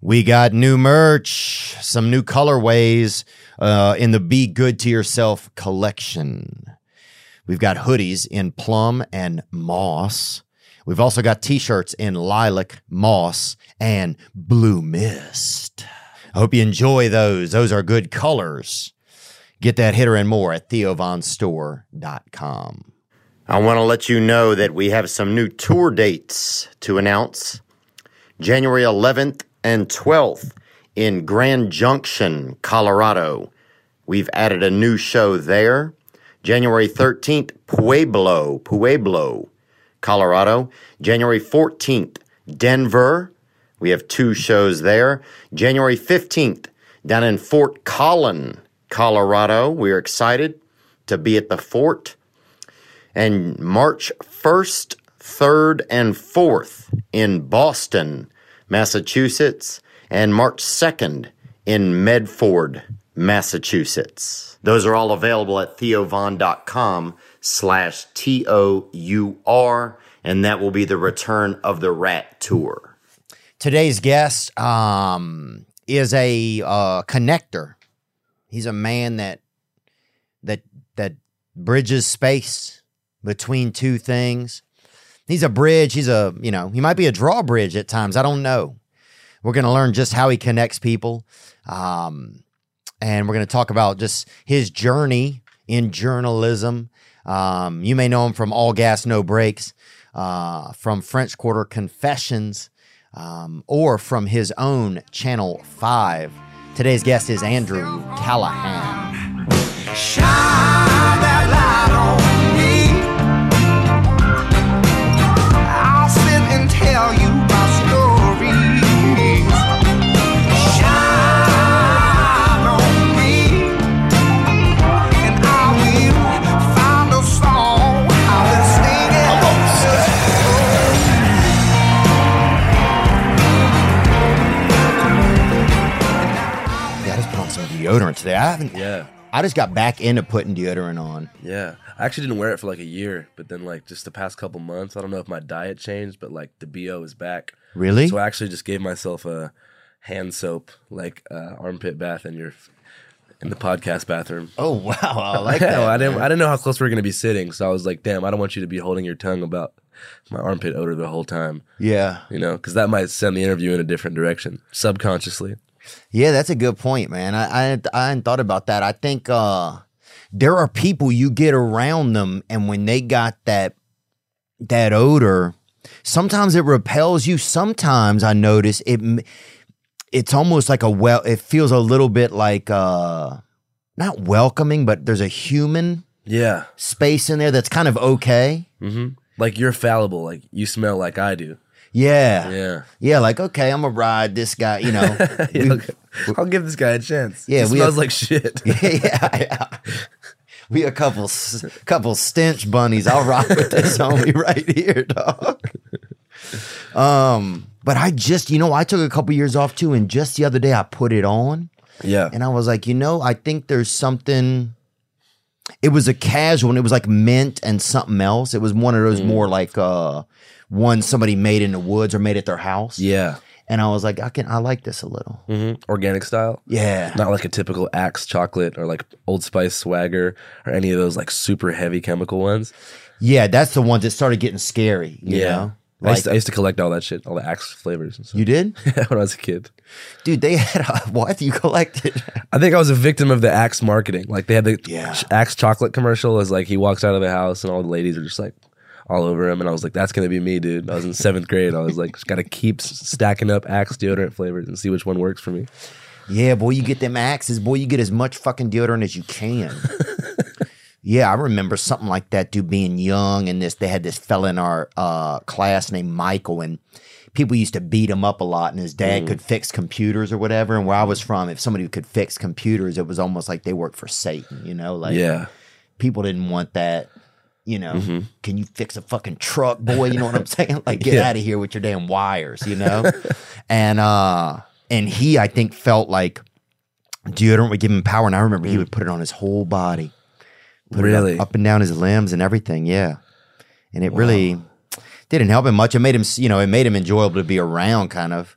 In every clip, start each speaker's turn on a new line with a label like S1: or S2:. S1: We got new merch, some new colorways uh, in the Be Good to Yourself collection. We've got hoodies in plum and moss. We've also got t shirts in lilac, moss, and blue mist. I hope you enjoy those. Those are good colors. Get that hitter and more at theovanstore.com. I want to let you know that we have some new tour dates to announce. January 11th and 12th in Grand Junction, Colorado. We've added a new show there. January 13th, Pueblo, Pueblo, Colorado. January 14th, Denver. We have two shows there. January 15th, down in Fort Collin, Colorado. We are excited to be at the fort. And March 1st, 3rd, and 4th in Boston, Massachusetts, and March 2nd in Medford, Massachusetts. Those are all available at theovon.com slash T-O-U-R, and that will be the Return of the Rat Tour. Today's guest um, is a uh, connector. He's a man that that that bridges space between two things. He's a bridge. He's a, you know, he might be a drawbridge at times. I don't know. We're going to learn just how he connects people. Um, and we're going to talk about just his journey in journalism. Um, you may know him from All Gas, No Breaks, uh, from French Quarter Confessions, um, or from his own Channel 5. Today's guest is Andrew Callahan.
S2: Shine that light on me. I'll sit and tell you my stories. Shine on me, and I will find a song I will sing it.
S1: Yeah, I just put on some deodorant today. I haven't,
S3: Yeah,
S1: I just got back into putting deodorant on.
S3: yeah. I actually didn't wear it for like a year, but then like just the past couple months, I don't know if my diet changed, but like the bo is back.
S1: Really?
S3: So I actually just gave myself a hand soap, like uh, armpit bath in your in the podcast bathroom.
S1: Oh wow, I like
S3: Yeah,
S1: that.
S3: well, I didn't. I didn't know how close we were gonna be sitting, so I was like, "Damn, I don't want you to be holding your tongue about my armpit odor the whole time."
S1: yeah,
S3: You know, because that might send the interview in a different direction subconsciously.
S1: yeah, that's a good point, man. I I, hadn't- I hadn't thought about that. I think uh, there are people you get around them, and when they got that that odor, sometimes it repels you. Sometimes I notice it. m- It's almost like a well. It feels a little bit like uh, not welcoming, but there's a human
S3: Yeah.
S1: space in there that's kind of okay.
S3: hmm Like you're fallible. Like you smell like I do.
S1: Yeah,
S3: Yeah.
S1: yeah, like okay, I'm gonna ride this guy. You know,
S3: Yeah, okay. I'll give this guy a chance.
S1: Yeah,
S3: it
S1: we
S3: smells
S1: have-
S3: like shit.
S1: yeah, yeah. We a couple s- couple stench bunnies. I'll rock with this homie right here, dog. Um, but I just, you know, I took a couple years off too, and just the other day I put it on,
S3: yeah,
S1: and I was like, you know, I think there's something. It was a casual, and it was like mint and something else. It was one of those more like uh, one somebody made in the woods or made at their house.
S3: yeah.
S1: and I was like, I can, I like this a little.
S3: hmm Organic style,
S1: Yeah,
S3: not like a typical Axe chocolate or like Old Spice Swagger or any of those like super heavy chemical ones.
S1: yeah, that's the ones that started getting scary. You
S3: Yeah.
S1: know?
S3: I, used to, I used to collect all that shit, all the Axe flavors and stuff
S1: You did?
S3: when I was a kid.
S1: Dude, they had a what you collected.
S3: I think I was a victim of the Axe marketing. Like they had the
S1: Yeah.
S3: Axe chocolate commercial. Is like he walks out of the house and all the ladies are just like all over him, and I was like, "That's gonna be me, dude." I was in seventh grade. I was like, "Just gotta keep s- stacking up Axe deodorant flavors and see which one works for me."
S1: Yeah, boy, you get them axes, boy, you get as much fucking deodorant as you can. yeah, I remember something like that, dude, being young and this they had this fella in our uh, class named Michael and people used to beat him up a lot and his
S3: Mm.
S1: dad could fix computers or whatever. And where I was from, if somebody could fix computers, it was almost like they worked for Satan, you know? Like
S3: Yeah.
S1: people didn't want that. You know,
S3: Mm-hmm.
S1: can you fix a fucking truck, boy? You know what I'm saying? Like, get
S3: Yeah.
S1: out of here with your damn wires, you know? and uh and he I think felt like deodorant would give him power. And I remember he would put it on his whole body. Put it
S3: Mm. Really?
S1: up, up and down his limbs and everything, yeah. And it really didn't help him much. It made him s- you know, it made him enjoyable to be around kind of.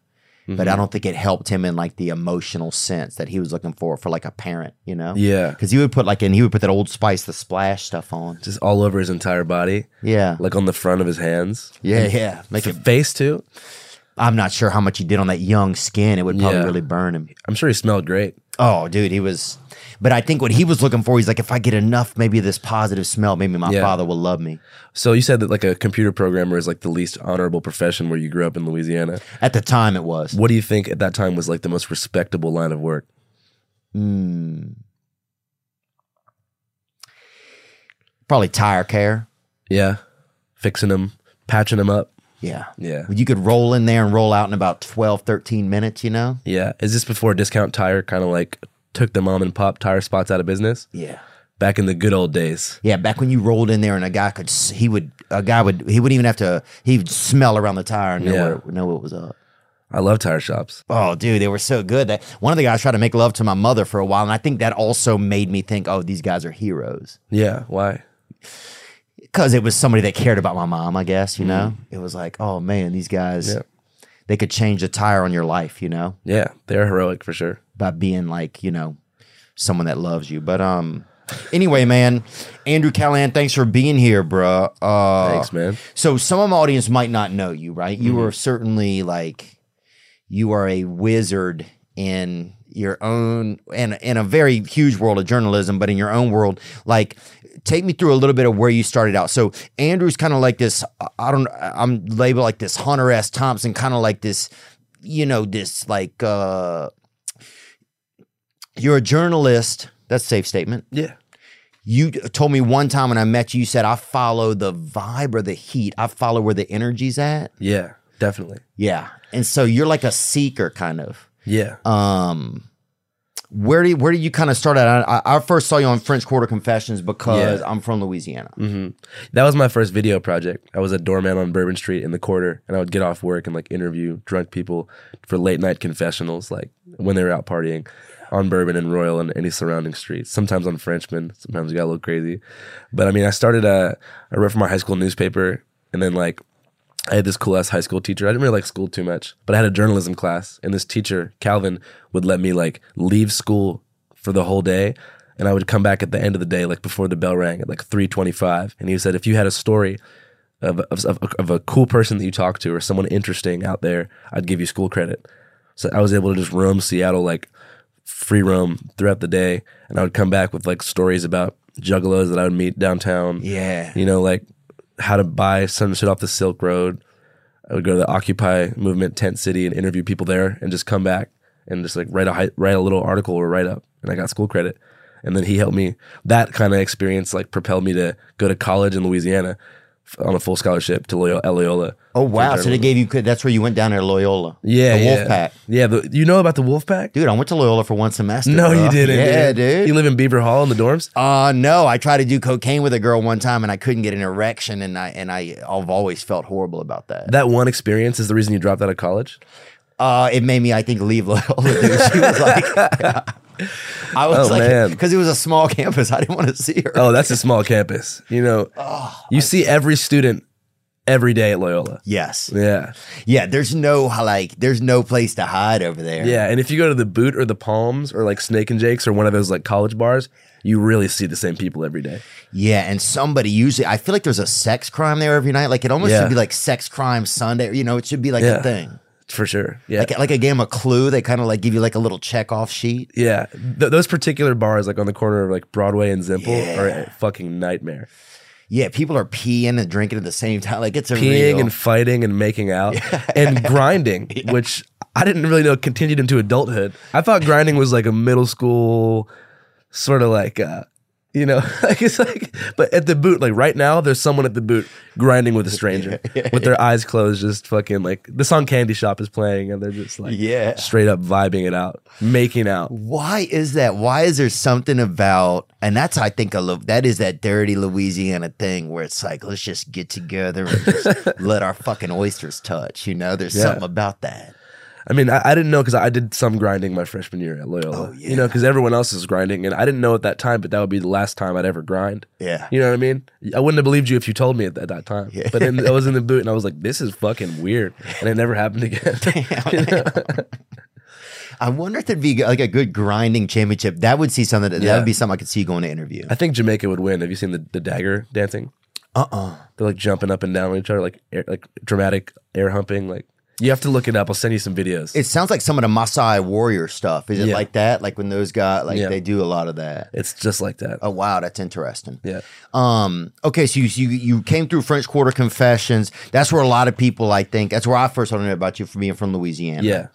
S4: but I
S3: Mm-hmm.
S4: don't think it helped him in like the emotional sense that he was looking for for like a parent, you know?
S3: Yeah.
S4: Because he would put like, and he would put that Old Spice, the splash stuff on.
S3: Just all over his entire body,
S4: Yeah.
S3: like on the front of his hands.
S4: Yeah, yeah. Like,
S3: F- face too.
S4: I'm not sure how much he did on that young skin. It would probably
S3: Yeah.
S4: really burn him.
S3: I'm sure he smelled great.
S4: Oh, dude, he was. But I think what he was looking for, he's like, if I get enough, maybe of this positive smell, maybe my
S3: Yeah.
S4: father will love me.
S3: So you said that like a computer programmer is like the least honorable profession where you grew up in Louisiana.
S4: At the time, it was.
S3: What do you think at that time was like the most respectable line of work?
S4: Probably tire care.
S3: Yeah, fixing them, patching them up.
S4: Yeah.
S3: Yeah.
S4: You could roll in there and roll out in about 12, 13 minutes, you know?
S3: Yeah. Is this before Discount Tire kind of like took the mom and pop tire spots out of business?
S4: Yeah.
S3: Back in the good old days.
S4: Yeah, back when you rolled in there and a guy could, s- he would, a guy would, he wouldn't even have to, he'd smell around the tire and know,
S3: Yeah.
S4: where, know what was up.
S3: I love tire shops.
S4: Oh, dude, they were so good. That one of the guys tried to make love to my mother for a while, and I think that also made me think, oh, these guys are heroes
S3: Yeah. Why?
S4: because it was somebody that cared about my mom. I guess you
S3: Mm-hmm.
S4: know, it was like, oh man, these guys,
S3: Yeah.
S4: they could change the tire on your life, you know,
S3: Yeah. They're heroic for sure.
S4: by being like, you know, someone that loves you. But um, anyway, man, Andrew Callahan, thanks for being here, bruh. Uh,
S3: Thanks, man.
S4: So some of my audience might not know you, right? You are certainly like you are a wizard in your own and in a very huge world of journalism, but in your own world, like take me through a little bit of where you started out. So Andrew's kind of like this. I- I don't. I'm labeled like this Hunter S. Thompson, kind of like this. You know, this like uh, you're a journalist. That's a safe statement
S3: Yeah.
S4: you told me one time when I met you, you said, I follow the vibe or the heat. I follow where the energy's at.
S3: Yeah. Definitely.
S4: Yeah. And so you're like a seeker kind of.
S3: Yeah.
S4: Um, where do you, where do you kind of start out? I, I first saw you on French Quarter Confessions because
S3: Yeah. Mm-hmm.
S4: I'm from Louisiana.
S3: That was my first video project. I was a doorman on Bourbon Street in the quarter, and I would get off work and like interview drunk people for late night confessionals, like when they were out partying on Bourbon and Royal and any surrounding streets. Sometimes on Frenchman, sometimes it got a little crazy. But I mean, I started, uh, I wrote for my high school newspaper, and then like I had this cool ass high school teacher. I didn't really like school too much, but I had a journalism class, and this teacher, Calvin, would let me like leave school for the whole day, and I would come back at the end of the day, like before the bell rang at like three twenty-five, and he said, if you had a story of of, of, of a cool person that you talked to or someone interesting out there, I'd give you school credit. So I was able to just roam Seattle like free roam throughout the day, and I would come back with like stories about juggalos that I would meet downtown.
S4: Yeah.
S3: you know, like how to buy some shit off the Silk Road. I would go to the Occupy movement tent city and interview people there, and just come back and just like write a hi- write a little article or write up, and I got school credit. And then he helped me. That kind of experience like propelled me to go to college in Louisiana f- on a full scholarship to Loyola. Loyola
S4: Oh, wow. So they gave you, that's where you went down there to Loyola.
S3: yeah,
S4: The
S3: yeah.
S4: Wolfpack.
S3: Yeah, the, you know about the Wolfpack?
S4: Dude, I went to Loyola for one semester.
S3: no, you
S4: bruh.
S3: didn't.
S4: Yeah,
S3: You live in Beaver Hall in the dorms?
S4: Uh no, I tried to do cocaine with a girl one time and I couldn't get an erection and I and I I've always felt horrible about that.
S3: That one experience is the reason you dropped out of college.
S4: Uh, it made me, I think, leave Loyola. dude. She was like, I was
S3: Oh,
S4: like,
S3: man.
S4: because it was a small campus. I didn't want to see her.
S3: Oh, that's a small campus. You know,
S4: Oh,
S3: you see every student every day at Loyola.
S4: Yes.
S3: Yeah.
S4: Yeah. There's no like, there's no place to hide over there.
S3: Yeah. And if you go to the Boot or the Palms or like Snake and Jake's or one of those like college bars, you really see the same people every day.
S4: Yeah. And somebody usually, I feel like there's a sex crime there every night. Like it almost
S3: Yeah.
S4: should be like sex crime Sunday. You know, it should be like a
S3: Yeah.
S4: thing.
S3: For sure. Yeah.
S4: Like, uh, like a game of Clue. They kind of like give you like a little check off sheet.
S3: yeah. Th- those particular bars, like on the corner of like Broadway and Zimple,
S4: Yeah.
S3: are a fucking nightmare.
S4: Yeah. People are peeing and drinking at the same time. Like it's a
S3: peeing
S4: real.
S3: and fighting and making out and grinding, which I didn't really know continued into adulthood. I thought grinding was like a middle school sort of like, uh, you know, like it's like, but at the boot, like right now, there's someone at the boot grinding with a stranger with their eyes closed, just fucking like the song Candy Shop is playing and they're just like,
S4: Yeah.
S3: straight up vibing it out, making out.
S4: Why is that? Why is there something about, and that's I think a little, that is that dirty Louisiana thing where it's like let's just get together and just let our fucking oysters touch. You know, there's
S3: Yeah.
S4: something about that.
S3: I mean, I, I didn't know because I did some grinding my freshman year at
S4: Oh,
S3: Loyola. You know, because everyone else is grinding, and I didn't know at that time, but that would be the last time I'd ever grind.
S4: Yeah.
S3: You know what I mean? I wouldn't have believed you if you told me at, at that time.
S4: Yeah.
S3: But then I was in the boot, and I was like, "This is fucking weird," and it never happened again. You know?
S4: I wonder if there'd be like a good grinding championship. That would see something. That,
S3: Yeah.
S4: would be something I could see going to interview.
S3: I think Jamaica would win. Have you seen the, the dagger dancing?
S4: Uh uh
S3: They're like jumping up and down with each other, like air, like dramatic air humping. Like you have to look it up. I'll send you some videos.
S4: It sounds like some of the Maasai warrior stuff. Is it
S3: Yeah.
S4: like that? Like when those guys, like
S3: Yeah.
S4: they do a lot of that.
S3: it's just like that.
S4: Oh wow, that's interesting.
S3: Yeah.
S4: Um. Okay. So you, so you you came through French Quarter Confessions. That's where a lot of people, I think, that's where I first learned about you from being from Louisiana.
S3: Yeah.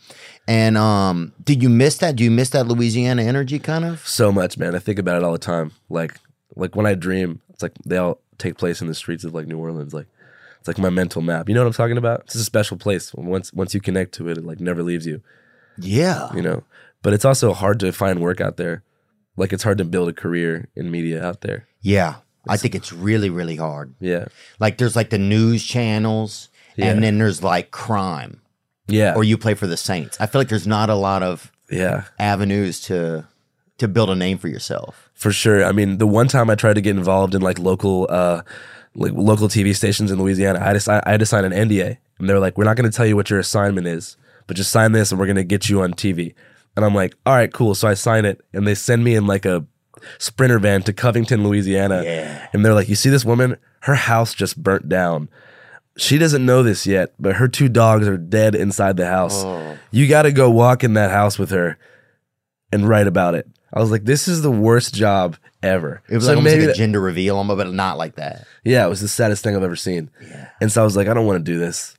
S4: And um, did you miss that? Do you miss that Louisiana energy kind of?
S3: so much, man. I think about it all the time. Like like when I dream, it's like they all take place in the streets of like New Orleans. Like it's like my mental map. You know what I'm talking about? It's a special place. Once once you connect to it, it like never leaves you.
S4: Yeah.
S3: You know. But it's also hard to find work out there. Like it's hard to build a career in media out there.
S4: Yeah. I think it's really really hard.
S3: Yeah.
S4: Like there's like the news channels,
S3: Yeah.
S4: and then there's like crime,
S3: Yeah.
S4: or you play for the Saints. I feel like there's not a lot of
S3: yeah.
S4: avenues to to build a name for yourself.
S3: For sure. I mean, the one time I tried to get involved in like local, uh, like local TV stations in Louisiana, I had to sign, I had to sign an NDA, and they're like, "We're not going to tell you what your assignment is, but just sign this, and we're going to get you on TV." And I'm like, "All right, cool." So I sign it, and they send me in like a sprinter van to Covington, Louisiana,
S4: Yeah.
S3: and they're like, "You see this woman? Her house just burnt down." She doesn't know this yet, but her two dogs are dead inside the house.
S4: Oh.
S3: You got to go walk in that house with her and write about it. I was like, this is the worst job ever.
S4: It was
S3: So
S4: like almost like a
S3: that-
S4: gender reveal, almost, but not like that.
S3: yeah, it was the saddest thing I've ever seen. And so I was like, I don't want to do this.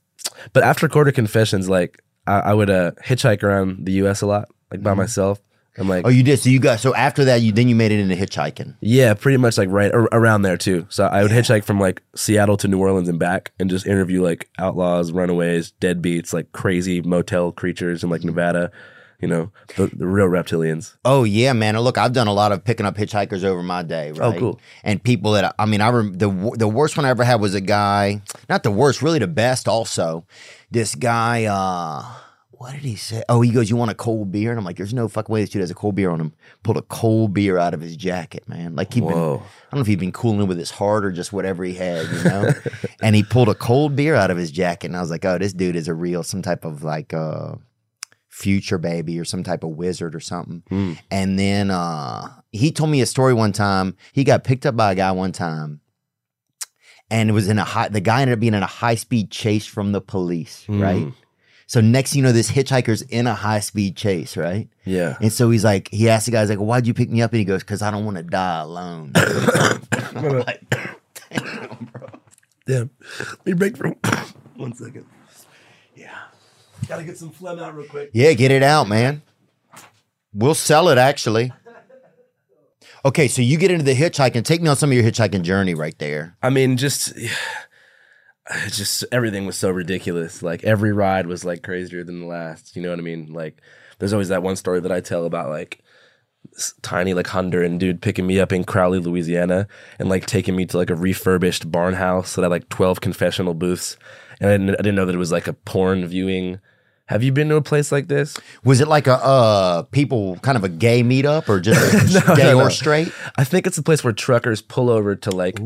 S3: But after quarter confessions, like I, I would uh, hitchhike around the U.S. a lot, like by myself. I'm like,
S4: Mm-hmm. Oh, you did. So you got so after that, you then you made it into hitchhiking.
S3: yeah, pretty much like right ar- around there too. So I would hitchhike from like Seattle to New Orleans and back, and just interview like outlaws, runaways, deadbeats, like crazy motel creatures in like Nevada. You know, the, the real reptilians.
S4: Oh yeah, man. And Look, I've done a lot of picking up hitchhikers over my day. Right?
S3: Oh, cool.
S4: And people that I mean, I rem- the wo- the worst one I ever had was a guy. Not the worst, really the best. Also, this guy. uh What did he say? Oh, he goes, "You want a cold beer?" And I'm like, "There's no fucking way this dude has a cold beer on him." Pulled a cold beer out of his jacket, man. Like he been. I
S3: Whoa.
S4: don't know if he'd been cooling with his heart or just whatever he had, you know. and he pulled a cold beer out of his jacket, and I was like, "Oh, this dude is a real some type of like." uh future baby or some type of wizard or something. And then uh, he told me a story one time. He got picked up by a guy one time, and it was in a high. The guy ended up being in a high speed chase from the police, right? So next, thing you know, this hitchhiker's in a high speed chase, right?
S3: Yeah.
S4: And so he's like, he asked the guy, he's like, "Why'd you pick me up?" And he goes, "Cause I don't want to die alone." I'm like,
S3: Damn. Let me break for one second. Yeah. Gotta get some phlegm out real quick.
S4: Yeah, get it out, man. We'll sell it actually. Okay, so you get into the hitchhiking. Take me on some of your hitchhiking journey right there.
S3: I mean, just it's just everything was so ridiculous. Like every ride was like crazier than the last. You know what I mean? Like there's always that one story that I tell about like this tiny like Honduran dude picking me up in Crowley, Louisiana, and like taking me to like a refurbished barn house that had like twelve confessional booths, and I didn't, I didn't know that it was like a porn viewing. Have you been to a place like this?
S4: Was it like a uh people kind of a gay meetup or just
S3: No,
S4: gay
S3: no,
S4: or
S3: no.
S4: straight?
S3: I think it's a place where truckers pull over to like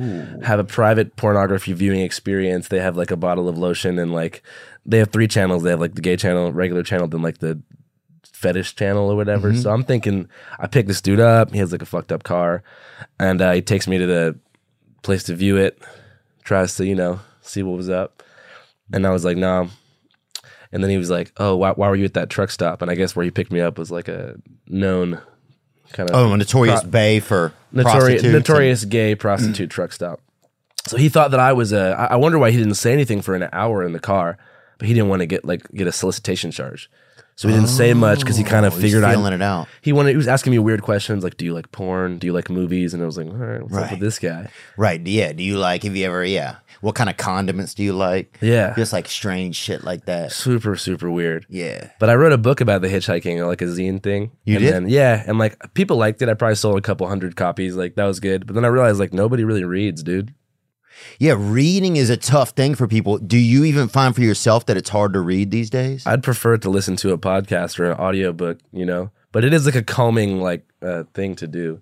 S3: have a private pornography viewing experience. They have like a bottle of lotion and like they have three channels. They have like the gay channel, regular channel, then like the fetish channel or whatever. So I'm thinking I pick this dude up. He has like a fucked up car, and uh, he takes me to the place to view it. Tries to you know see what was up, and I was like, no. And then he was like, "Oh, why, why were you at that truck stop?" And I guess where he picked me up was like a known kind of
S4: Oh, a notorious bay for
S3: notorious,
S4: prostitutes and- Mm.
S3: notorious gay prostitute truck stop. So he thought that I was a. I I wonder why he didn't say anything for an hour in the car, but he didn't want to get like get a solicitation charge. So he didn't say much because he kind of
S4: Oh, he's
S3: figured I
S4: feeling it out.
S3: He wanted. He was asking me weird questions like, "Do you like porn? Do you like movies?" And I was like, "All right, what's up
S4: Right.
S3: with this guy?"
S4: Right. Yeah. Do you like have you ever yeah. What kind of condiments do you like?
S3: Yeah.
S4: Just like strange shit like that.
S3: Super, super weird.
S4: Yeah.
S3: But I wrote a book about the hitchhiking, like a zine thing.
S4: You
S3: and
S4: did?
S3: Then, yeah, and like people liked it. I probably sold a couple hundred copies. Like that was good. But then I realized like nobody really reads, dude.
S4: Yeah, reading is a tough thing for people. Do you even find for yourself that it's hard to read these days?
S3: I'd prefer to listen to a podcast or an audiobook, you know. But it is like a calming like uh, thing to do,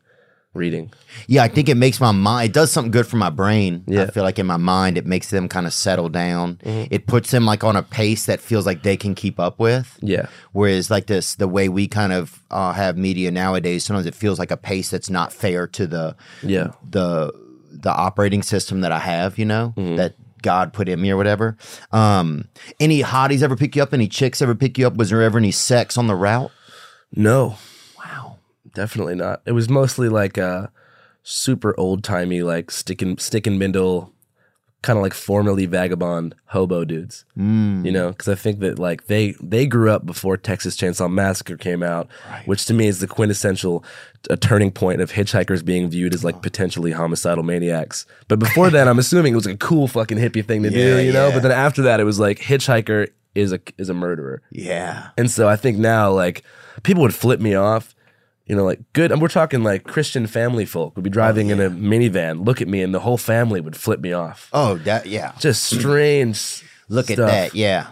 S3: reading.
S4: yeah, I think it makes my mind. It does something good for my brain. I
S3: Yeah.
S4: feel like in my mind, it makes them kind of settle down. It puts them like on a pace that feels like they can keep up with.
S3: Yeah.
S4: Whereas like this, the way we kind of uh, have media nowadays, sometimes it feels like a pace that's not fair to the
S3: Yeah.
S4: the the operating system that I have, you know, that God put in me or whatever. Um, any hotties ever pick you up? Any chicks ever pick you up? Was there ever any sex on the route?
S3: No. Wow. Definitely not. It was mostly like uh super old timey, like stick and stick and bindle, kind of like formerly vagabond hobo dudes. Mm. You know, because I think that like they they grew up before Texas Chainsaw Massacre came out, which to me is the quintessential uh, turning point of hitchhikers being viewed as like potentially homicidal maniacs. But before that, I'm assuming it was like a cool fucking hippie thing to
S4: Yeah,
S3: do. You know,
S4: yeah.
S3: but then after that, it was like hitchhiker is a is a murderer.
S4: Yeah.
S3: And so I think now, like, people would flip me off. You know, like, good. And we're talking like Christian family folk would
S4: Oh,
S3: be driving in a minivan, look at me, and the whole family would flip me off.
S4: Oh, that yeah.
S3: Just strange.
S4: Look
S3: stuff.
S4: at that. Yeah.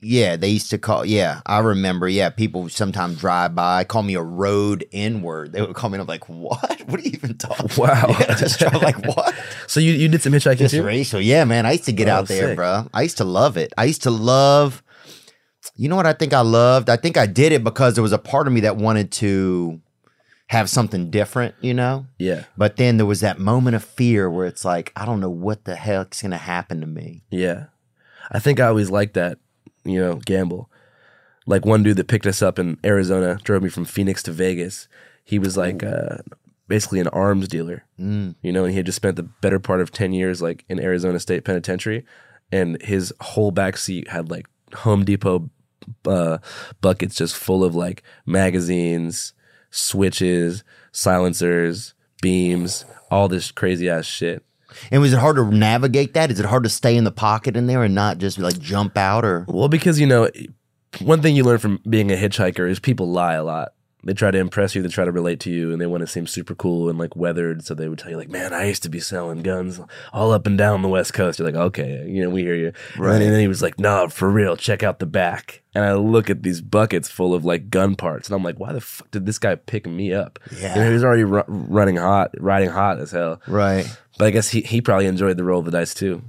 S4: Yeah, they used to call. Yeah, I remember. Yeah, people would sometimes drive by, call me a road N word. They would call me, and I'm like, what? What are you even talking?
S3: Wow.
S4: Yeah, just drive like what?
S3: So you, you did some hitchhiking
S4: Just
S3: too?
S4: racial. Yeah, man. I used to get
S3: Oh,
S4: out there,
S3: sick.
S4: bro. I used to love it. I used to love. You know what I think I loved? I think I did it because there was a part of me that wanted to have something different, you know?
S3: Yeah.
S4: But then there was that moment of fear where it's like, I don't know what the heck's going to happen to me.
S3: Yeah. I think I always liked that, you know, gamble. Like one dude that picked us up in Arizona drove me from Phoenix to Vegas. He was like uh, basically an arms dealer, mm. you know, and he had just spent the better part of 10 years like in Arizona State Penitentiary. And his whole backseat had like Home Depot uh, buckets just full of like magazines, switches, silencers, beams, all this crazy ass shit.
S4: And was it hard to navigate that? Is it hard to stay in the pocket in there and not just like jump out or?
S3: Well, because you know, one thing you learn from being a hitchhiker is people lie a lot. They try to impress you, they try to relate to you, and they want to seem super cool and like weathered. So they would tell you, like, "Man, I used to be selling guns all up and down the West Coast." You're like, "Okay, you know, we hear you." Right. And then, and then he was like, "Nah, for real, check out the back." And I look at these buckets full of like gun parts, and I'm like, "Why the fuck did this guy pick me up?"
S4: Yeah.
S3: You know, he was already ru- running hot, riding hot as hell.
S4: Right.
S3: But I guess he he probably enjoyed the roll of the dice too.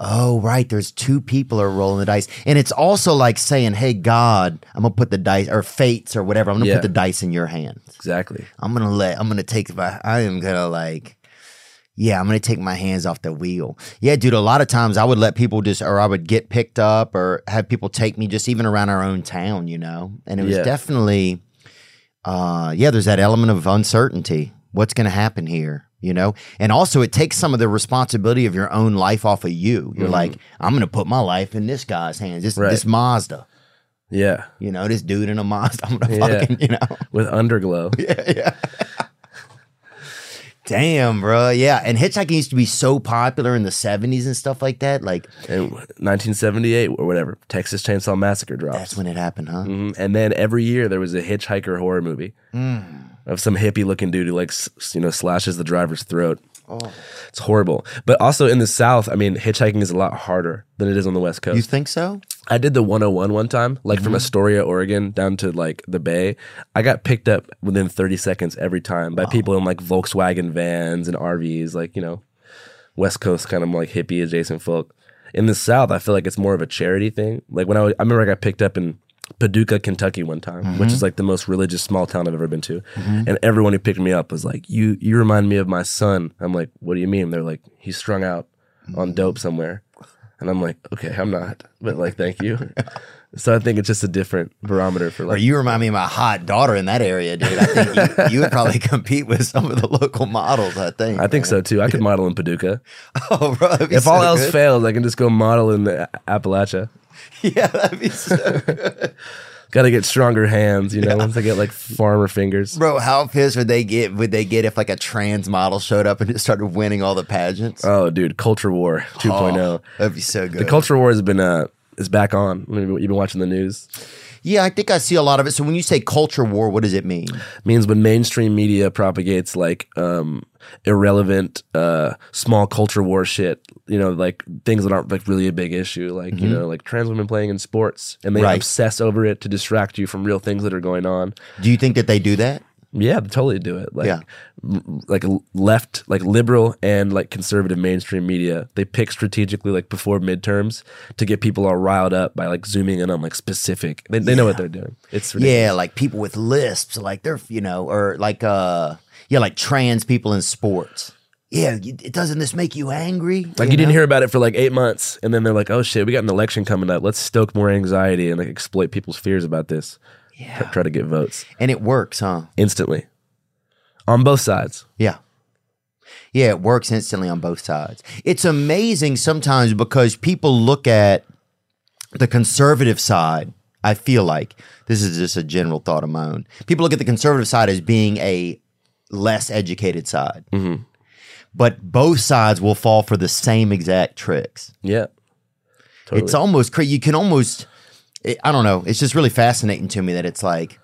S4: Oh, right. There's two people are rolling the dice. And it's also like saying, hey, God, I'm going to put the dice or fates or whatever. I'm going to
S3: Yeah.
S4: put the dice in your hands.
S3: Exactly.
S4: I'm gonna let I'm gonna take my I am gonna like yeah, I'm gonna take my hands off the wheel. Yeah, dude, a lot of times I would let people just or I would get picked up or have people take me just even around our own town, you know? And it was
S3: Yeah.
S4: definitely uh yeah, there's that element of uncertainty. What's gonna happen here? You know? And also it takes some of the responsibility of your own life off of you. You're like, I'm gonna put my life in this guy's hands, this
S3: Mm-hmm. Right.
S4: this Mazda.
S3: Yeah.
S4: You know, this dude in a Mazda. I'm gonna
S3: Yeah.
S4: fucking, you know.
S3: With underglow.
S4: Damn, bro. Yeah. And hitchhiking used to be so popular in the 70s and stuff like that. Like,
S3: in 1978 or whatever, Texas Chainsaw Massacre drops.
S4: that's when it happened, huh?
S3: Mhm. And then every year there was a hitchhiker horror movie
S4: Hmm.
S3: of some hippie looking dude who like s- you know slashes the driver's throat.
S4: Oh.
S3: It's horrible. But also in the South, I mean, hitchhiking is a lot harder than it is on the West Coast.
S4: You Mm-hmm. think so?
S3: I did the 101 one time, like from Astoria, Oregon down to like the Bay. I got picked up within 30 seconds every time by people in like Volkswagen vans and RVs, like, you know, West Coast kind of like hippie adjacent folk. In the South, I feel like it's more of a charity thing. Like when I, was, I remember I got picked up in Paducah, Kentucky one time, which is like the most religious small town I've ever been to. And everyone who picked me up was like, "You you remind me of my son." I'm like, "What do you mean?" They're like, "He's strung out on dope somewhere." And I'm like, "Okay, I'm not." But like, thank you. so I think it's just a different barometer for
S4: Or
S3: like
S4: you remind me of my hot daughter in that area, dude. I think you, you would probably compete with some of the local models, I think.
S3: I think so too. I could model in Paducah.
S4: Oh, bro. that'd be
S3: If
S4: so
S3: all else
S4: good.
S3: fails, I can just go model in the A- Appalachia.
S4: yeah, that'd be so.
S3: Got to get stronger hands, you know. Once I get like farmer fingers,
S4: Bro, how pissed would they get? Would they get if like a trans model showed up and just started winning all the pageants?
S3: Oh, dude, Culture War oh. 2.0.
S4: that'd be so Oh, good.
S3: The Culture War has been uh is back on. I mean, You've been watching the news.
S4: Yeah, I think I see a lot of it. So when you say culture war, what does it mean?
S3: means when mainstream media propagates like um, irrelevant uh, small culture war shit you know like things that aren't like really a big issue like you know like trans women playing in sports and they
S4: Mm-hmm. Right.
S3: obsess over it to distract you from real things that are going on
S4: Do you think that they do that?
S3: yeah they totally do it like
S4: Yeah.
S3: l- like l- left like liberal and like conservative mainstream media they pick strategically like before midterms to get people all riled up by like zooming in on like specific they, they know what they're doing it's ridiculous.
S4: Yeah, like people with lisps, like they're you know, or like uh, yeah, like trans people in sports. Yeah, you- it doesn't this make you angry?
S3: Like you, didn't
S4: know?
S3: hear about it for like eight months, and then they're like, "Oh shit, we got an election coming up. Let's stoke more anxiety and like exploit people's fears about this. Yeah, try, to get votes
S4: and it works, huh?
S3: instantly on both sides.
S4: Yeah. Yeah, it works instantly on both sides. It's amazing sometimes because people look at the conservative side. I feel like this is just a general thought of my own. People look at the conservative side as being a less educated side.
S3: Mm-hmm.
S4: But both sides will fall for the same exact tricks.
S3: Yeah, totally.
S4: It's almost crazy. You can almost, it, I don't know. It's just really fascinating to me that it's like,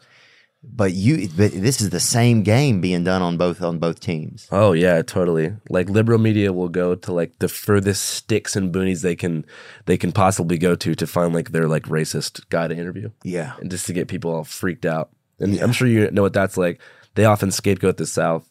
S4: but you, but this is the same game being done on both on both teams.
S3: Oh yeah, totally. Like liberal media will go to like the furthest sticks and boonies they can they can possibly go to to find like their like racist guy to interview.
S4: Yeah.
S3: and just to get people all freaked out. And I'm sure you know what that's like. They often scapegoat the South.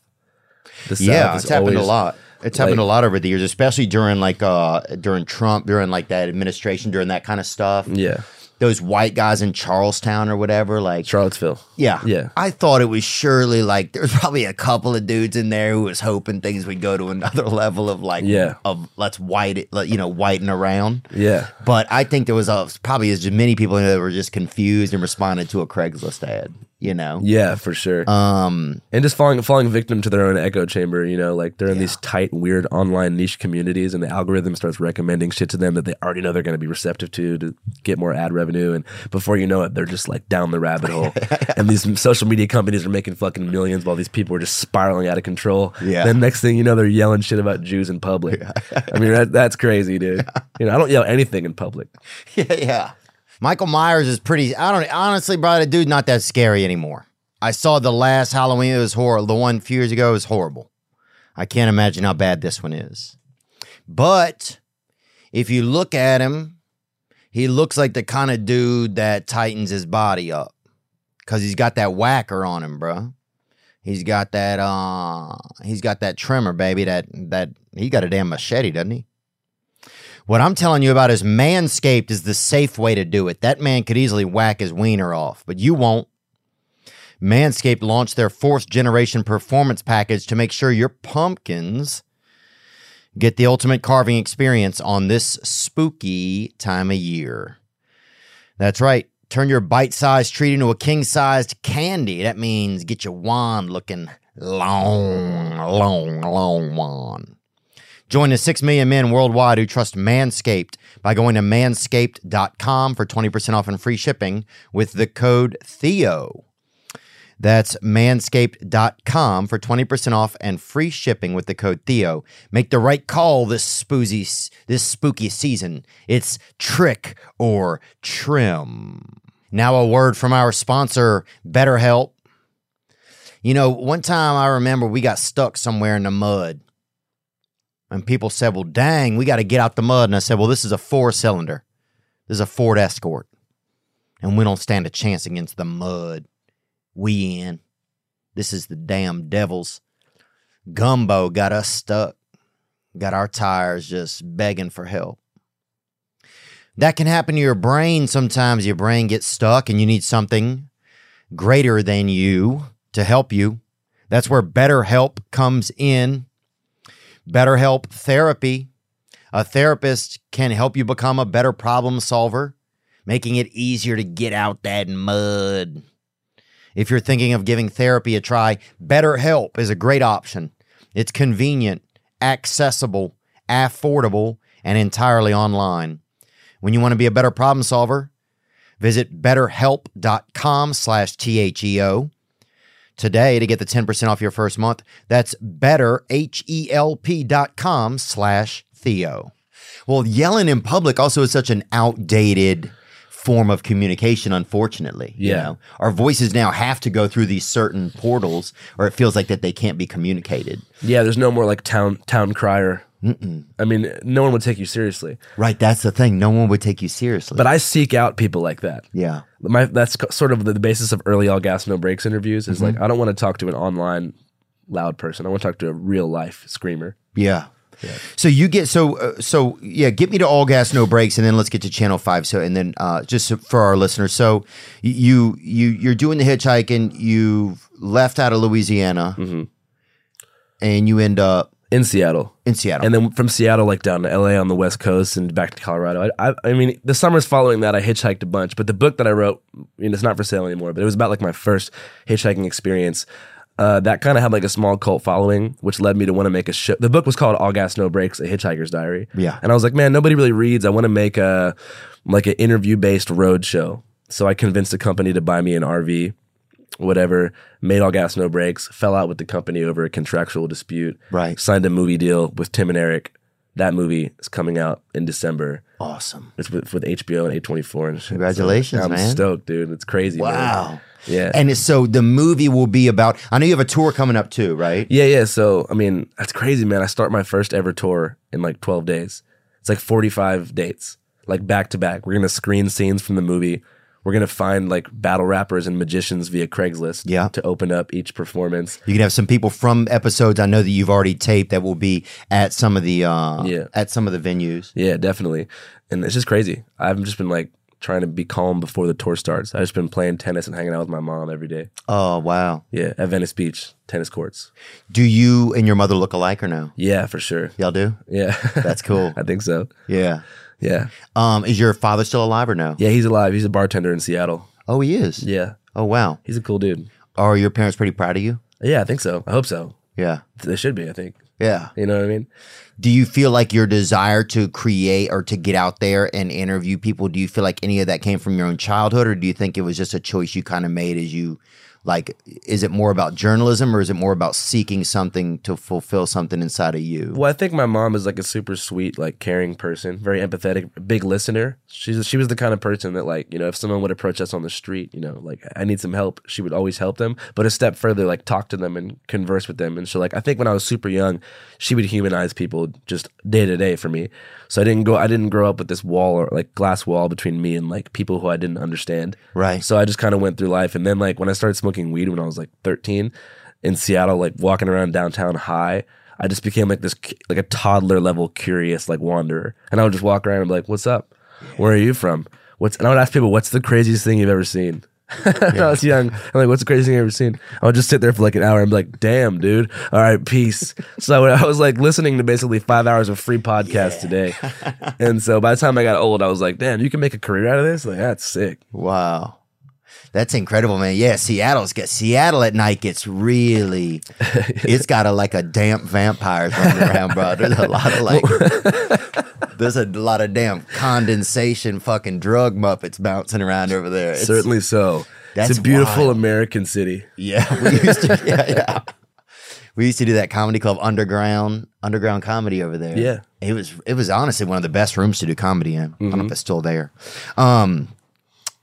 S3: The South
S4: yeah,
S3: is
S4: it's happened a
S3: always-
S4: lot. It's happened
S3: like-
S4: a lot over the years, especially during like uh during Trump, during like that administration, during that kind of stuff.
S3: Yeah,
S4: Those white guys in Charlestown or whatever, like
S3: Charlottesville.
S4: yeah,
S3: yeah.
S4: I thought it was surely like there's probably a couple of dudes in there who was hoping things would go to another level of like
S3: Yeah.
S4: of let's white it, let- you know, whiten around.
S3: Yeah.
S4: But I think there was uh probably as many people in there that were just confused and responded to a Craigslist ad, you know.
S3: Yeah, for sure.
S4: Um,
S3: and just falling falling victim to their own echo chamber, you know, like they're in these tight, weird online niche communities and the algorithm starts recommending shit to them that they already know they're gonna be receptive to to get more ad revenue and before you know it, they're just like down the rabbit hole. and these social media companies are making fucking millions while these people are just spiraling out of control.
S4: Yeah.
S3: Then next thing you know, they're yelling shit about Jews in public. I mean that, that's crazy, dude. You know, I don't yell anything in public.
S4: yeah, yeah. Michael Myers is pretty. I don't honestly, bro. The dude not that scary anymore. I saw the last Halloween. It was horrible. The one a few years ago was horrible. I can't imagine how bad this one is. But if you look at him, he looks like the kind of dude that tightens his body up because he's got that whacker on him, bro. He's got that. Uh, he's got that trimmer, baby. That that he got a damn machete, doesn't he? What I'm telling you about is Manscaped is the safe way to do it. That man could easily whack his wiener off, but you won't. Manscaped launched their fourth generation performance package to make sure your pumpkins get the ultimate carving experience on this spooky time of year. That's right. Turn your bite sized treat into a king sized candy. That means get your wand looking long, long, long wand. Join the 6 million men worldwide who trust Manscaped by going to manscaped.com for 20% off and free shipping with the code Theo. That's manscaped.com for 20% off and free shipping with the code Theo. Make the right call this spoozy this spooky season. It's trick or trim. Now a word from our sponsor BetterHelp. You know, one time I remember we got stuck somewhere in the mud. And people said, Well, dang, we got to get out the mud. And I said, Well, this is a four cylinder. This is a Ford Escort. And we don't stand a chance against the mud. We in. This is the damn devils. Gumbo got us stuck, got our tires just begging for help. That can happen to your brain sometimes. Your brain gets stuck and you need something greater than you to help you. That's where BetterHelp comes in. BetterHelp Therapy. A therapist can help you become a better problem solver, making it easier to get out that mud. If you're thinking of giving therapy a try, BetterHelp is a great option. It's convenient, accessible, affordable, and entirely online. When you want to be a better problem solver, visit betterhelp.com slash T-H-E-O today to get the 10% off your first month. That's E betterhelp.com slash Theo. Well, yelling in public also is such an outdated form of communication, unfortunately. you
S3: Yeah.
S4: know? Our voices now have to go through these certain portals, or it feels like that they can't be communicated.
S3: Yeah, there's no more like town town crier. I mean, no one would take you seriously.
S4: Right. That's the thing. No one would take you seriously.
S3: But I seek out people like that.
S4: yeah.
S3: My, that's co- sort of the basis of early all gas no breaks interviews. Is like I don't want to talk to an online loud person. I want to talk to a real life screamer.
S4: Yeah. So you get so uh, so yeah. Get me to all gas, no breaks, and then let's get to channel five. So and then uh, just so- for our listeners, so y- you you you're doing the hitchhiking. You left out of Louisiana,
S3: Mm-hmm.
S4: and you end up
S3: in Seattle.
S4: in Seattle.
S3: And then from Seattle, like down to LA on the West Coast and back to Colorado. I, I, I mean, the summers following that, I hitchhiked a bunch. But the book that I wrote, I mean, it's not for sale anymore, but it was about like my first hitchhiking experience. Uh, that kind of had like a small cult following, which led me to want to make a show. The book was called All Gas No Breaks: A Hitchhiker's Diary.
S4: Yeah.
S3: and I was like, man, nobody really reads. I want to make a like an interview based road show. So I convinced a company to buy me an RV whatever, made all gas, no breaks, fell out with the company over a contractual dispute,
S4: Right.
S3: signed a movie deal with Tim and Eric. That movie is coming out in December.
S4: awesome.
S3: It's with, with HBO and A24 and shit.
S4: Congratulations,
S3: So I'm
S4: man.
S3: stoked, dude. It's crazy. man.
S4: Wow.
S3: Yeah.
S4: And it's, so the movie will be about. I know you have a tour coming up too, right?
S3: yeah, yeah. So, I mean, that's crazy, man. I start my first ever tour in like 12 days. It's like 45 dates, like back to back. We're going to screen scenes from the movie. We're going to find like battle rappers and magicians via Craigslist
S4: Yeah.
S3: to open up each performance.
S4: You can have some people from episodes I know that you've already taped that will be at some of the uh,
S3: Yeah.
S4: at some of the venues.
S3: Yeah, definitely. And it's just crazy. I've just been like trying to be calm before the tour starts. I've just been playing tennis and hanging out with my mom every day.
S4: Oh wow!
S3: Yeah, at Venice Beach, tennis courts.
S4: Do you and your mother look alike or no?
S3: Yeah, for sure.
S4: Y'all do.
S3: Yeah.
S4: That's cool.
S3: I think so.
S4: Yeah.
S3: Yeah.
S4: Um, is your father still alive or no?
S3: Yeah, he's alive. He's a bartender in Seattle.
S4: Oh, he is.
S3: Yeah.
S4: Oh wow.
S3: He's a cool dude.
S4: Are your parents pretty proud of you?
S3: Yeah, I think so. I hope so.
S4: Yeah.
S3: They should be, I think.
S4: Yeah.
S3: You know what I mean?
S4: Do you feel like your desire to create or to get out there and interview people? Do you feel like any of that came from your own childhood, or do you think it was just a choice you kind of made as you? Like, is it more about journalism or is it more about seeking something to fulfill something inside of you?
S3: Well, I think my mom is like a super sweet, like caring person, very empathetic, big listener. She's she was the kind of person that like you know if someone would approach us on the street, you know, like I need some help, she would always help them. But a step further, like talk to them and converse with them. And so like I think when I was super young, she would humanize people just day to day for me. So I didn't go, I didn't grow up with this wall or like glass wall between me and like people who I didn't understand.
S4: Right.
S3: So I just kind of went through life. And then, like, when I started smoking weed when I was like 13 in Seattle, like walking around downtown high, I just became like this, cu- like a toddler level curious, like wanderer. And I would just walk around and be like, what's up? Where are you from? What's, and I would ask people, what's the craziest thing you've ever seen? when I was young, I'm like, what's the craziest thing I've ever seen? I would just sit there for like an hour and be like, damn, dude. All right, peace. so I was like listening to basically five hours of free podcast today. and so by the time I got old, I was like, damn, you can make a career out of this? Like, that's sick.
S4: Wow. That's incredible, man. Yeah, Seattle's got Seattle at night gets really it's got a like a damp vampires running around, bro. There's a lot of like there's a lot of damn condensation fucking drug muppets bouncing around over there. It's-
S3: Certainly so.
S4: That's
S3: it's a beautiful
S4: wild.
S3: American city.
S4: Yeah. We used to yeah, yeah. We used to do that comedy club underground underground comedy over there.
S3: Yeah.
S4: It was it was honestly one of the best rooms to do comedy in. I don't know if it's still there. Um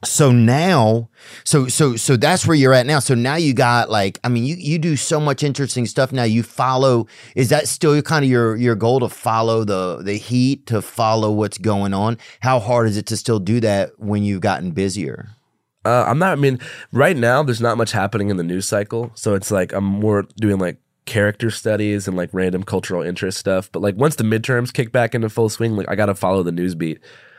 S4: so now so so so that's where you're at now so now you got like i mean you you do so much interesting stuff now you follow is that still kind of your your goal to follow the the heat to follow what's going on how hard is it to still do that when you've gotten busier
S3: Uh, I'm not. I mean, right now there's not much happening in the news cycle, so it's like I'm more doing like character studies and like random cultural interest stuff. But like once the midterms kick back into full swing, like I gotta follow the news beat.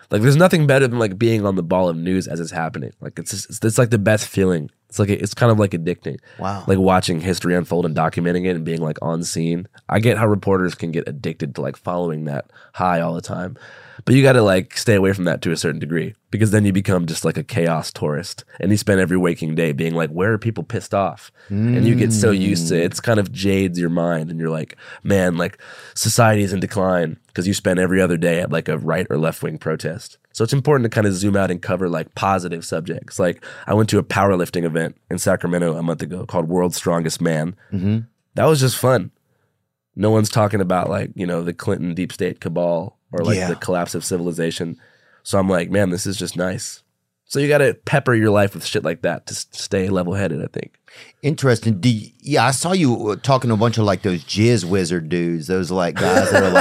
S3: Like there's nothing better than like being on the ball of news as it's happening. Like it's just, it's, it's like the best feeling. It's like it's kind of like addicting.
S4: Wow.
S3: Like watching history unfold and documenting it and being like on scene. I get how reporters can get addicted to like following that high all the time. But you got to like stay away from that to a certain degree because then you become just like a chaos tourist and you spend every waking day being like, where are people pissed off? And you get so used to it. It's kind of jades your mind and you're like, man, like society's in decline because you spend every other day at like a right or left wing protest. So it's important to kind of zoom out and cover like positive subjects. Like I went to a powerlifting event in Sacramento a month ago called World's Strongest Man. Mm-hmm. That was just fun. No one's talking about like, you know, the Clinton deep state cabal or like
S4: Yeah.
S3: the collapse of civilization. So I'm like, man, this is just nice. So you got to pepper your life with shit like that to s- stay level headed. I think.
S4: Interesting. Do you, yeah, I saw you uh, talking to a bunch of like those jizz wizard dudes. Those like guys that are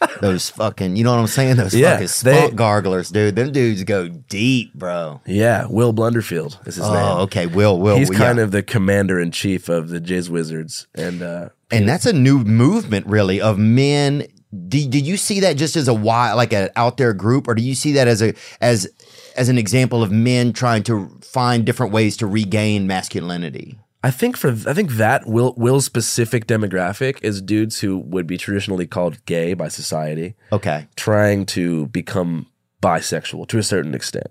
S4: like those fucking. You know what I'm saying? Those
S3: Yeah,
S4: fucking
S3: they-
S4: spunk garglers, dude. Them dudes go deep, bro.
S3: Yeah, Will Blunderfield is his
S4: oh,
S3: name.
S4: okay. Will, Will.
S3: He's
S4: yeah.
S3: kind of the commander in chief of the Jizz Wizards, and uh,
S4: and that's a new movement, really, of men. Do, do you see that just as a why, like an out there group, or do you see that as a as as an example of men trying to find different ways to regain masculinity?
S3: I think for I think that Will Will's specific demographic is dudes who would be traditionally called gay by society,
S4: Okay.
S3: trying to become bisexual to a certain extent.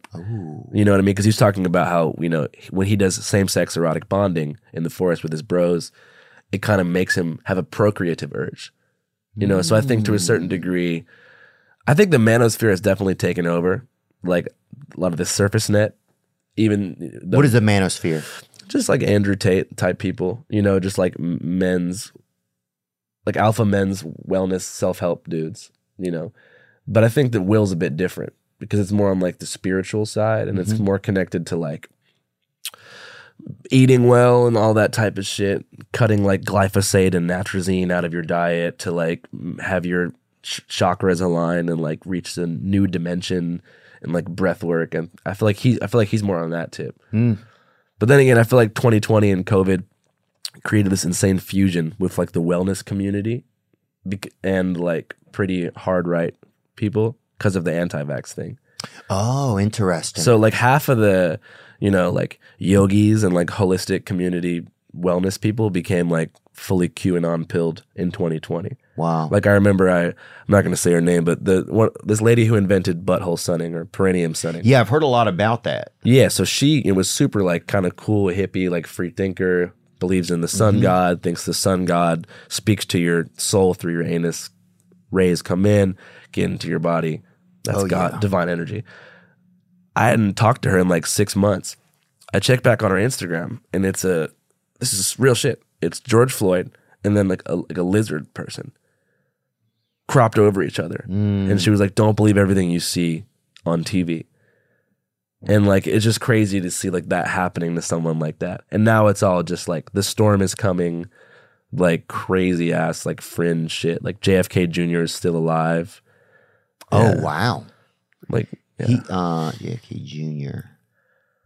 S3: You know what I mean? Because he's talking about how you know when he does same sex erotic bonding in the forest with his bros, it kind of makes him have a procreative urge. You know, so I think to a certain degree, I think the manosphere has definitely taken over. Like a lot of the surface net, even the,
S4: What is the manosphere?
S3: just like Andrew Tate type people, you know, just like m- men's, like alpha men's wellness self help dudes, you know. But I think that Will's a bit different because it's more on like the spiritual side and it's more connected to like eating well and all that type of shit, cutting like glyphosate and natrazine out of your diet to like m- have your ch- chakras aligned and like reach the new dimension and like breath work and I feel like he I feel like he's more on that tip. But then again, I feel like 2020 and COVID created this insane fusion with like the wellness community bec- and like pretty hard right people because of the anti-vax thing.
S4: Oh, interesting.
S3: So like half of the, you know, like yogis and like holistic community wellness people became like fully QAnon pilled in 2020.
S4: wow.
S3: Like I remember I I'm not going to say her name, but the one this lady who invented butthole sunning or perineum sunning.
S4: Yeah, I've heard a lot about that.
S3: Yeah, so she it was super like kind of cool, hippie, like free thinker, believes in the
S4: Mm-hmm.
S3: sun god, thinks the sun god speaks to your soul through your anus. Rays come in, get into your body. That's
S4: Oh,
S3: God,
S4: yeah.
S3: divine energy. I hadn't talked to her in like six months. I checked back on her Instagram, and it's a this is real shit. It's George Floyd, and then like a, like a lizard person cropped over each other,
S4: Mm.
S3: and she was like, "Don't believe everything you see on TV." And like it's just crazy to see like that happening to someone like that. And now it's all just like the storm is coming, like crazy ass like fringe shit. Like JFK Jr. is still alive.
S4: Oh, wow.
S3: Like yeah.
S4: He uh yeah, he junior.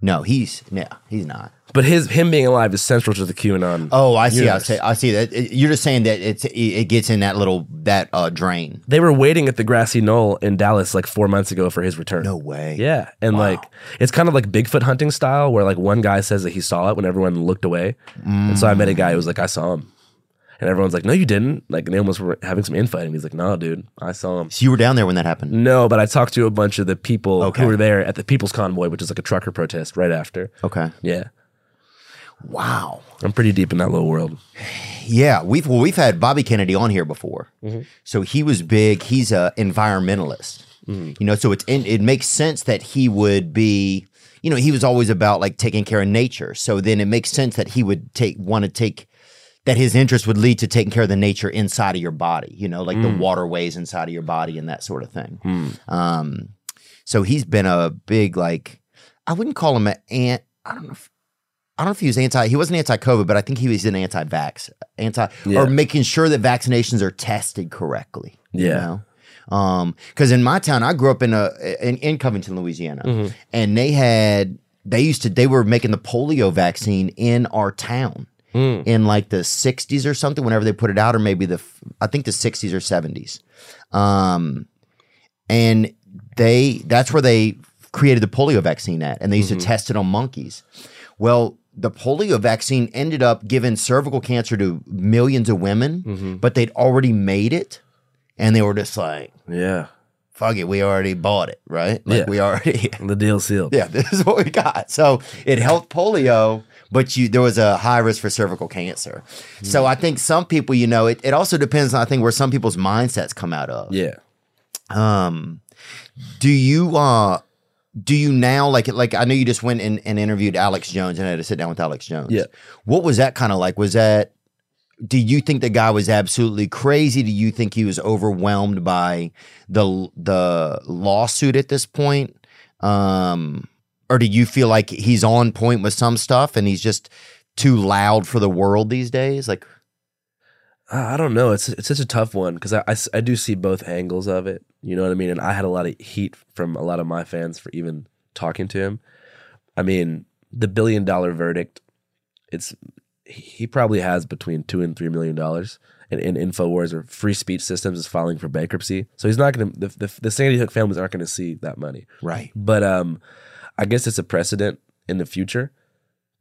S4: No, he's no, he's not.
S3: But his him being alive is central to the QAnon.
S4: Oh, I see.
S3: universe.
S4: I see. I see that. It- You're just saying that it's it, it gets in that little that uh drain.
S3: They were waiting at the grassy knoll in Dallas like four months ago for his return.
S4: No way.
S3: Yeah. And like it's kind of like Bigfoot hunting style where like one guy says that he saw it when everyone looked away. And so I met a guy who was like, I saw him. And everyone's like, No, you didn't. Like and they almost were having some infighting. He's like, No, dude, I saw him.
S4: So you were down there when that happened.
S3: No, but I talked to a bunch of the people
S4: Okay.
S3: who were there at the People's Convoy, which is like a trucker protest right after.
S4: Okay.
S3: Yeah.
S4: Wow.
S3: I'm pretty deep in that little world.
S4: Yeah, we've well, we've had Bobby Kennedy on here before, so he was big. He's a environmentalist, you know. So it's in, it makes sense that he would be, you know, he was always about like taking care of nature. So then it makes sense that he would take want to take that his interest would lead to taking care of the nature inside of your body, you know, like the waterways inside of your body and that sort of thing. Um, so he's been a big like I wouldn't call him an ant. I don't know. If, I don't know if he was anti. He wasn't anti-COVID, but I think he was an anti-vax, anti
S3: Yeah.
S4: or making sure that vaccinations are tested correctly.
S3: Yeah.
S4: because in my town, I grew up in a in, in Covington, Louisiana,
S3: Mm-hmm.
S4: and they had they used to they were making the polio vaccine in our town
S3: Mm.
S4: in like the '60s or something. Whenever they put it out, or maybe the f- I think the '60s or '70s. Um, and they that's where they created the polio vaccine at and they used to test it on monkeys well the polio vaccine ended up giving cervical cancer to millions of women but they'd already made it and they were just like
S3: Yeah.
S4: fuck it we already bought it right like
S3: Yeah.
S4: we already
S3: The deal sealed.
S4: yeah this is what we got so it helped polio but you there was a high risk for cervical cancer so i think some people you know it, it also depends on i think where some people's mindsets come out of
S3: Yeah.
S4: um, do you uh do you now like like I know you just went and, and interviewed Alex Jones and I had to sit down with Alex Jones.
S3: Yeah.
S4: What was that kind of like? Was that do you think the guy was absolutely crazy? Do you think he was overwhelmed by the the lawsuit at this point? Um or do you feel like he's on point with some stuff and he's just too loud for the world these days? Like,
S3: I I don't know. It's it's such a tough one because I, I s- I do see both angles of it. You know what I mean? And I had a lot of heat from a lot of my fans for even talking to him. I mean, the billion dollar verdict. It's he- he probably has between two and three million dollars. And in Infowars or Free Speech Systems is filing for bankruptcy, so he's not going to. The, the, the Sandy Hook families aren't going to see that money.
S4: right.
S3: But um, I guess it's a precedent in the future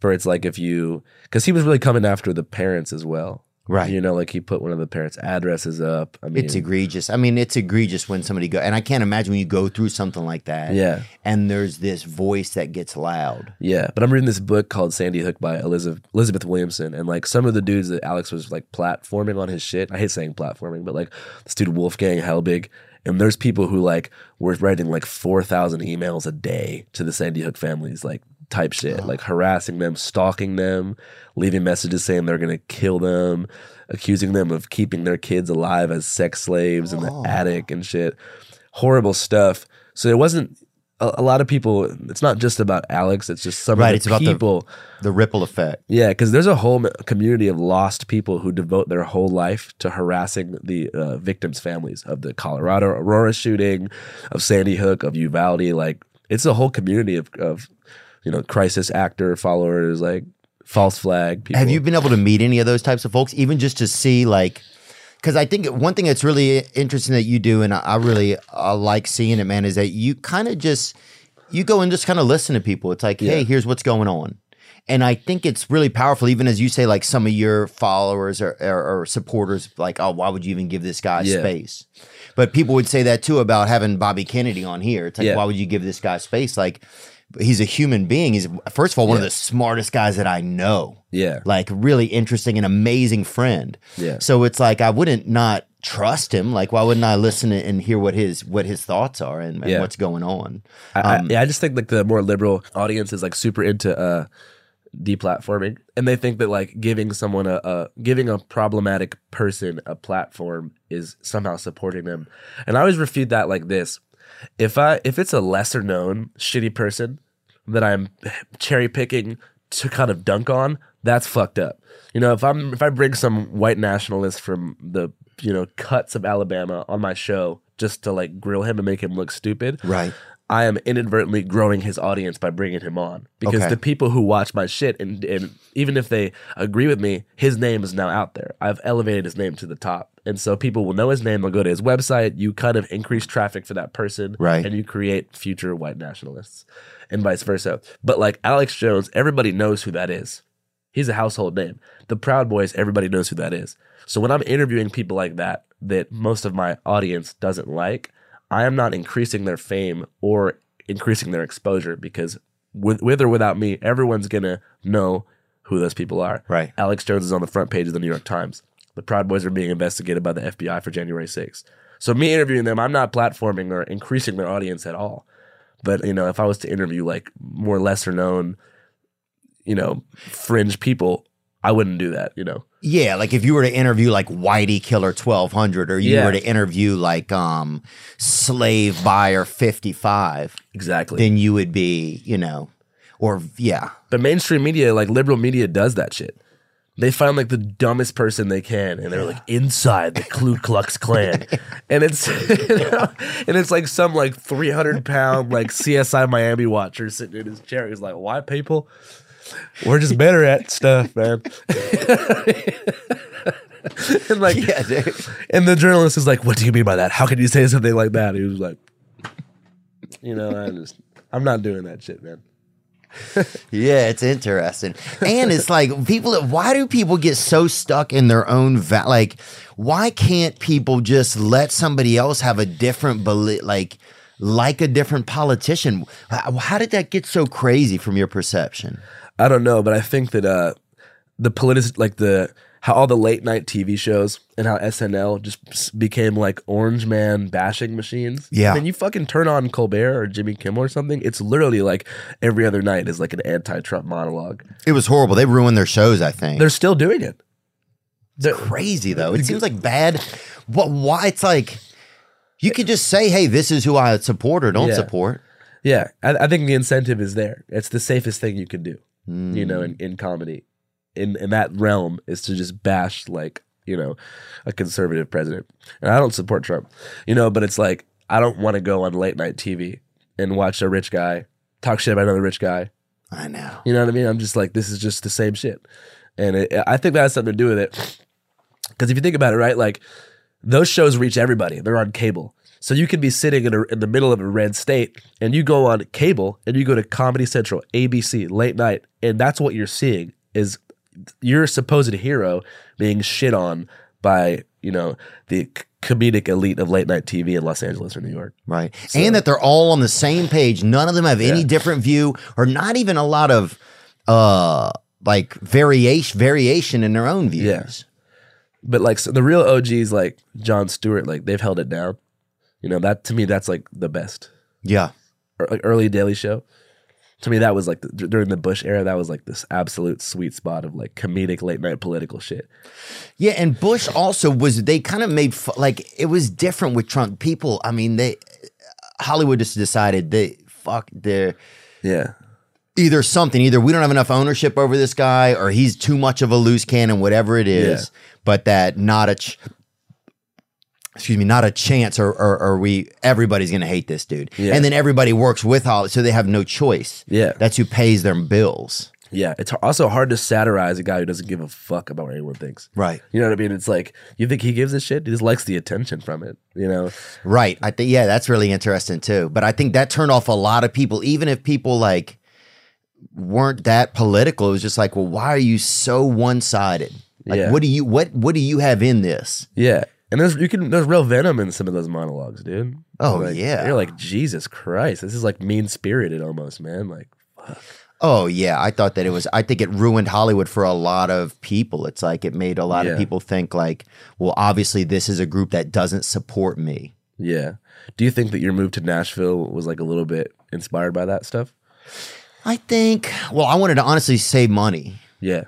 S3: for it's like if you because he was really coming after the parents as well,
S4: Right.
S3: You know, like he put one of the parents' addresses up. I mean,
S4: It's egregious. I mean, it's egregious when somebody go, and I can't imagine when you go through something like that.
S3: Yeah.
S4: And there's this voice that gets loud.
S3: yeah. But I'm reading this book called Sandy Hook by Elizabeth Elizabeth Williamson, and like some of the dudes that Alex was like platforming on his shit. I hate saying platforming, but like this dude Wolfgang Helbig. And there's people who like were writing like four thousand emails a day to the Sandy Hook families, like type shit, like harassing them, stalking them, leaving messages saying they're gonna kill them, accusing them of keeping their kids alive as sex slaves in the attic and shit. Horrible stuff. So it wasn't a, a lot of people. It's not just about Alex. It's just some
S4: Right,
S3: of the
S4: it's about the-
S3: people.
S4: The ripple effect.
S3: Yeah, because there's a whole m- community of lost people who devote their whole life to harassing the uh, victims' families of the Colorado Aurora shooting, of Sandy Hook, of Uvalde. Like, it's a whole community of, of you know, crisis actor followers, like false flag people.
S4: Have you been able to meet any of those types of folks, even just to see like? Because I think one thing that's really interesting that you do, and I, I really uh, like seeing it, man, is that you kind of just you go and just kind of listen to people. It's like, hey,
S3: Yeah.
S4: here's what's going on. And I think it's really powerful, even as you say, like some of your followers or, or, or supporters, like, oh, why would you even give this guy
S3: Yeah.
S4: space? But people would say that too about having Bobby Kennedy on here. It's like,
S3: Yeah.
S4: why would you give this guy space? Like, he's a human being. He's, first of all, one of
S3: Yeah.
S4: the smartest guys that I know
S3: Yeah.
S4: like really interesting and amazing friend.
S3: Yeah.
S4: So it's like I wouldn't not trust him. Like why wouldn't I listen and hear what his what his thoughts are and, and
S3: Yeah.
S4: what's going on? Um,
S3: I, I, yeah, I just think like the more liberal audience is like super into uh, deplatforming, and they think that like giving someone a, a giving a problematic person a platform is somehow supporting them. And I always refute that like this: if I if it's a lesser known shitty person that I'm cherry picking to kind of dunk on, that's fucked up. You know, if I'm if I bring some white nationalist from the you know cuts of Alabama on my show just to like grill him and make him look stupid,
S4: Right.
S3: I am inadvertently growing his audience by bringing him on because
S4: Okay.
S3: the people who watch my shit and, and even if they agree with me, his name is now out there. I've elevated his name to the top, and so people will know his name. They'll go to his website. You kind of increase traffic for that person,
S4: Right.
S3: And you create future white nationalists, and vice versa. But like Alex Jones, everybody knows who that is. He's a household name. The Proud Boys, everybody knows who that is. So when I'm interviewing people like that, that most of my audience doesn't like, I am not increasing their fame or increasing their exposure because with, with or without me, everyone's going to know who those people are.
S4: Right.
S3: Alex Jones is on the front page of the New York Times. The Proud Boys are being investigated by the FBI for January 6th. So me interviewing them, I'm not platforming or increasing their audience at all. But you know, if I was to interview like more lesser known, you know, fringe people, I wouldn't do that. You know,
S4: Yeah, like if you were to interview like Whitey Killer twelve hundred, or you
S3: Yeah.
S4: were to interview like um Slave Buyer fifty five,
S3: exactly.
S4: then you would be you know, or yeah,
S3: But mainstream media, like liberal media, does that shit. They find like the dumbest person they can, and they're like inside the Ku Klux Klan, and it's you know, and it's like some like three hundred pound like CSI Miami watcher sitting in his chair. He's like, "Why people? We're just better at stuff, man." and like,
S4: yeah, dude.
S3: and the journalist is like, "What do you mean by that? How can you say something like that?" He was like, "You know, I just, I'm not doing that shit, man."
S4: Yeah, it's interesting. And it's like people why do people get so stuck in their own va- like why can't people just let somebody else have a different belief like like a different politician? How, how did that get so crazy from your perception?
S3: I don't know, but I think that uh, the politic like the how all the late night TV shows and how SNL just s- became like orange man bashing machines.
S4: Yeah.
S3: Then you fucking turn on Colbert or Jimmy Kimmel or something. It's literally like every other night is like an anti-Trump monologue.
S4: It was horrible. They ruined their shows, I think.
S3: They're still doing it. They're-
S4: crazy though. It seems like bad. What? Why? It's like you could just say, "Hey, this is who I support or don't
S3: Yeah.
S4: support."
S3: Yeah, I, I think the incentive is there. It's the safest thing you can do, you know, in, in comedy, in in that realm, is to just bash like you know a conservative president. And I don't support Trump, you know, but it's like I don't want to go on late night TV and watch a rich guy talk shit about another rich guy.
S4: I know.
S3: You know what I mean? I'm just like this is just the same shit, and it, I think that has something to do with it. Because if you think about it, right, like those shows reach everybody. They're on cable. So you can be sitting in, a, in the middle of a red state and you go on cable and you go to Comedy Central, ABC, late night, and that's what you're seeing is your supposed hero being shit on by, you know, the c- comedic elite of late night TV in Los Angeles or New York.
S4: Right. and that they're all on the same page. None of them have any different view or not even a lot of uh like variation variation in their own views.
S3: But like so the real OGs like John Stewart, like they've held it down. You know, that to me, that's like the best.
S4: Yeah.
S3: ear- like early Daily Show. To me, that was like the, during the Bush era. That was like this absolute sweet spot of like comedic late night political shit.
S4: Yeah, and Bush also was they kind of made fu- like it was different with Trump people. I mean, they Hollywood just decided they fuck they're
S3: Yeah,
S4: either something either we don't have enough ownership over this guy or he's too much of a loose cannon whatever it is but that not a ch- excuse me not a chance or, or, or we everybody's gonna hate this dude
S3: Yeah.
S4: and then everybody works with Hollywood so they have no choice
S3: Yeah.
S4: that's who pays their bills
S3: yeah. It's h- also hard to satirize a guy who doesn't give a fuck about what anyone thinks.
S4: right
S3: You know what I mean? It's like you think he gives a shit. He just likes the attention from it. You know?
S4: Right. I think yeah, that's really interesting too. But I think that turned off a lot of people, even if people like weren't that political. It was just like, well, why are you so one sided? Like,
S3: Yeah.
S4: what do you what what do you have in this?
S3: Yeah. And there's you can there's real venom in some of those monologues, dude.
S4: Oh,
S3: Like,
S4: yeah.
S3: You're like Jesus Christ. This is like mean spirited almost, man. Like
S4: Oh yeah, I thought that it was. I think it ruined Hollywood for a lot of people. It's like it made a lot
S3: Yeah.
S4: of people think like, well, obviously this is a group that doesn't support me.
S3: yeah. Do you think that your move to Nashville was like a little bit inspired by that stuff?
S4: I think. Well, I wanted to honestly save money.
S3: Yeah.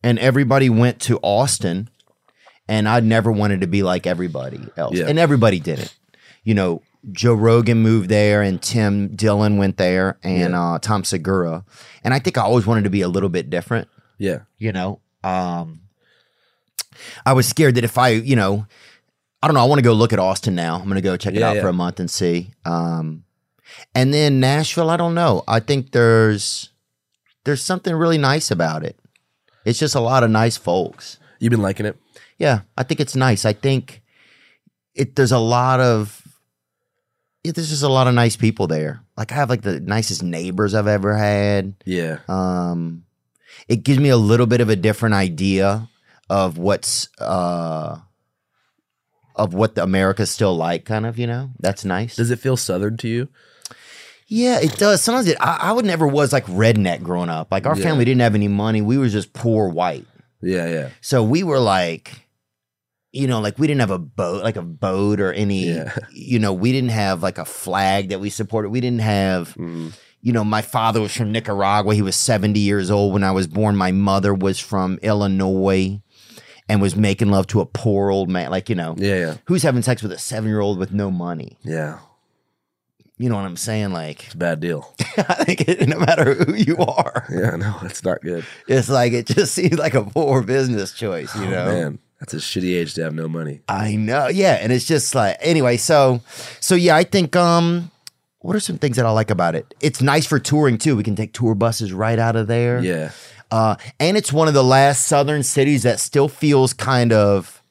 S4: and everybody went to Austin, and I never wanted to be like everybody else,
S3: Yeah.
S4: and everybody did it. You know, Joe Rogan moved there, and Tim Dillon went there, and uh, Tom Segura, and I think I always wanted to be a little bit different.
S3: Yeah.
S4: You know, um, I was scared that if I, you know, I don't know, I want to go look at Austin now. I'm going to go check it
S3: Yeah,
S4: out
S3: yeah.
S4: for a month and see. Um, and then Nashville, I don't know. I think there's there's something really nice about it. It's just a lot of nice folks.
S3: You've been liking it?
S4: Yeah, I think it's nice. I think it there's a lot of yeah, there's just a lot of nice people there. Like I have like the nicest neighbors I've ever had.
S3: Yeah.
S4: Um, it gives me a little bit of a different idea of what's uh, of what the America's still like, kind of. You know, that's nice.
S3: Does it feel southern to you?
S4: Yeah, it does. Sometimes it, I, I would never was like redneck growing up. Like our
S3: Yeah.
S4: family didn't have any money. We were just poor white.
S3: Yeah, yeah.
S4: So we were like, you know, like we didn't have a boat, like a boat or any,
S3: Yeah.
S4: you know, we didn't have like a flag that we supported. We didn't have,
S3: Mm-hmm.
S4: you know, my father was from Nicaragua. He was 70 years old when I was born. My mother was from Illinois and was making love to a poor old man. Like, you know,
S3: Yeah, yeah.
S4: who's having sex with a seven year old with no money?
S3: Yeah.
S4: You know what I'm saying? Like,
S3: It's a bad deal.
S4: I think it, no matter who you are,
S3: Yeah, no, it's not good.
S4: it's like, it just seems like a poor business choice, you
S3: Oh,
S4: know?
S3: man. That's a shitty age to have no money.
S4: I know. Yeah, and it's just like anyway, so so yeah, I think um what are some things that I like about it? It's nice for touring too. We can take tour buses right out of there.
S3: Yeah.
S4: Uh and it's one of the last southern cities that still feels kind of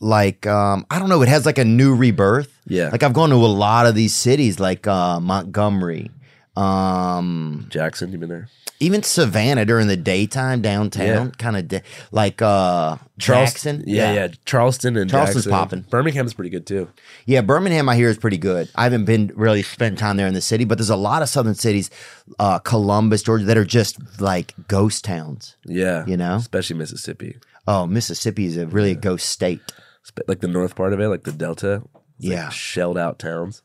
S4: like um I don't know, it has like a new rebirth.
S3: Yeah.
S4: Like I've gone to a lot of these cities like uh Montgomery, um
S3: Jackson, you been there?
S4: even Savannah during the daytime downtown
S3: Yeah.
S4: kind of de- like uh Jackson.
S3: Yeah, yeah, Charleston and
S4: Charleston's
S3: Jackson.
S4: popping.
S3: Birmingham's pretty good too.
S4: Yeah, Birmingham, I hear, is pretty good. I haven't been really spent time there in the city, but there's a lot of southern cities, uh, Columbus, Georgia, that are just like ghost towns.
S3: Yeah.
S4: You know?
S3: Especially Mississippi.
S4: Oh, Mississippi is a really a ghost state.
S3: Spe- Like the north part of it, like the Delta. It's like
S4: Yeah.
S3: shelled out towns.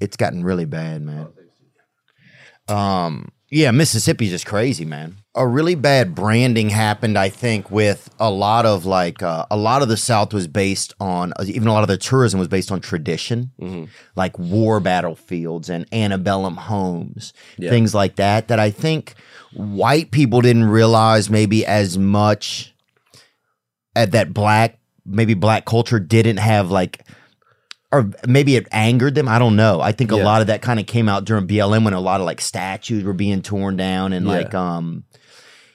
S4: It's gotten really bad, man. Um, Yeah, Mississippi's just crazy, man. A really bad branding happened, I think, with a lot of like uh, a lot of the South was based on even a lot of the tourism was based on tradition, like war battlefields and antebellum homes, things like that. That I think white people didn't realize maybe as much at that black maybe black culture didn't have like or maybe it angered them. I don't know. I think a
S3: Yeah.
S4: lot of that kind of came out during BLM when a lot of like statues were being torn down and
S3: Yeah.
S4: like um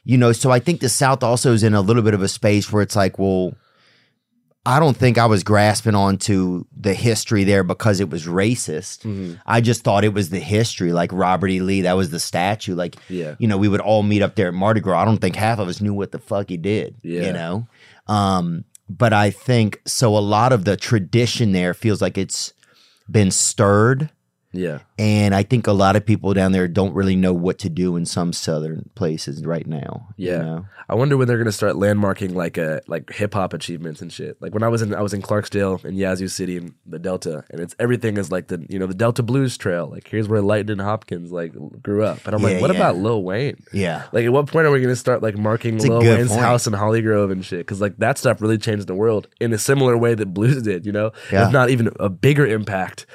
S4: you know, so I think the South also is in a little bit of a space where it's like, well, I don't think I was grasping onto the history there because it was racist.
S3: Mm-hmm.
S4: I just thought it was the history, like Robert E. Lee, that was the statue. Like,
S3: Yeah.
S4: you know, we would all meet up there at Mardi Gras. I don't think half of us knew what the fuck he did. You
S3: Yeah.
S4: know? Um, but I think so a lot of the tradition there feels like it's been stirred.
S3: Yeah.
S4: And I think a lot of people down there don't really know what to do in some southern places right now. you
S3: Yeah.
S4: know?
S3: I wonder when they're gonna start landmarking like a like hip hop achievements and shit. Like when I was in I was in Clarksdale in Yazoo City in the Delta, and it's everything is like the you know the Delta Blues Trail. Like here's where Lightning Hopkins like grew up, and I'm
S4: Yeah,
S3: like, what
S4: yeah.
S3: about Lil Wayne?
S4: Yeah.
S3: Like at what point are we gonna start like marking
S4: a
S3: Lil
S4: good
S3: Wayne's
S4: point.
S3: house in Hollygrove and shit? Because like that stuff really changed the world in a similar way that blues did. You know,
S4: Yeah.
S3: if not even a bigger impact.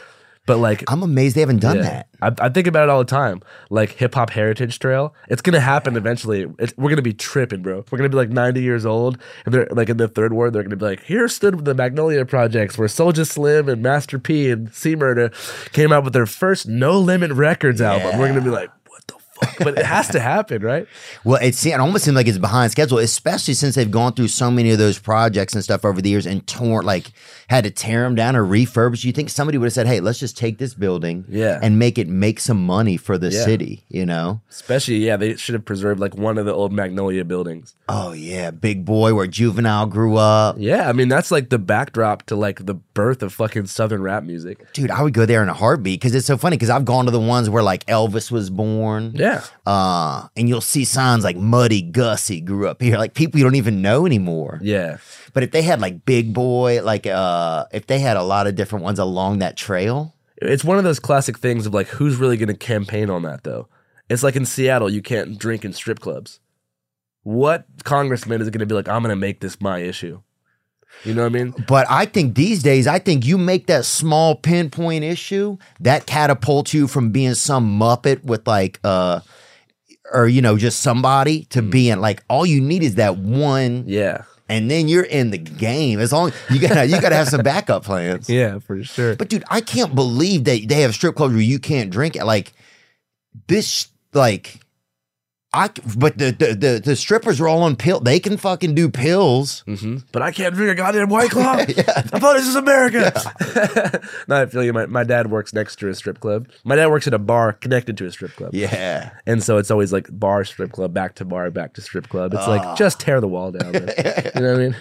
S3: But like
S4: I'm amazed they haven't done
S3: yeah.
S4: that.
S3: I, I think about it all the time. Like Hip Hop Heritage Trail, it's gonna happen eventually. It's, we're gonna be tripping, bro. We're gonna be like ninety years old, and they're like in the third ward. They're gonna be like, here stood the Magnolia Projects, where Soldier Slim and Master P and C Murder came out with their first No Limit Records album. We're gonna be like, what the fuck? But it has to happen, right?
S4: Well, it, se- it almost seems like it's behind schedule, especially since they've gone through so many of those projects and stuff over the years and torn, like, had to tear them down or refurbish. You think somebody would have said, hey, let's just take this building
S3: Yeah.
S4: and make it make some money for the
S3: Yeah.
S4: city, you know?
S3: Especially, yeah, they should have preserved like one of the old Magnolia buildings.
S4: Oh, yeah. Big boy where Juvenile grew up.
S3: Yeah, I mean that's like the backdrop to like the birth of fucking Southern rap music.
S4: Dude, I would go there in a heartbeat because it's so funny because I've gone to the ones where, like, Elvis was born.
S3: Yeah.
S4: Uh, and you'll see signs like Muddy Gussie grew up here, like people you don't even know anymore.
S3: Yeah.
S4: But if they had like Big Boy, like uh if they had a lot of different ones along that trail,
S3: It's one of those classic things of like, who's really going to campaign on that though? It's like in Seattle, you can't drink in strip clubs. What congressman is going to be like, I'm going to make this my issue? You know what I mean?
S4: but I think these days, I think you make that small pinpoint issue that catapults you from being some muppet with like uh or you know just somebody to being like all you need is that one
S3: Yeah.
S4: and then you're in the game as long you gotta you gotta have some backup plans
S3: Yeah, for sure.
S4: But dude, I can't believe that they have strip clubs where you can't drink. it. Like this, like I. c- But the the the, the strippers are all on pill. They can fucking do pills.
S3: hmm But I can't drink a goddamn white claw. I thought this was America. no, I feel you. My, my dad works next to a strip club. My dad works at a bar connected to a strip club.
S4: Yeah,
S3: And so it's always like bar, strip club, back to bar, back to strip club. It's like, just tear the wall down. man. you know what I mean?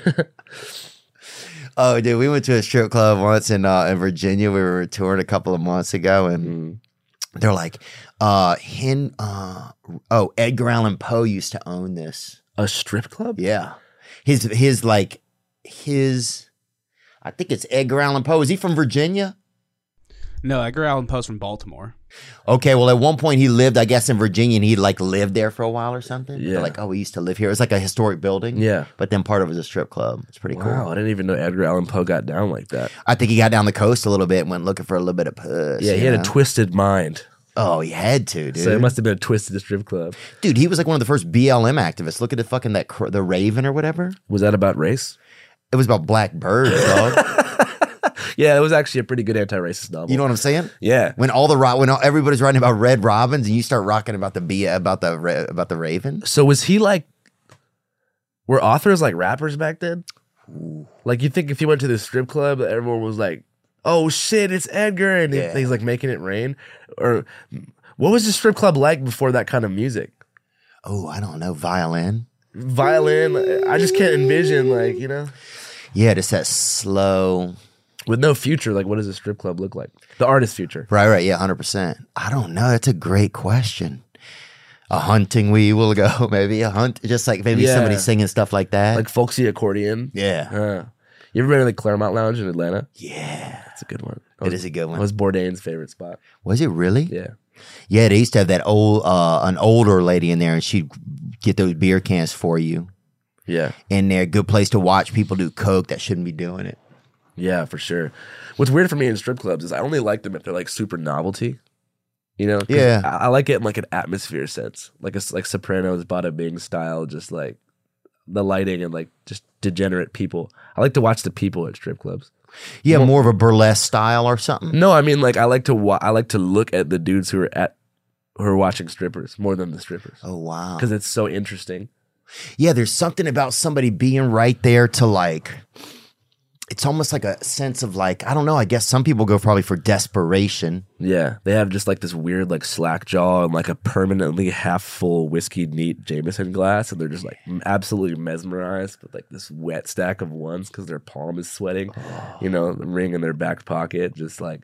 S4: Oh, dude, we went to a strip club once in uh, in Virginia. We were touring a couple of months ago, and
S3: Mm-hmm.
S4: they're like, uh, "Hen, uh, oh, Edgar Allan Poe used to own this."
S3: a strip club?
S4: Yeah, his his like his. I think it's Edgar Allan Poe. Is he from Virginia?
S5: No, Edgar Allan Poe's from Baltimore.
S4: Okay, well, at one point he lived, I guess, in Virginia, and he like lived there for a while or something. They're
S3: Yeah.
S4: like, oh, we used to live here. It's like a historic building.
S3: Yeah.
S4: But then part of it was a strip club. It's pretty
S3: Wow,
S4: cool.
S3: I didn't even know Edgar Allan Poe got down like that.
S4: I think he got down the coast a little bit and went looking for a little bit of puss.
S3: Yeah,
S4: you
S3: he had
S4: know?
S3: a twisted mind.
S4: Oh, he had to, dude.
S3: So it must have been a twisted strip club.
S4: dude, he was like one of the first BLM activists. Look at the fucking that cr- the Raven or whatever.
S3: Was that about race?
S4: It was about black birds, dog.
S3: Yeah, it was actually a pretty good anti-racist novel.
S4: you know what I'm saying?
S3: yeah.
S4: When all the ro- when all, everybody's writing about red robins and you start rocking about the bee about the ra- about the raven.
S3: So was he like? Were authors like rappers back then? Like you think if he went to the strip club, everyone was like, "Oh shit, it's Edgar," and he-
S4: Yeah.
S3: he's like making it rain. Or what was the strip club like before that kind of music?
S4: Oh, I don't know, violin.
S3: Violin. I just can't envision like you know.
S4: Yeah, just that slow.
S3: with no future like what does a strip club look like the artist future
S4: Right, right. Yeah, 100%. I don't know. That's a great question. A hunting we will go, maybe a hunt, just like maybe
S3: Yeah.
S4: somebody singing stuff like that.
S3: like folksy accordion
S4: yeah.
S3: Huh. you ever been to the claremont lounge in atlanta
S4: yeah.
S3: that's a good one That
S4: It is a good
S3: that
S4: one. Was,
S3: was bourdain's favorite spot
S4: it really?
S3: yeah
S4: Yeah, they used to have that old uh, an older lady in there, and she'd get those beer cans for you.
S3: Yeah.
S4: And they're a good place to watch people do coke that shouldn't be doing it.
S3: Yeah, for sure. What's weird for me in strip clubs is I only like them if they're like super novelty. You know? 'Cause
S4: Yeah.
S3: I, I like it in like an atmosphere sense, like a s- like Sopranos, Bada Bing style, just like the lighting and like just degenerate people. I like to watch the people at strip clubs.
S4: Yeah, more of a burlesque style or something.
S3: No, I mean like I like to wa- I like to look at the dudes who are at who are watching strippers more than the strippers
S4: Oh wow.
S3: because it's so interesting.
S4: Yeah, there's something about somebody being right there to like. It's almost like a sense of like I don't know. I guess some people go probably for desperation.
S3: Yeah, they have just like this weird like slack jaw and like a permanently half full whiskey neat Jameson glass, and they're just like m- absolutely mesmerized with like this wet stack of ones because their palm is sweating, you know, the ring in their back pocket, just like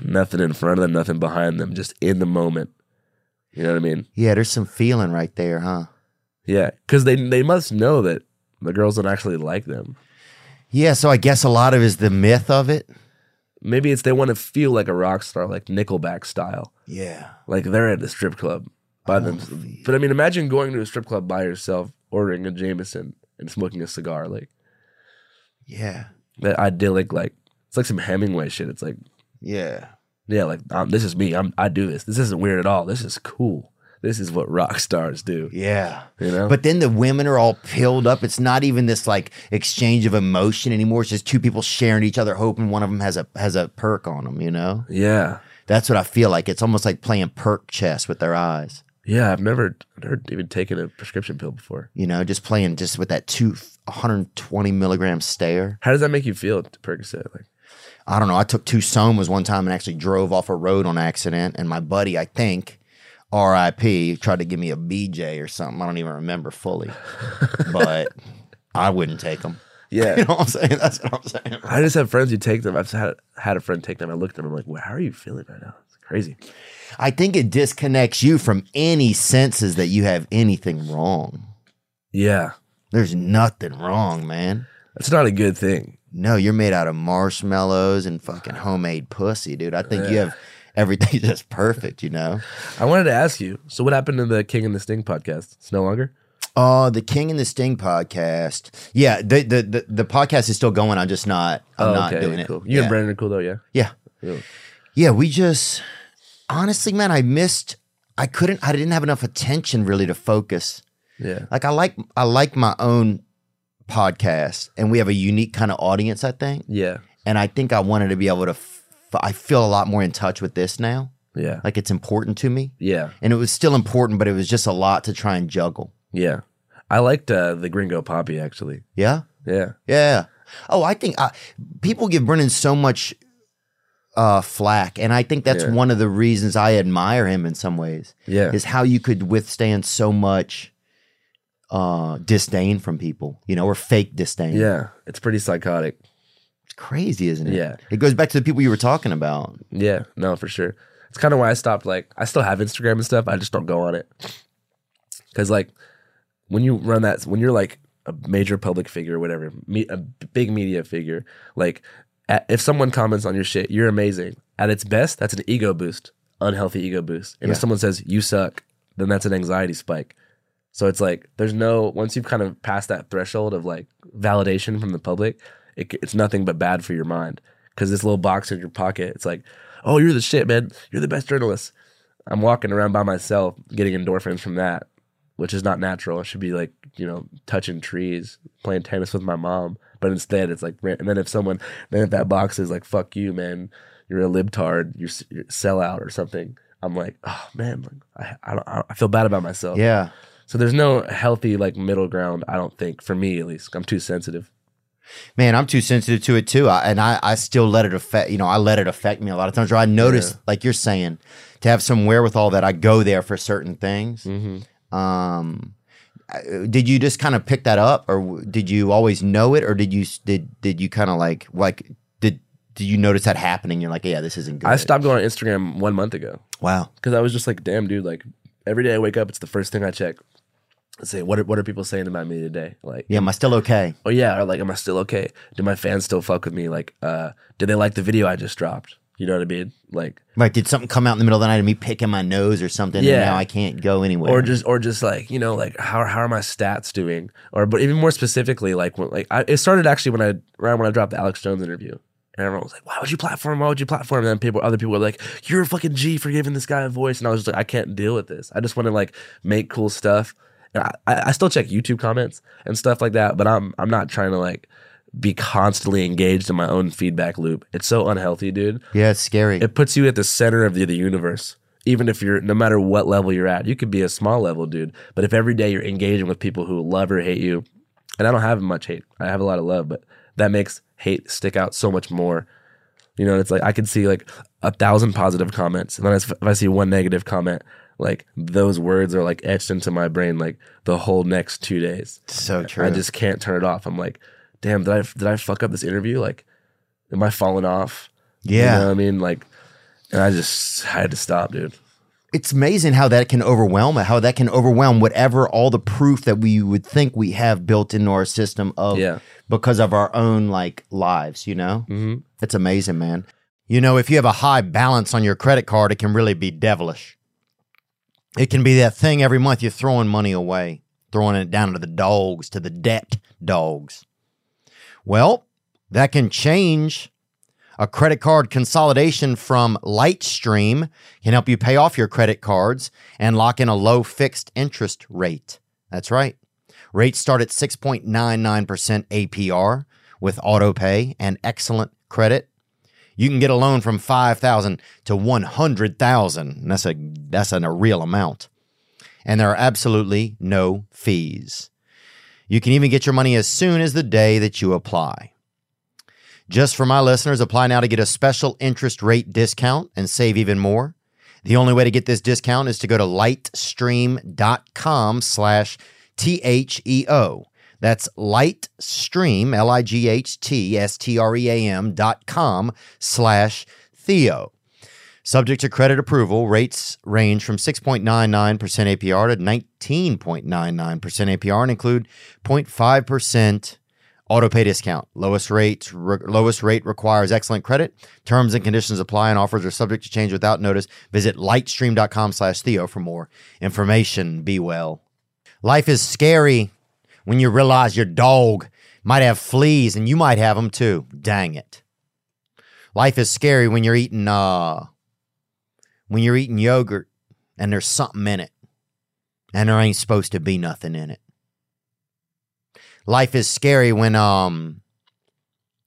S3: nothing in front of them, nothing behind them, just in the moment. You know what I mean?
S4: Yeah, there's some feeling right there, huh?
S3: Yeah, because they they must know that the girls don't actually like them.
S4: Yeah, so I guess a lot of it is the myth of it.
S3: Maybe it's they want to feel like a rock star, like Nickelback style.
S4: Yeah.
S3: Like they're at the strip club by themselves. But I mean, imagine going to a strip club by yourself, ordering a Jameson and smoking a cigar. Like
S4: Yeah.
S3: that idyllic, like it's like some Hemingway shit. It's like,
S4: Yeah.
S3: yeah, like um, this is me. I'm I do this. This isn't weird at all. This is cool. This is what rock stars do.
S4: Yeah.
S3: You know.
S4: But then the women are all pilled up. It's not even this like exchange of emotion anymore. It's just two people sharing each other, hoping one of them has a has a perk on them. You know,
S3: yeah,
S4: that's what I feel like. It's almost like playing perk chess with their eyes.
S3: yeah. I've never, I've never even taken a prescription pill before.
S4: You know, just playing just with that two 120 milligram stare.
S3: How does that make you feel, Percocet? Like,
S4: I don't know. I took two somas one time and actually drove off a road on accident. And my buddy, I think, R.I.P., tried to give me a BJ or something. I don't even remember fully, but I wouldn't take them.
S3: yeah.
S4: You know what I'm saying? That's what I'm saying.
S3: I just have friends who take them. I've had had a friend take them. I looked at them. I'm like, well, how are you feeling right now? It's crazy.
S4: I think it disconnects you from any senses that you have anything wrong.
S3: Yeah,
S4: There's nothing wrong, man.
S3: that's not a good thing.
S4: No, you're made out of marshmallows and fucking homemade pussy, dude. I think you have everything just perfect, you know?
S3: I wanted to ask you. So, what happened to the King and the Sting podcast? It's no longer.
S4: Oh, the King and the Sting podcast. Yeah, the the the, the podcast is still going. I'm just not. I'm not doing
S3: Oh, cool.
S4: it.
S3: You
S4: yeah.
S3: and Brandon are cool though. Yeah.
S4: Yeah,
S3: Yeah.
S4: yeah. We just honestly, man, I missed. I couldn't. I didn't have enough attention really to focus.
S3: Yeah.
S4: Like I like I like my own podcast, and we have a unique kind of audience. I think,
S3: Yeah.
S4: and I think I wanted to be able to. F- I feel a lot more in touch with this now.
S3: Yeah.
S4: Like it's important to me,
S3: Yeah.
S4: and it was still important, but it was just a lot to try and juggle.
S3: Yeah. I liked uh, the Gringo Poppy actually.
S4: Yeah.
S3: Yeah.
S4: Yeah. Oh, I think I, people give Brennan so much uh, flack, and I think that's
S3: Yeah.
S4: one of the reasons I admire him in some ways.
S3: Yeah.
S4: Is how you could withstand so much uh, disdain from people, you know, or fake disdain.
S3: Yeah. It's pretty psychotic.
S4: it's crazy, isn't it?
S3: Yeah.
S4: it goes back to the people you were talking about.
S3: Yeah. No, for sure. It's kind of why I stopped. Like, I still have Instagram and stuff. I just don't go on it. Cause like when you run that, when you're like a major public figure, whatever, me, a big media figure, like a if someone comments on your shit, you're amazing. At its best, that's an ego boost, unhealthy ego boost. And if
S4: Yeah.
S3: someone says you suck, then that's an anxiety spike. So it's like there's no once you've kind of passed that threshold of like validation from the public, it, c- it's nothing but bad for your mind because this little box in your pocket, it's like, oh, you're the shit, man. You're the best journalist. I'm walking around by myself, getting endorphins from that which is not natural. I should be like, you know, touching trees, playing tennis with my mom. But instead, it's like, and then if someone, then if that box is like, fuck you, man, you're a libtard, you're, s- you're a sellout or something, I'm like, oh man, like, I, I, don't, I feel bad about myself.
S4: Yeah.
S3: So there's no healthy like middle ground, I don't think, for me at least. I'm too sensitive.
S4: man, I'm too sensitive to it too. I, and I, I still let it affect, you know, I let it affect me a lot of times. Or I notice, like you're saying, to have some wherewithal that I go there for certain things.
S3: Mm.
S4: Um, I- did you just kind of pick that up, or w- did you always know it, or did you s- did did you kind of like like did did you notice that happening? You're like, yeah, this isn't good.
S3: I stopped going on Instagram one month ago.
S4: Wow.
S3: because I was just like, damn, dude, like every day I wake up, it's the first thing I check. I say, what are, what are people saying about me today? Like,
S4: Yeah, am I still okay?
S3: oh yeah, or like, am I still okay? Do my fans still fuck with me? Like, uh, did they like the video I just dropped? You know what I mean? Like,
S4: Like, did something come out in the middle of the night of me picking my nose or something?
S3: Yeah.
S4: And now I can't go anywhere.
S3: or just, or just like, you know, like how how are my stats doing? Or, but even more specifically, like when, like I, it started actually when I right when I dropped the Alex Jones interview. And everyone was like, "Why would you platform? Why would you platform?" And then people, other people were like, "You're a fucking G for giving this guy a voice." And I was just like, "I can't deal with this. I just want to like make cool stuff." And I, I I still check YouTube comments and stuff like that, but I'm I'm not trying to like be constantly engaged in my own feedback loop. It's so unhealthy, dude.
S4: yeah, it's scary.
S3: it puts you at the center of the, the universe even if you're no matter what level you're at you could be a small level dude but if every day you're engaging with people who love or hate you and i don't have much hate i have a lot of love but that makes hate stick out so much more you know it's like i can see like a thousand positive comments and then if if i see one negative comment like those words are like etched into my brain like the whole next two days
S4: so true.
S3: I just can't turn it off. I'm like, damn, did I did I fuck up this interview? Like, am I falling off?
S4: Yeah.
S3: You know what I mean? Like, and I just I had to stop, dude.
S4: it's amazing how that can overwhelm how that can overwhelm whatever all the proof that we would think we have built into our system of
S3: Yeah.
S4: because of our own like lives you know mm-hmm. it's amazing man you know if you have a high balance on your credit card it can really be devilish it can be that thing every month you're throwing money away throwing it down to the dogs to the debt dogs well that can change a credit card consolidation from Lightstream can help you pay off your credit cards and lock in a low fixed interest rate. That's right. Rates start at 6.99% APR with auto pay and excellent credit. You can get a loan from 5,000 to 100,000. and That's a that's an, a real amount. And there are absolutely no fees. You can even get your money as soon as the day that you apply. Just for my listeners, apply now to get a special interest rate discount and save even more. The only way to get this discount is to go to lightstream.com slash E T-H-E-O. That's lightstream, L-I-G-H-T-S-T-R-E-A-M E dot com slash Theo. Subject to credit approval, rates range from 6.99% APR to 19.99% APR and include 0.5% autopay discount. Lowest rate re- lowest rate requires excellent credit. Terms and conditions apply and offers are subject to change without notice. Visit lightstream.com/theo slash Theo for more information. Be well. Life is scary when you realize your dog might have fleas and you might have them too. Dang it. Life is scary when you're eating uh when you're eating yogurt and there's something in it and there ain't supposed to be nothing in it. Life is scary when um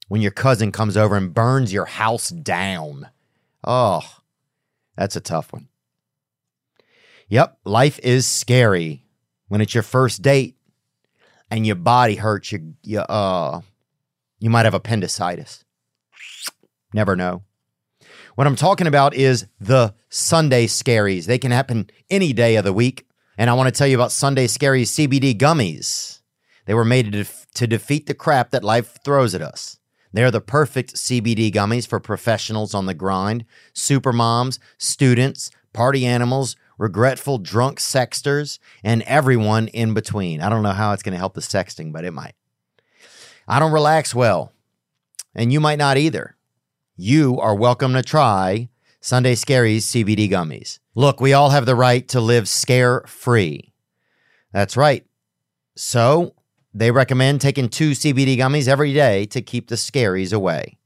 S4: when your cousin comes over and burns your house down. Oh, that's a tough one. Yep, life is scary when it's your first date and your body hurts. You, you uh, you might have appendicitis. Never know. What I'm talking about is the Sunday scaries. They can happen any day of the week. And I want to tell you about Sunday Scaries CBD gummies. They were made to, def- to defeat the crap that life throws at us. They're the perfect CBD gummies for professionals on the grind, supermoms, students, party animals, regretful drunk sexters, and everyone in between. I don't know how it's going to help the sexting, but it might. I don't relax well, and you might not either. You are welcome to try Sunday Scaries CBD gummies. Look, we all have the right to live scare free. That's right. So they recommend taking two CBD gummies every day to keep the scaries away.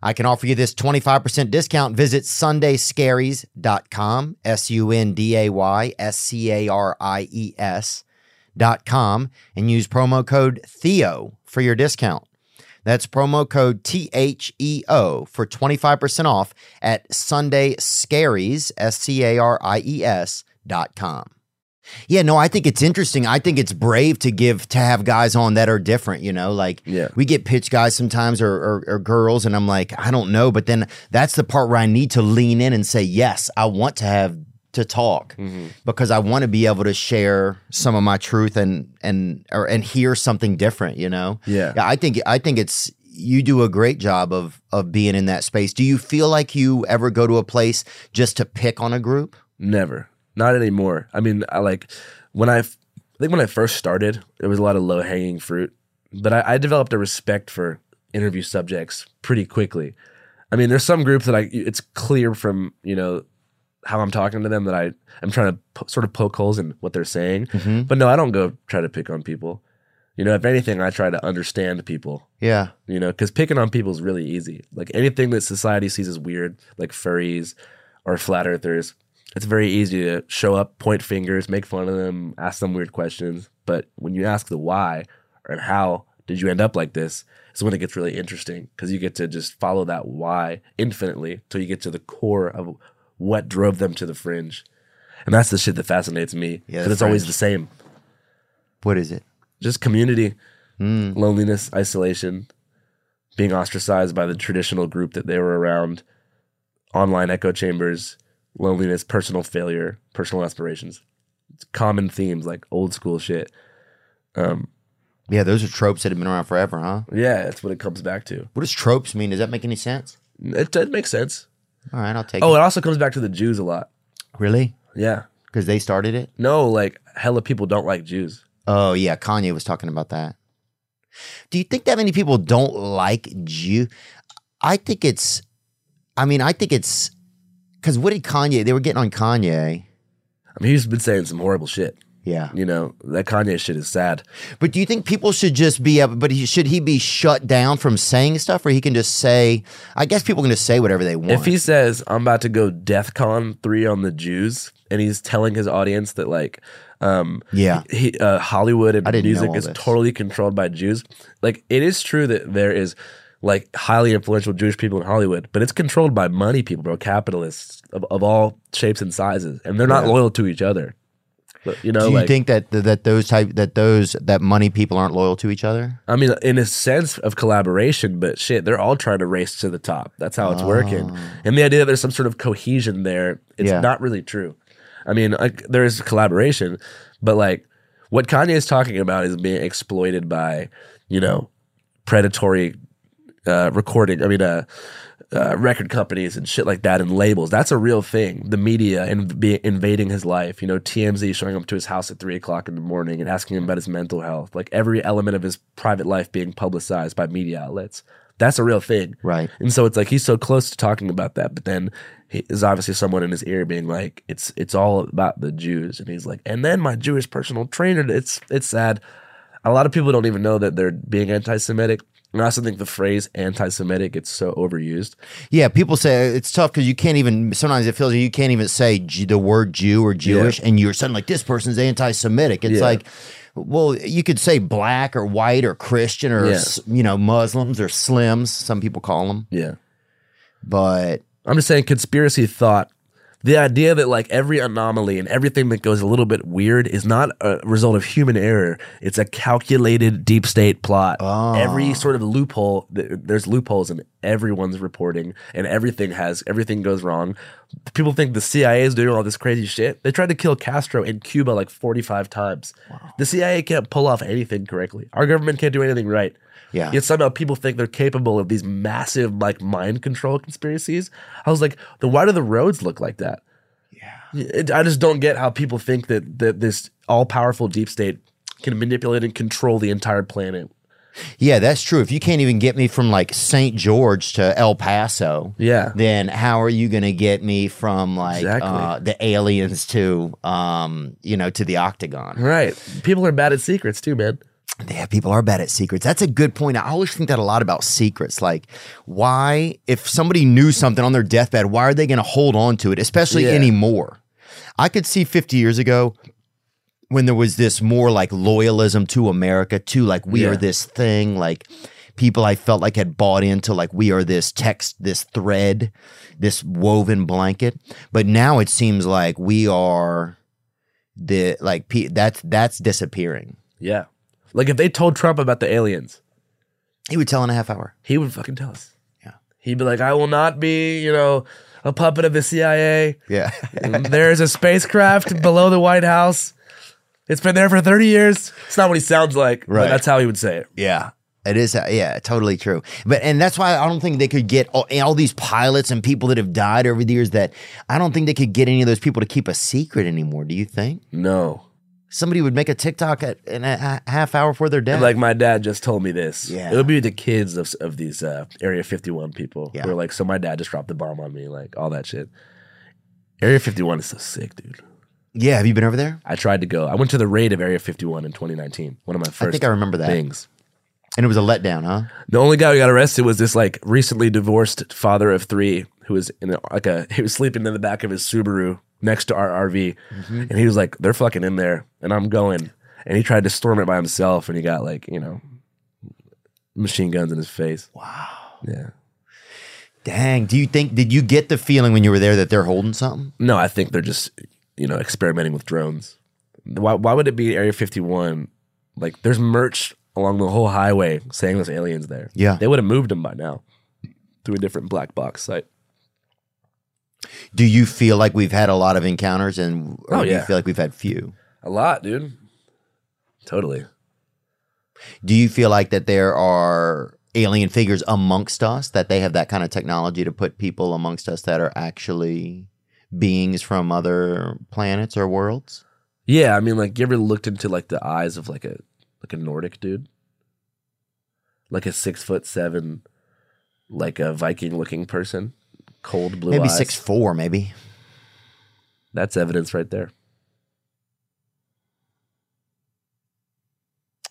S4: I can offer you this 25% discount. Visit sundayscaries.com, S U N D A Y S C A R I E S dot com, and use promo code Theo for your discount. That's promo code T H E O for 25% off at sundayscaries, S C A R I E S dot com. Yeah, no, I think it's interesting. I think it's brave to give to have guys on that are different. You know, like
S3: Yeah.
S4: we get pitch guys sometimes or, or or girls, and I'm like, I don't know. But then that's the part where I need to lean in and say, yes, I want to have to talk because I want to be able to share some of my truth and and or and hear something different. You know,
S3: Yeah.
S4: I think I think it's you do a great job of of being in that space. Do you feel like you ever go to a place just to pick on a group?
S3: Never, not anymore. I mean, I like when I, f- I think when I first started, there was a lot of low hanging fruit, but I, I developed a respect for interview subjects pretty quickly. I mean, there's some groups that I it's clear from you know how I'm talking to them that I I'm trying to po- sort of poke holes in what they're saying.
S4: Mhm.
S3: But no, I don't go try to pick on people. You know, if anything, I try to understand people.
S4: Yeah.
S3: You know, because picking on people is really easy. Like anything that society sees as weird, like furries or flat earthers, it's very easy to show up, point fingers, make fun of them, ask them weird questions. But when you ask the why and how did you end up like this, is when it gets really interesting because you get to just follow that why infinitely till you get to the core of what drove them to the fringe. And that's the shit that fascinates me
S4: Yeah,
S3: because
S4: the
S3: it's always
S4: fringe.
S3: the same
S4: What is it?
S3: just community, loneliness, isolation, being ostracized by the traditional group that they were around, online echo chambers, loneliness, personal failure, personal aspirations. It's common themes like old school shit.
S4: Yeah, those are tropes that have been around forever, huh?
S3: Yeah, that's what it comes back to.
S4: What does tropes mean? Does that make any sense?
S3: It, it makes sense.
S4: All right, I'll take
S3: Oh,
S4: it.
S3: it also comes back to the Jews a lot.
S4: Really?
S3: Yeah.
S4: Because they started it?
S3: No, like hella people don't like Jews.
S4: Oh, yeah. Kanye was talking about that. Do you think that many people don't like Jew? I think it's, I mean, I think it's, because what did Kanye, they were getting on Kanye.
S3: I mean, he's been saying some horrible shit.
S4: Yeah.
S3: You know, that Kanye shit is sad.
S4: But do you think people should just be, but he, should he be shut down from saying stuff or he can just say, I guess people can just say whatever they want.
S3: If he says, I'm about to go DEF CON 3 on the Jews, and he's telling his audience that, like, um,
S4: yeah.
S3: he, uh, Hollywood
S4: I
S3: and
S4: didn't know
S3: music
S4: all
S3: is
S4: this.
S3: totally controlled by Jews, like, it is true that there is, like, highly influential Jewish people in Hollywood, but it's controlled by money people, bro, capitalists of, of all shapes and sizes, and they're not loyal to each other. But, you know,
S4: Do you
S3: like,
S4: think that that those type that those that money people aren't loyal to each other?
S3: I mean, in a sense of collaboration, but shit, they're all trying to race to the top. That's how it's working. And the idea that there's some sort of cohesion there, it's
S4: Yeah.
S3: not really true. I mean, like, there is collaboration, but like what Kanye is talking about is being exploited by, you know, predatory uh, recording. I mean, uh, uh, record companies and shit like that, and labels. That's a real thing. The media and be invading his life. You know, TMZ showing up to his house at three o'clock in the morning and asking him about his mental health. Like every element of his private life being publicized by media outlets. That's a real thing.
S4: Right.
S3: And so it's like he's so close to talking about that, but then he is obviously someone in his ear being like, "It's it's all about the Jews," and he's like, "And then my Jewish personal trainer." It's it's sad. A lot of people don't even know that they're being anti-Semitic. And I also think the phrase anti-Semitic gets so overused.
S4: Yeah, people say it's tough because you can't even. Sometimes it feels like you can't even say J- the word Jew or Jewish, and you're suddenly like this person's anti-Semitic. It's
S3: Yeah.
S4: like, well, you could say black or white or Christian or
S3: Yeah.
S4: s- you know Muslims or Slims. Some people call them,
S3: Yeah.
S4: but
S3: I'm just saying conspiracy thought. The idea that like every anomaly and everything that goes a little bit weird is not a result of human error. It's a calculated deep state plot. Every sort of loophole, th- there's loopholes in everyone's reporting, and everything has everything goes wrong. People think the CIA is doing all this crazy shit. They tried to kill Castro in Cuba like 45 times. The CIA can't pull off anything correctly. Our government can't do anything right.
S4: Yeah.
S3: Yet somehow people think they're capable of these massive like mind control conspiracies. I was like, then why do the roads look like that? Yeah. I just don't get how people think that that this all powerful deep state can manipulate and control the entire planet.
S4: yeah, that's true. If you can't even get me from like St. George to El Paso,
S3: Yeah.
S4: then how are you going to get me from like
S3: Exactly.
S4: uh, the aliens to um you know to the octagon?
S3: Right. People are bad at secrets too, man.
S4: Yeah, people are bad at secrets. That's a good point. I always think that a lot about secrets. Like, why, if somebody knew something on their deathbed, why are they going to hold on to it, especially
S3: Yeah.
S4: anymore? I could see 50 years ago when there was this more like loyalism to America, to like, we
S3: Yeah.
S4: are this thing, like, people I felt like had bought into, like, we are this text, this thread, this woven blanket. But now it seems like we are the, like, pe- that's, that's disappearing.
S3: Yeah. Like if they told Trump about the aliens,
S4: He would tell in a half hour.
S3: he would fucking tell us.
S4: Yeah.
S3: He'd be like, I will not be, you know, a puppet of the CIA.
S4: Yeah.
S3: there is a spacecraft below the White House. It's been there for 30 years. It's not what he sounds like,
S4: Right.
S3: but that's how he would say it.
S4: yeah. It is, uh, yeah, totally true. But and that's why I don't think they could get all, and all these pilots and people that have died over the years. That I don't think they could get any of those people to keep a secret anymore. Do you think?
S3: No.
S4: somebody would make a TikTok at in a, a half hour before their death.
S3: Like my dad just told me this.
S4: Yeah.
S3: It would be the kids of of these uh, Area 51 people.
S4: Yeah.
S3: Who are like, so my dad just dropped the bomb on me, like all that shit. Area 51 is so sick, dude.
S4: yeah, have you been over there?
S3: I tried to go. I went to the raid of Area 51 in 2019. One of my first
S4: I think I remember that.
S3: things.
S4: And it was a letdown, huh?
S3: The only guy who got arrested was this like recently divorced father of three who was in a, like a he was sleeping in the back of his Subaru next to our RV, and he was like, "They're fucking in there, and I'm going." And he tried to storm it by himself, and he got like you know machine guns in his face. Wow. Yeah.
S4: Dang. Do you think did you get the feeling when you were there that they're holding something?
S3: No, I think they're just you know experimenting with drones. Why why would it be Area 51? Like there's merch along the whole highway saying there's aliens there.
S4: Yeah.
S3: They would have moved them by now to a different black box site.
S4: Do you feel like we've had a lot of encounters and or
S3: Oh,
S4: do you
S3: yeah.
S4: feel like we've had few?
S3: A lot, dude. Totally.
S4: Do you feel like that there are alien figures amongst us that they have that kind of technology to put people amongst us that are actually beings from other planets or worlds?
S3: Yeah, I mean, like, you ever looked into like the eyes of like a like a Nordic dude, like a six foot seven, like a Viking looking person, cold blue
S4: maybe
S3: eyes.
S4: six four, maybe.
S3: That's evidence right there.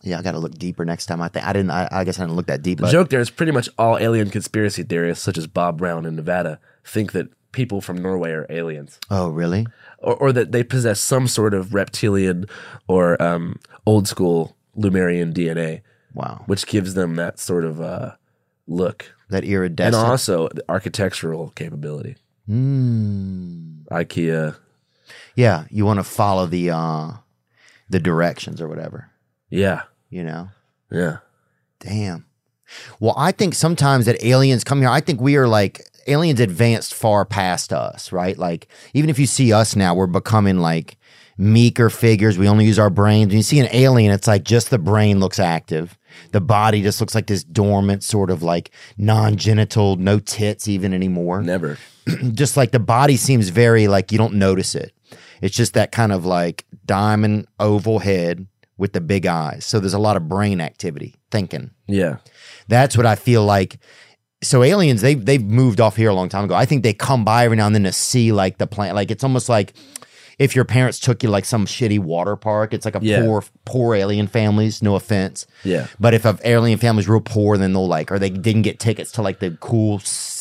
S4: Yeah, I got to look deeper next time. I think I didn't. I, I guess I didn't look that deep.
S3: The
S4: But
S3: joke there is pretty much all alien conspiracy theorists, such as Bob Brown in Nevada, think that people from Norway are aliens,
S4: oh, really?
S3: or, or that they possess some sort of reptilian or um, old school Lumerian DNA,
S4: Wow,
S3: which gives them that sort of uh, look.
S4: that
S3: and
S4: iridescent.
S3: also the architectural capability.
S4: Mm.
S3: IKEA,
S4: Yeah, you want to follow the uh, the directions or whatever.
S3: yeah,
S4: You know.
S3: yeah,
S4: Damn. Well, I think sometimes that aliens come here, I think we are like aliens advanced far past us, right? Like, even if you see us now, we're becoming like meeker figures. We only use our brains. When you see an alien, it's like just the brain looks active. The body just looks like this dormant, sort of like non genital, no tits even anymore
S3: never.
S4: just like the body seems very like you don't notice it. It's just that kind of like diamond oval head with the big eyes. So there's a lot of brain activity, thinking.
S3: Yeah,
S4: That's what I feel like. So aliens, they they've moved off here a long time ago. I think they come by every now and then to see like the plant. Like it's almost like if your parents took you like some shitty water park. It's like a
S3: Yeah.
S4: poor poor alien families. No offense.
S3: Yeah.
S4: But if an alien family's real poor, then they'll like or they didn't get tickets to like the cool s-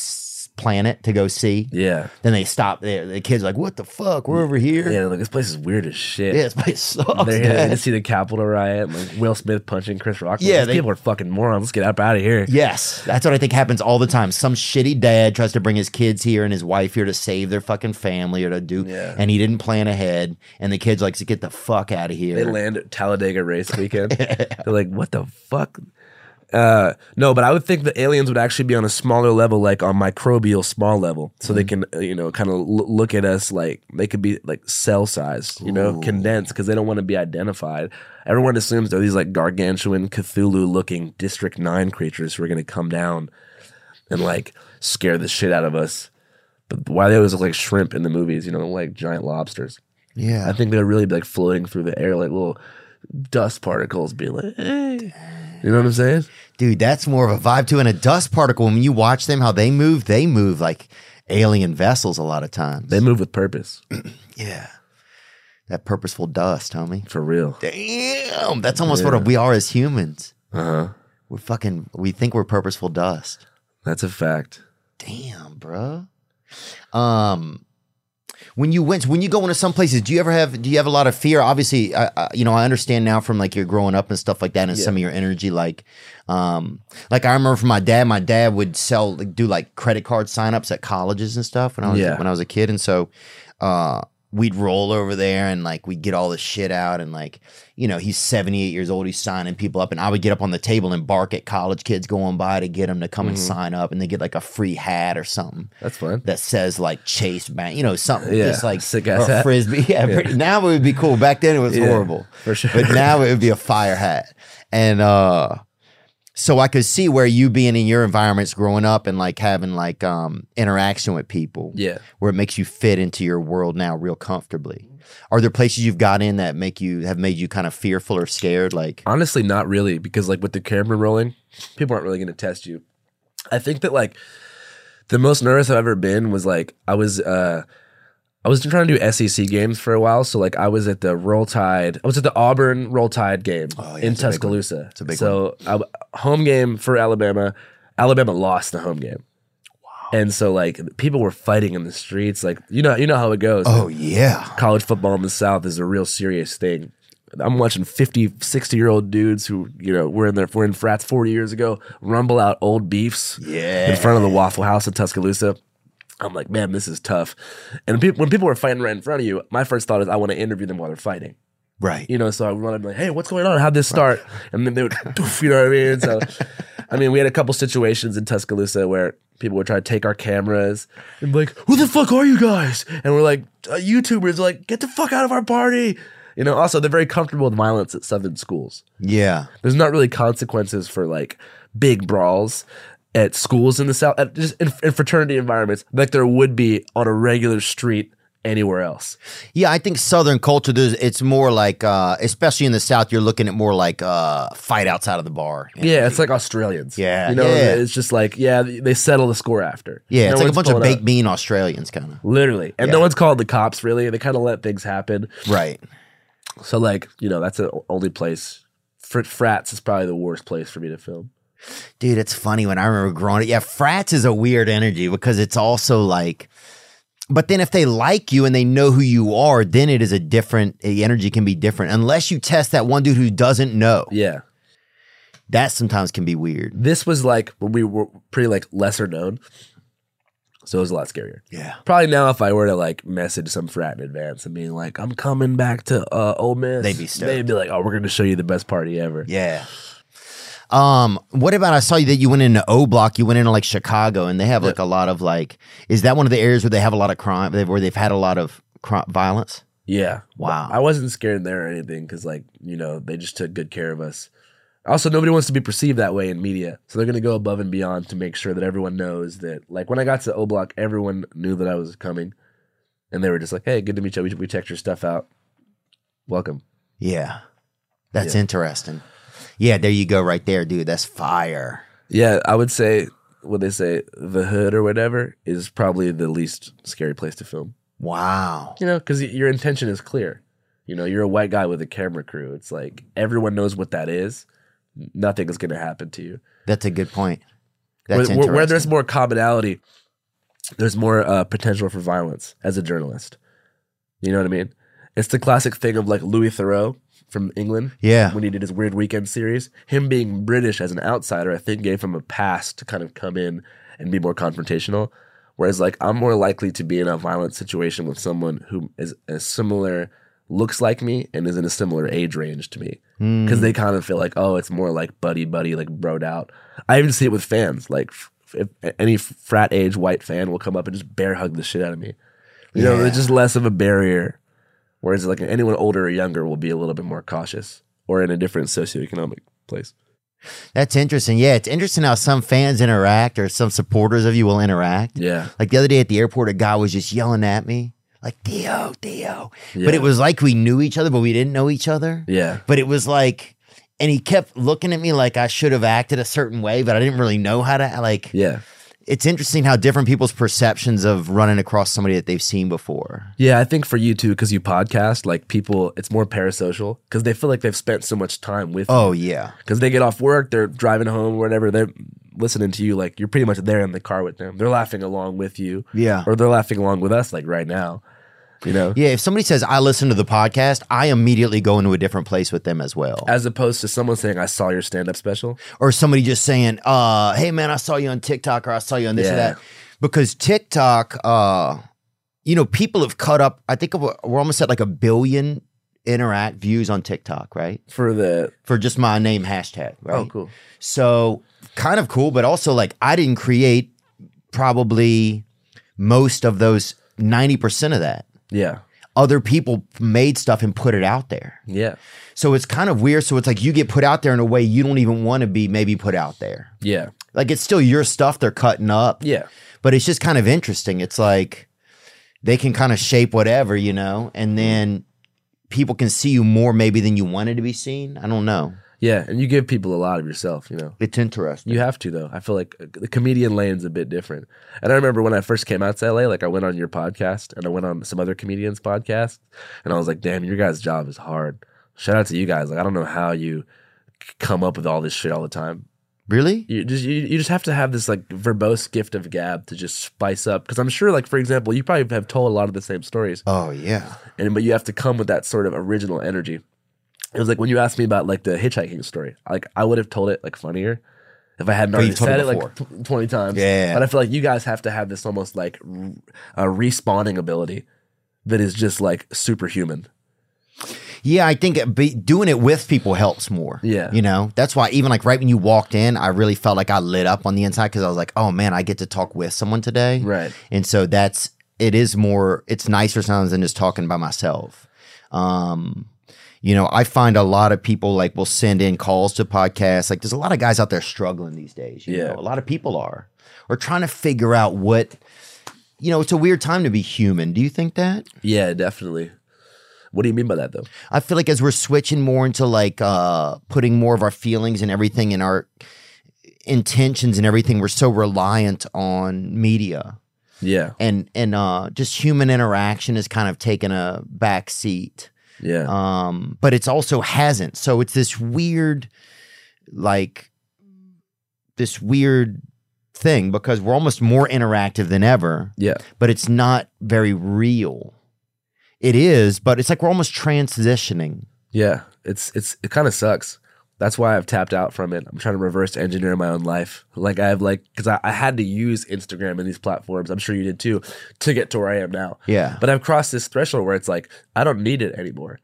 S4: planet to go see.
S3: yeah,
S4: Then they stop there. The kids are like, what the fuck? We're over here.
S3: yeah. Like this place is weird as shit.
S4: Yeah, this place sucks.
S3: They're here
S4: Dad.
S3: to see the Capitol riot, like Will Smith punching Chris Rock. Like,
S4: Yeah,
S3: these
S4: they-
S3: people are fucking morons. Let's get up out of here.
S4: Yes, that's what I think happens all the time. Some shitty dad tries to bring his kids here and his wife here to save their fucking family or to do,
S3: Yeah.
S4: and he didn't plan ahead. And the kids like to get the fuck out of here.
S3: They land at Talladega Race Weekend. They're like, what the fuck? Uh, no, but I would think the aliens would actually be on a smaller level, like on microbial small level, so they can uh, you know kind of l- look at us like they could be like cell size, you know, condensed because they don't want to be identified. Everyone assumes they're these like gargantuan Cthulhu looking District Nine creatures who are going to come down and like scare the shit out of us. But why they always look like shrimp in the movies, you know, like giant lobsters. I
S4: yeah,
S3: think they'd really be like floating through the air, like little dust particles, being like, hey. You know what I'm saying?
S4: dude, that's more of a vibe too. And a dust particle. When you watch them, how they move, they move like alien vessels a lot of times.
S3: They move with purpose,
S4: yeah, that purposeful dust, homie.
S3: for real.
S4: Damn, that's almost what we are as humans.
S3: Uh huh.
S4: We're fucking. We think we're purposeful dust.
S3: That's a fact.
S4: Damn, bruh. Um, when you went, when you go into some places, do you ever have? Do you have a lot of fear? Obviously, I, I, you know, I understand now from like your growing up and stuff like that, and some of your energy, like, um, like I remember from my dad. My dad would sell, like, do like credit card signups at colleges and stuff when I was
S3: Yeah.
S4: when I was a kid, and so, uh. We'd roll over there and like we'd get all the shit out and like you know he's seventy eight years old he's signing people up and I would get up on the table and bark at college kids going by to get them to come and sign up and they get like a free hat or something
S3: That's fun.
S4: that says like Chase Bank, you know, something
S3: Yeah,
S4: just like
S3: sick ass
S4: or
S3: hat.
S4: frisbee. Yeah, Pretty, now it would be cool. Back then it was
S3: Yeah,
S4: horrible,
S3: for sure.
S4: But now it would be a fire hat, and uh, so I could see where you being in your environments growing up and like having like um interaction with people,
S3: Yeah.
S4: where it makes you fit into your world now real comfortably. Are there places you've got in that make you have made you kind of fearful or scared? Like,
S3: Honestly, not really, because like with the camera rolling, people aren't really going to test you. I think that like the most nervous I've ever been was like I was uh I was trying to do SEC games for a while, so like I was at the Roll Tide, I was at the Auburn Roll Tide game
S4: Oh, yeah,
S3: in
S4: it's a big one.
S3: Tuscaloosa. It's
S4: a big
S3: so I w- home game for Alabama. Alabama lost the home game. And so, like, people were fighting in the streets. Like, you know, you know how it goes
S4: oh yeah,
S3: college football in the South is a real serious thing. I'm watching 50, 60 year old dudes who, you know, were in their were in frats 40 years ago rumble out old beefs
S4: Yeah.
S3: in front of the Waffle House in Tuscaloosa. I'm like, man, this is tough. And peop when people were fighting right in front of you, my first thought is I want to interview them while they're fighting.
S4: right.
S3: You know, so I would run up and be like, hey, what's going on? How'd this start? And then they would, doof, you know what I mean? So, I mean, we had a couple situations in Tuscaloosa where people would try to take our cameras and be like, who the fuck are you guys? And we're like, uh, YouTubers, like, get the fuck out of our party. You know, also, they're very comfortable with violence at Southern schools.
S4: Yeah,
S3: There's not really consequences for like big brawls at schools in the South, at just in, in fraternity environments, like there would be on a regular street anywhere else.
S4: yeah. I think Southern culture, there's, it's more like, uh, especially in the South, you're looking at more like uh, fight outside of the bar.
S3: Yeah, it's like Australians.
S4: Yeah,
S3: you know,
S4: yeah.
S3: it's just like yeah, they settle the score after.
S4: Yeah,
S3: No
S4: it's like a
S3: one's
S4: bunch of
S3: pulling
S4: baked
S3: up.
S4: bean Australians, kind of.
S3: literally, and
S4: Yeah.
S3: no one's called the cops. Really, they kind of let things happen.
S4: Right.
S3: So like you know, that's the only place. Fr- frats is probably the worst place for me to film.
S4: Dude, it's funny when I remember growing up. Yeah, frats is a weird energy because it's also like, but then if they like you and they know who you are, then it is a different, the energy can be different. Unless you test that one dude who doesn't know,
S3: Yeah,
S4: that sometimes can be weird.
S3: this was like when we were pretty like lesser known, so it was a lot scarier.
S4: Yeah.
S3: Probably now, if I were to like message some frat in advance and being like, "I'm coming back to uh, Ole Miss,"
S4: They'd be stoked.
S3: They'd be like, "Oh, we're going to show you the best party ever."
S4: Yeah. Um, what about I saw you that you went into O Block, you went into like Chicago and they have like a lot of like is that one of the areas where they have a lot of crime where they've had a lot of crime, violence?
S3: Yeah.
S4: Wow.
S3: I wasn't scared there or anything because, like, you know, they just took good care of us. Also, nobody wants to be perceived that way in media. So they're going to go above and beyond to make sure that everyone knows that, like, when I got to O Block, everyone knew that I was coming. And they were just like, hey, good to meet you. We, we checked your stuff out. Welcome.
S4: Yeah. That's interesting. Yeah, there you go right there, dude. That's fire.
S3: Yeah. I would say what they say, the hood or whatever, is probably the least scary place to film.
S4: Wow.
S3: you know, because your intention is clear. You know, you're a white guy with a camera crew. It's like everyone knows what that is. Nothing is going to happen to you.
S4: That's a good point.
S3: Where,
S4: That's
S3: where- where
S4: interesting.
S3: there's more commonality, there's more uh, potential for violence as a journalist. You know what I mean? It's the classic thing of like Louis Thoreau from England.
S4: Yeah.
S3: When he did his Weird Weekend series, him being British as an outsider, I think gave him a pass to kind of come in and be more confrontational. Whereas, like, I'm more likely to be in a violent situation with someone who is a similar, looks like me, and is in a similar age range to me. Because they kind of feel like, oh, it's more like buddy, buddy, like broed out. I even see it with fans. Like, f- if any frat age white fan will come up and just bear hug the shit out of me. You know,
S4: Yeah.
S3: there's just less of a barrier. Whereas, like, anyone older or younger will be a little bit more cautious or in a different socioeconomic place.
S4: That's interesting. Yeah, it's interesting how some fans interact or some supporters of you will interact.
S3: Yeah.
S4: Like the other day at the airport, a guy was just yelling at me, like Theo, Theo.
S3: Yeah.
S4: But it was like we knew each other, but we didn't know each other.
S3: Yeah.
S4: But it was like, and he kept looking at me like I should have acted a certain way, but I didn't really know how to. Like,
S3: Yeah.
S4: it's interesting how different people's perceptions of running across somebody that they've seen before.
S3: Yeah, I think for you too, because you podcast, like people, it's more parasocial because they feel like they've spent so much time with
S4: Oh yeah,
S3: because they get off work, they're driving home, whatever, they're listening to you. Like you're pretty much there in the car with them. They're laughing along with you,
S4: yeah,
S3: or they're laughing along with us, like right now. You know,
S4: yeah. If somebody says I listen to the podcast, I immediately go into a different place with them as well.
S3: as opposed to someone saying, "I saw your stand-up special."
S4: or somebody just saying, uh, "Hey man, I saw you on TikTok or I saw you on this or
S3: Yeah.
S4: that," because TikTok, uh, you know, people have cut up. I think we're we're almost at like a billion interact views on TikTok, right?
S3: For the
S4: For just my name hashtag. Right?
S3: Oh, cool,
S4: So kind of cool, but also like I didn't create probably most of those ninety percent of that.
S3: yeah,
S4: Other people made stuff and put it out there.
S3: yeah,
S4: So it's kind of weird. So it's like you get put out there in a way you don't even want to be maybe put out there
S3: yeah,
S4: like it's still your stuff they're cutting up
S3: yeah.
S4: but it's just kind of interesting it's like they can kind of shape whatever, you know, and then people can see you more maybe than you wanted to be seen. I don't know.
S3: Yeah, and you give people a lot of yourself, you know.
S4: It's interesting.
S3: You have to though. I feel like uh, the comedian lane's a bit different. And I remember when I first came out to LA, like I went on your podcast and I went on some other comedians' podcast, and I was like, "Damn, your guys' job is hard." Shout out to you guys. Like I don't know how you c- come up with all this shit all the time.
S4: Really?
S3: You just you, you just have to have this like verbose gift of gab to just spice up because I'm sure like for example, you probably have told a lot of the same stories
S4: Oh yeah.
S3: and but you have to come with that sort of original energy. It was like when you asked me about like the hitchhiking story. Like I would have told it like funnier if I hadn't
S4: But
S3: already
S4: you've told
S3: said
S4: it
S3: it like tw- twenty times.
S4: Yeah.
S3: But I feel like you guys have to have this almost like r- a respawning ability that is just like superhuman.
S4: Yeah, I think it be, doing it with people helps more.
S3: Yeah.
S4: You know, that's why even like right when you walked in, I really felt like I lit up on the inside because I was like, oh man, I get to talk with someone today.
S3: Right.
S4: And so that's, it is more, it's nicer sometimes than just talking by myself. Um, you know, I find a lot of people like will send in calls to podcasts. Like there's a lot of guys out there struggling these days. You
S3: Yeah.
S4: Know? A lot of people are, or trying to figure out what, you know, it's a weird time to be human. Do you think that?
S3: Yeah, definitely. What do you mean by that though?
S4: I feel like as we're switching more into like uh putting more of our feelings and everything and our intentions and everything, we're so reliant on media
S3: Yeah.
S4: and and uh just human interaction has kind of taken a back seat.
S3: Yeah.
S4: Um, but it's also hasn't. So it's this weird like this weird thing because we're almost more interactive than ever
S3: yeah.
S4: but it's not very real. It is, but it's like we're almost transitioning.
S3: Yeah, it's it's it kind of sucks. That's why I've tapped out from it. I'm trying to reverse engineer my own life. Like I have like because I, I had to use Instagram and these platforms. I'm sure you did too to get to where I am now.
S4: Yeah.
S3: But I've crossed this threshold where it's like I don't need it anymore.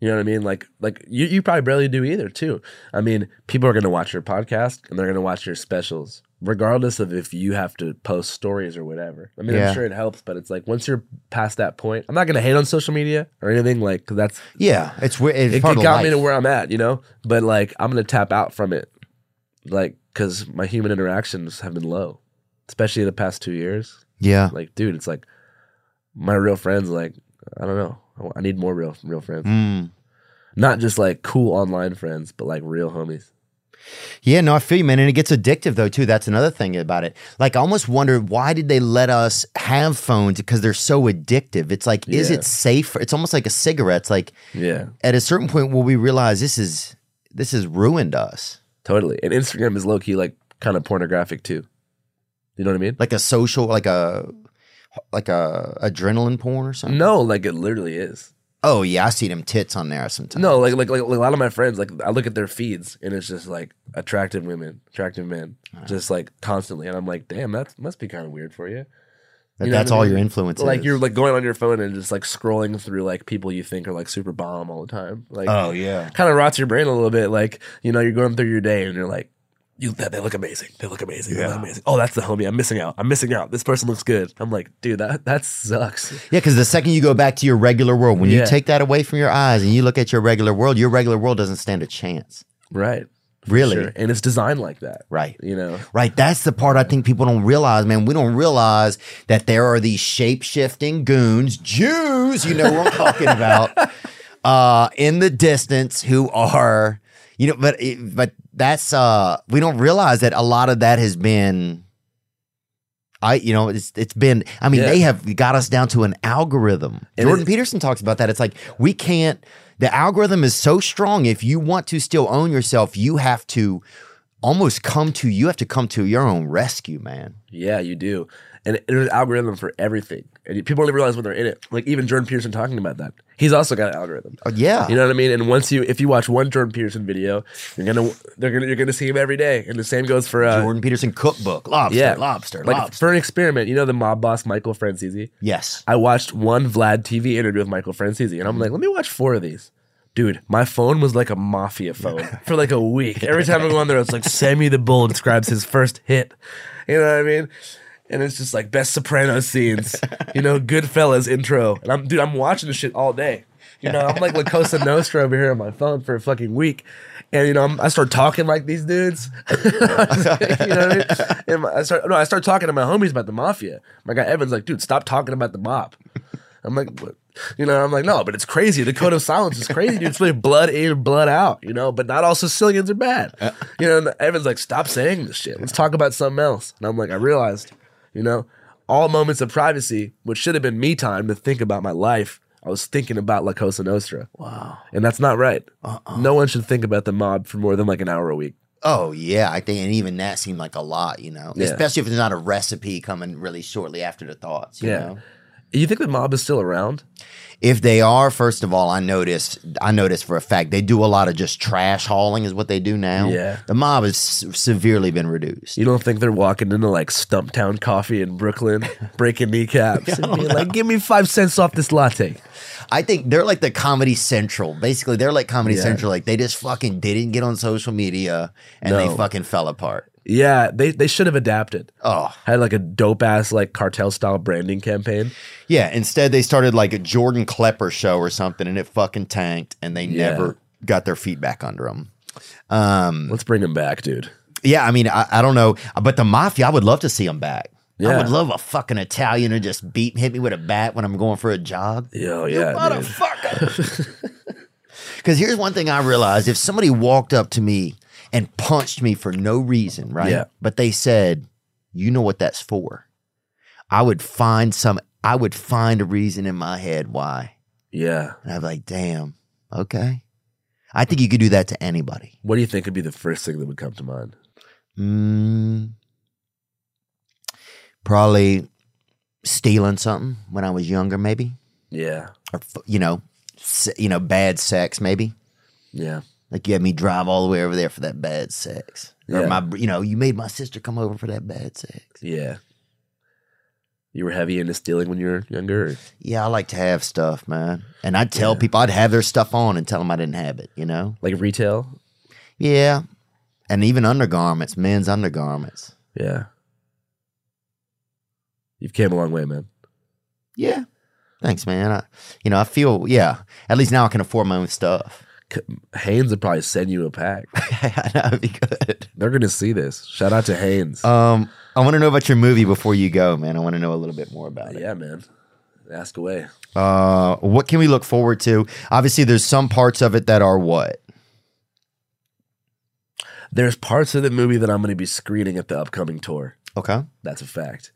S3: You know what I mean? Like like you you probably barely do either too. I mean, people are gonna watch your podcast and they're gonna watch your specials. Regardless of if you have to post stories or whatever, I mean,
S4: Yeah.
S3: I'm sure it helps, but it's like once you're past that point, I'm not gonna hate on social media or anything like 'cause that's
S4: Yeah, it's weird. It's
S3: it,
S4: part
S3: it
S4: of
S3: got
S4: life.
S3: me to where I'm at, you know. But like, I'm gonna tap out from it, like, because my human interactions have been low, especially the past two years.
S4: yeah,
S3: Like, dude, it's like my real friends. Like, I don't know. I- I need more real, real friends,
S4: Mm.
S3: not just like cool online friends, but like real homies.
S4: yeah. No, I feel you, man. And it gets addictive though too. That's another thing about it. Like, I almost wondered why did they let us have phones because they're so addictive. It's like, is
S3: Yeah.
S4: it safe? It's almost like a cigarette. It's like
S3: Yeah,
S4: at a certain point will we realize this is this has ruined us,
S3: totally. And Instagram is low key like kind of pornographic too. You know what I mean?
S4: like a social, like a like a adrenaline porn or something.
S3: No, like it literally is.
S4: Oh yeah, I see them tits on there sometimes.
S3: No, like, like like like a lot of my friends, like I look at their feeds and it's just like attractive women, attractive men, just like constantly, and I'm like, damn, that must be kind of weird for you.
S4: That-
S3: You know
S4: that's
S3: what I
S4: all
S3: mean?
S4: your influence
S3: like
S4: is.
S3: you're like going on your phone and just like scrolling through like people you think are like super bomb all the time. Like,
S4: Oh. yeah.
S3: kind of rots your brain a little bit. Like you know, you're going through your day and you're like. You, they look amazing. They look amazing. They look amazing. Oh, that's the homie. I'm missing out. I'm missing out. This person looks good. I'm like, dude, that that sucks.
S4: Yeah, because the second you go back to your regular world, when you
S3: Yeah.
S4: take that away from your eyes and you look at your regular world, your regular world doesn't stand a chance.
S3: Right.
S4: Really?
S3: Sure. And it's designed like that.
S4: Right.
S3: You know.
S4: Right. That's the part I think people don't realize, man. We don't realize that there are these shape shifting goons, Jews, you know what I'm talking about, uh, in the distance who are, you know, but, it- but that's, uh, we don't realize that a lot of that has been. I you know it's it's been I mean
S3: Yeah.
S4: they have got us down to an algorithm.
S3: And
S4: Jordan
S3: it-
S4: Peterson talks about that. It's like we can't the algorithm is so strong if you want to still own yourself you have to almost come to you have to come to your own rescue, man.
S3: Yeah, you do. And it- there's an algorithm for everything. And people don't even realize when they're in it. Like even Jordan Peterson talking about that. He's also got an algorithm.
S4: Oh, yeah.
S3: You know what I mean? And once you if you watch one Jordan Peterson video, you're gonna they're gonna you're gonna see him every day. And the same goes for uh
S4: Jordan Peterson cookbook, lobster,
S3: yeah,
S4: lobster,
S3: Like
S4: lobster.
S3: for an experiment, you know the mob boss Michael Franzese?
S4: yes.
S3: I watched one Vlad TV interview with Michael Francesi, and I'm like, let me watch four of these. Dude, my phone was like a mafia phone for like a week. Every time I go on there, it's like Sammy the Bull describes his first hit. You know what I mean? And it's just like best Soprano scenes, you know, Goodfellas intro. And I'm dude, I'm watching this shit all day. You know, I'm like La Cosa Nostra over here on my phone for a fucking week. And, you know, I'm, I start talking like these dudes. you know what I mean? And my- I start, no, I start talking to my homies about the mafia. My guy Evan's like, dude, stop talking about the mob. I'm like, what? you know, I'm like, no, but it's crazy. The code of silence is crazy, dude. It's really blood in, blood out, you know, but not all Sicilians are bad.
S4: Uh.
S3: You know, and Evan's like, stop saying this shit. Let's talk about something else. And I'm like, I realized, you know, all moments of privacy, which should have been me time to think about my life, I was thinking about La Cosa Nostra. Wow. And that's not right.
S4: Uh-uh.
S3: No one should think about the mob for more than like an hour a week.
S4: Oh yeah, I think, and even that seemed like a lot, you know,
S3: Yeah.
S4: especially if it's not a recipe coming really shortly after the thoughts. You
S3: Yeah.
S4: know?
S3: You think the mob is still around?
S4: If they are, first of all, I noticed I noticed for a fact they do a lot of just trash hauling is what they do now.
S3: Yeah.
S4: The mob has se- severely been reduced.
S3: You don't think they're walking into like Stumptown Coffee in Brooklyn, breaking kneecaps, and being like, "Give me five cents off this latte."
S4: I think they're like the Comedy Central. Basically, they're like Comedy
S3: Yeah.
S4: Central. Like they just fucking didn't get on social media and
S3: No.
S4: they fucking fell apart.
S3: Yeah, they they should have adapted.
S4: Oh
S3: Had like a dope ass like cartel style branding campaign.
S4: yeah. Instead, they started like a Jordan Klepper show or something, and it fucking tanked, and they
S3: Yeah.
S4: never got their feet back under them. Um,
S3: Let's bring them back, dude.
S4: Yeah, I mean, I, I don't know, but the mafia, I would love to see them back. I
S3: Yeah.
S4: would love a fucking Italian to just beat hit me with a bat when I'm going for a jog.
S3: Yo, yeah, dude.
S4: Motherfucker. Because here's one thing I realized: if somebody walked up to me and punched me for no reason, right?
S3: Yeah.
S4: But they said, "You know what that's for?" I would find some. I would find a reason in my head why,
S3: yeah.
S4: and I'd be like, "Damn, okay." I think you could do that to anybody.
S3: What do you think would be the first thing that would come to mind?
S4: Mm, probably stealing something when I was younger, maybe,
S3: Yeah,
S4: or f- you know, se- you know, bad sex, maybe.
S3: yeah,
S4: Like you had me drive all the way over there for that bad sex, or
S3: Yeah.
S4: my, you know, you made my sister come over for that bad sex.
S3: yeah. You were heavy into stealing when you were younger. or-
S4: Yeah, I like to have stuff, man, and I'd tell people I'd have their stuff on and tell them I didn't have it, you know.
S3: Like retail.
S4: Yeah, and even undergarments, men's undergarments.
S3: Yeah. You've came a long way, man.
S4: Yeah, thanks, man. I, you know, I feel yeah. At least now I can afford my own stuff.
S3: C- Haynes would probably send you a pack.
S4: that would be good.
S3: They're gonna see this. Shout out to Haynes.
S4: Um, I want to know about your movie before you go, man. I want to know a little bit more about it.
S3: yeah, man. Ask away.
S4: Uh, what can we look forward to? Obviously, there's some parts of it that are what?
S3: There's parts of the movie that I'm gonna be screening at the upcoming tour.
S4: Okay.
S3: That's a fact.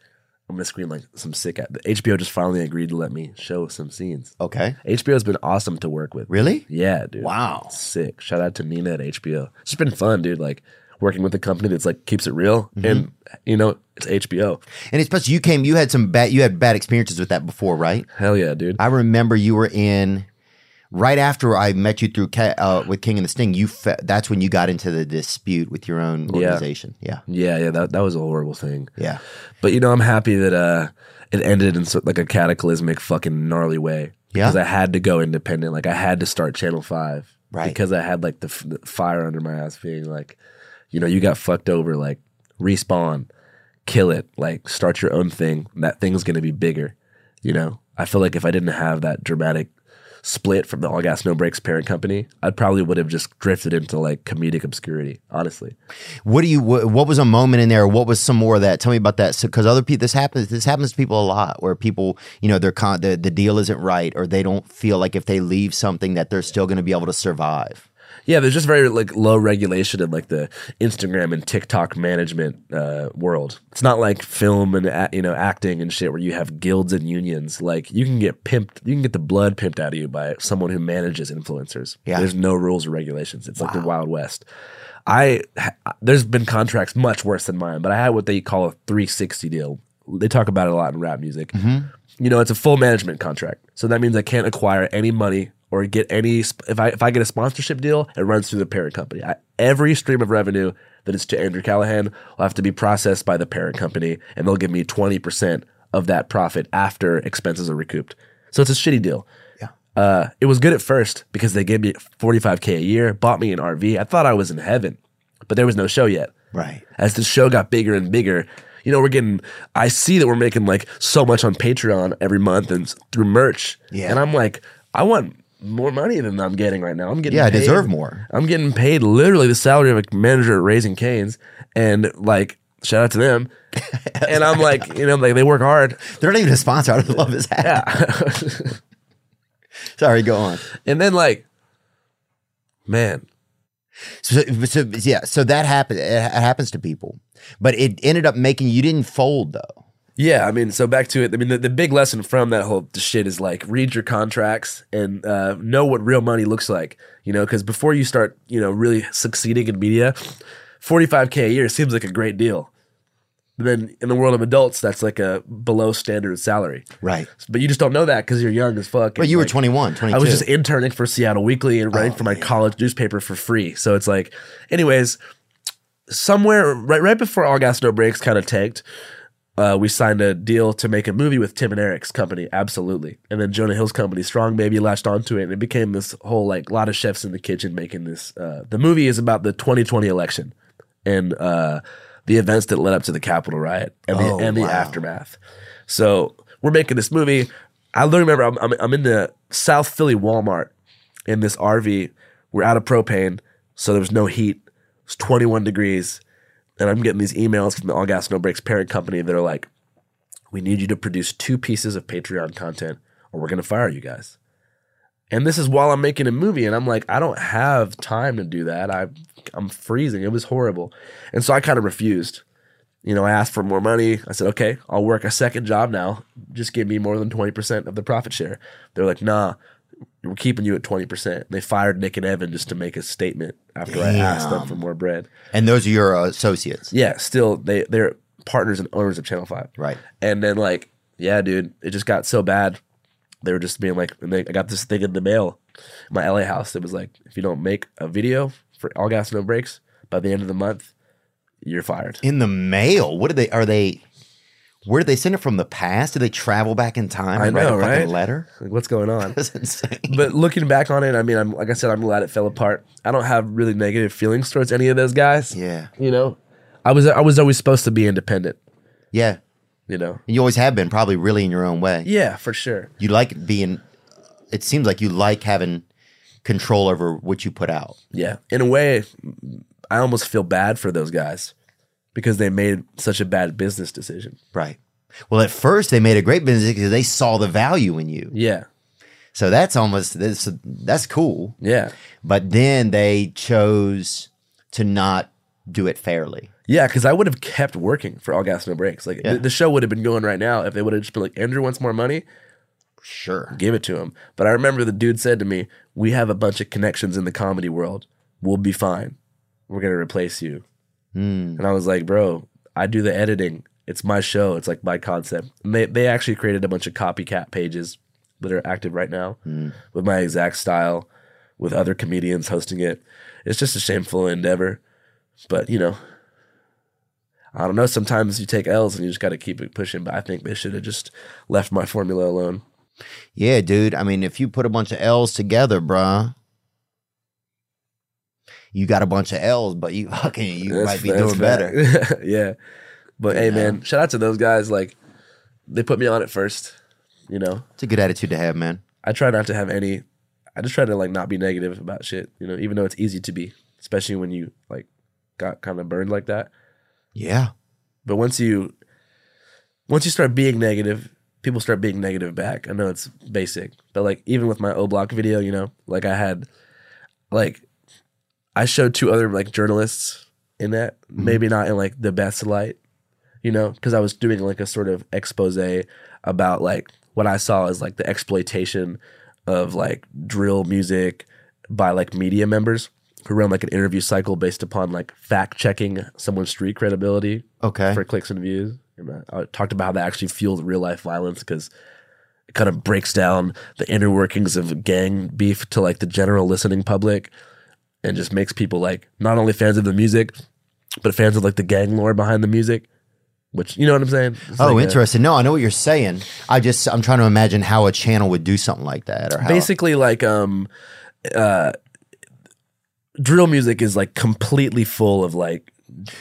S3: I'm gonna screen like some sick. At- HBO just finally agreed to let me show some scenes.
S4: Okay.
S3: HBO's been awesome to work with.
S4: Really?
S3: Yeah, dude.
S4: Wow.
S3: Sick. Shout out to Nina at HBO. It's just been fun, dude. Like working with a company that's like keeps it real, and you know it's HBO.
S4: And especially you came, you had some bad, you had bad experiences with that before, right?
S3: Hell yeah, dude.
S4: I remember you were in right after I met you through Ca- uh, with King and the Sting. You fe- that's when you got into the dispute with your own organization. Yeah.
S3: yeah, yeah. That that was a horrible thing.
S4: Yeah.
S3: But you know, I'm happy that uh, it ended in so, like a cataclysmic, fucking gnarly way.
S4: Yeah.
S3: Because I had to go independent. Like I had to start Channel Five.
S4: Right.
S3: Because I had like the, f- the fire under my ass, being like, you know, you got fucked over. Like respawn, kill it. Like start your own thing. That thing's gonna be bigger. You know, I feel like if I didn't have that dramatic split from the All Gas No Breaks parent company, I probably would have just drifted into like comedic obscurity. Honestly.
S4: What do you? What, what was a moment in there? What was some more of that? Tell me about that. So, because other people, this happens. This happens to people a lot, where people, you know, their con, the, the deal isn't right, or they don't feel like if they leave something that they're still going to be able to survive.
S3: Yeah, there's just very like low regulation in like the Instagram and TikTok management uh, world. It's not like film and a- you know acting and shit where you have guilds and unions. Like you can get pimped, you can get the blood pimped out of you by someone who manages influencers.
S4: Yeah.
S3: there's no rules or regulations. It's like the Wild West. I ha- there's been contracts much worse than mine, but I had what they call a 360 deal. They talk about it a lot in rap music. You know, it's a full management contract, so that means I can't acquire any money or get any. sp- If I if I get a sponsorship deal, it runs through the parent company. I, every stream of revenue that is to Andrew Callahan will have to be processed by the parent company, and they'll give me 20 percent of that profit after expenses are recouped. So it's a shitty deal. Uh, it was good at first because they gave me 45k a year, bought me an RV. I thought I was in heaven, but there was no show yet.
S4: Right.
S3: As the show got bigger and bigger, you know, we're getting. I see that we're making like so much on Patreon every month and s- through merch.
S4: Yeah.
S3: And I'm like, I want more money than I'm getting right now. I'm getting
S4: Yeah, I
S3: paid-
S4: deserve more.
S3: I'm getting paid literally the salary of a manager at Raising Canes, and like shout out to them. and I'm like, you know, like they work hard.
S4: They're not even a sponsor. I love his hat. Sorry, go on.
S3: And then like, man,
S4: So, so yeah, so that happens. It ha- happens to people, but it ended up making you didn't fold though.
S3: Yeah, I mean, so back to it. I mean, the, the big lesson from that whole shit is like read your contracts and uh, know what real money looks like. You know, because before you start, you know, really succeeding in media, forty five k a year seems like a great deal. But then in the world of adults, that's like a below standard salary.
S4: Right.
S3: But you just don't know that because you're young as fuck.
S4: But
S3: and,
S4: you were
S3: like,
S4: 21, 22.
S3: I was just interning for Seattle Weekly and writing
S4: Oh,
S3: for my college newspaper for free. So it's like, anyways, somewhere right right before All Gas No Breaks kind of tanked, uh, we signed a deal to make a movie with Tim and Eric's company, absolutely, and then Jonah Hill's company, Strong Baby, latched onto it, and it became this whole like lot of chefs in the kitchen making this. Uh, the movie is about the 2020 election and uh, the events that led up to the Capitol riot and the
S4: Oh,
S3: and the
S4: wow.
S3: aftermath. So we're making this movie. I literally remember I'm, I'm, I'm in the South Philly Walmart in this RV. We're out of propane, so there was no heat. It's 21 degrees, and I'm getting these emails from the All Gas No Breaks parent company that are like, "We need you to produce two pieces of Patreon content, or we're gonna fire you guys." And this is while I'm making a movie, and I'm like, I don't have time to do that. I, I'm freezing. It was horrible, and so I kind of refused. You know, I asked for more money. I said, okay, I'll work a second job now. Just give me more than 20% of the profit share. They're like, nah, we're keeping you at 20%. They fired Nick and Evan just to make a statement after I asked them for more bread.
S4: and those are your uh, associates,
S3: Yeah, still, they, they're partners and owners of Channel 5.
S4: right?
S3: And then, like, yeah, dude, it just got so bad. They were just being like, and they, I got this thing in the mail, my LA house that was like, if you don't make a video for All Gas No Breaks by the end of the month, you're fired.
S4: In the mail. What do they? Are they? Where do they send it from? The past? Do they travel back in time
S3: I
S4: and write
S3: know,
S4: a fucking
S3: right?
S4: letter?
S3: Like, what's going on?
S4: That's insane.
S3: but looking back on it, I mean, I'm like I said, I'm glad it fell apart. I don't have really negative feelings towards any of those guys.
S4: Yeah,
S3: You know, I was I was always supposed to be independent.
S4: yeah.
S3: You know.
S4: You always have been, probably really in your own way.
S3: Yeah, for sure.
S4: You like being. It seems like you like having control over what you put out.
S3: Yeah, in a way, I almost feel bad for those guys because they made such a bad business decision.
S4: Right. Well, at first they made a great business because they saw the value in you.
S3: Yeah,
S4: So that's almost that's that's cool.
S3: yeah,
S4: But then they chose to not do it fairly.
S3: yeah. Because I would have kept working for all gas no breaks. Like
S4: Yeah.
S3: the, the show would have been going right now if they would have just been like, Andrew wants more money.
S4: Sure.
S3: give it to him. But I remember the dude said to me, "We have a bunch of connections in the comedy world. We'll be fine. We're gonna replace you."
S4: Hmm.
S3: And I was like, "Bro, I do the editing. It's my show. It's like my concept." And they they actually created a bunch of copycat pages that are active right now
S4: Hmm.
S3: with my exact style, with other comedians hosting it. It's just a shameful endeavor, but you know. I don't know. Sometimes you take L's and you just got to keep it pushing. But I think they should have just left my formula alone.
S4: Yeah, dude. I mean, if you put a bunch of L's together, bruh, you got a bunch of L's, but you fucking you
S3: That's-
S4: might be
S3: that's
S4: doing better.
S3: fact. yeah. But hey, man, shout out to those guys. Like, they put me on at first. You know,
S4: It's a good attitude to have, man.
S3: I try not to have any. I just try to like not be negative about shit. You know, even though it's easy to be, especially when you like got kind of burned like that.
S4: Yeah.
S3: But once you, once you start being negative, people start being negative back. I know it's basic, but like even with my O Block video, you know, like I had, like, I showed two other like journalists in that, maybe not in like the best light, you know, because I was doing like a sort of expose about like what I saw as like the exploitation of like drill music by like media members who run like an interview cycle based upon like fact checking someone's street credibility
S4: Okay.
S3: for clicks and views. And I I talked about how that actually fuels real life violence because it kind of breaks down the inner workings of gang beef to like the general listening public and just makes people like not only fans of the music, but fans of like the gang lore behind the music, which you know what I'm saying? It's
S4: oh,
S3: like a-
S4: interesting. no, I know what you're saying. I just I'm trying to imagine how a channel would do something like that or how
S3: basically like um uh drill music is like completely full of like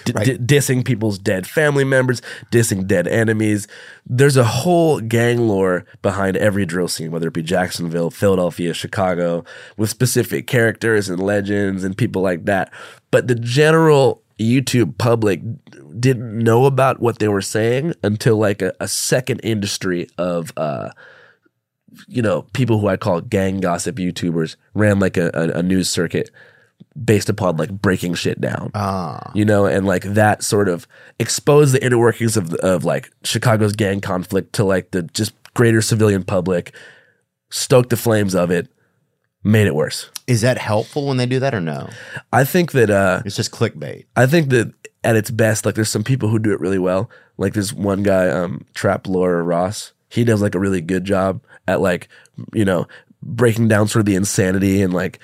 S3: d- d- dissing people's dead family members, dissing dead enemies. There's a whole gang lore behind every drill scene, whether it be Jacksonville, Philadelphia, Chicago, with specific characters and legends and people like that. But the general YouTube public didn't know about what they were saying until like a, a second industry of uh, you know, people who I call gang gossip YouTubers ran like a, a, a news circuit based upon like breaking shit down. You know, and like that sort of exposed the inner workings of, of like Chicago's gang conflict to like the just greater civilian public, stoked the flames of it, made it worse.
S4: Is that helpful when they do that or no?
S3: I think that, uh,
S4: It's just clickbait.
S3: I think that at its best, like there's some people who do it really well. Like there's one guy, um, Trap Laura Ross. He does like a really good job at like, you know, breaking down sort of the insanity and like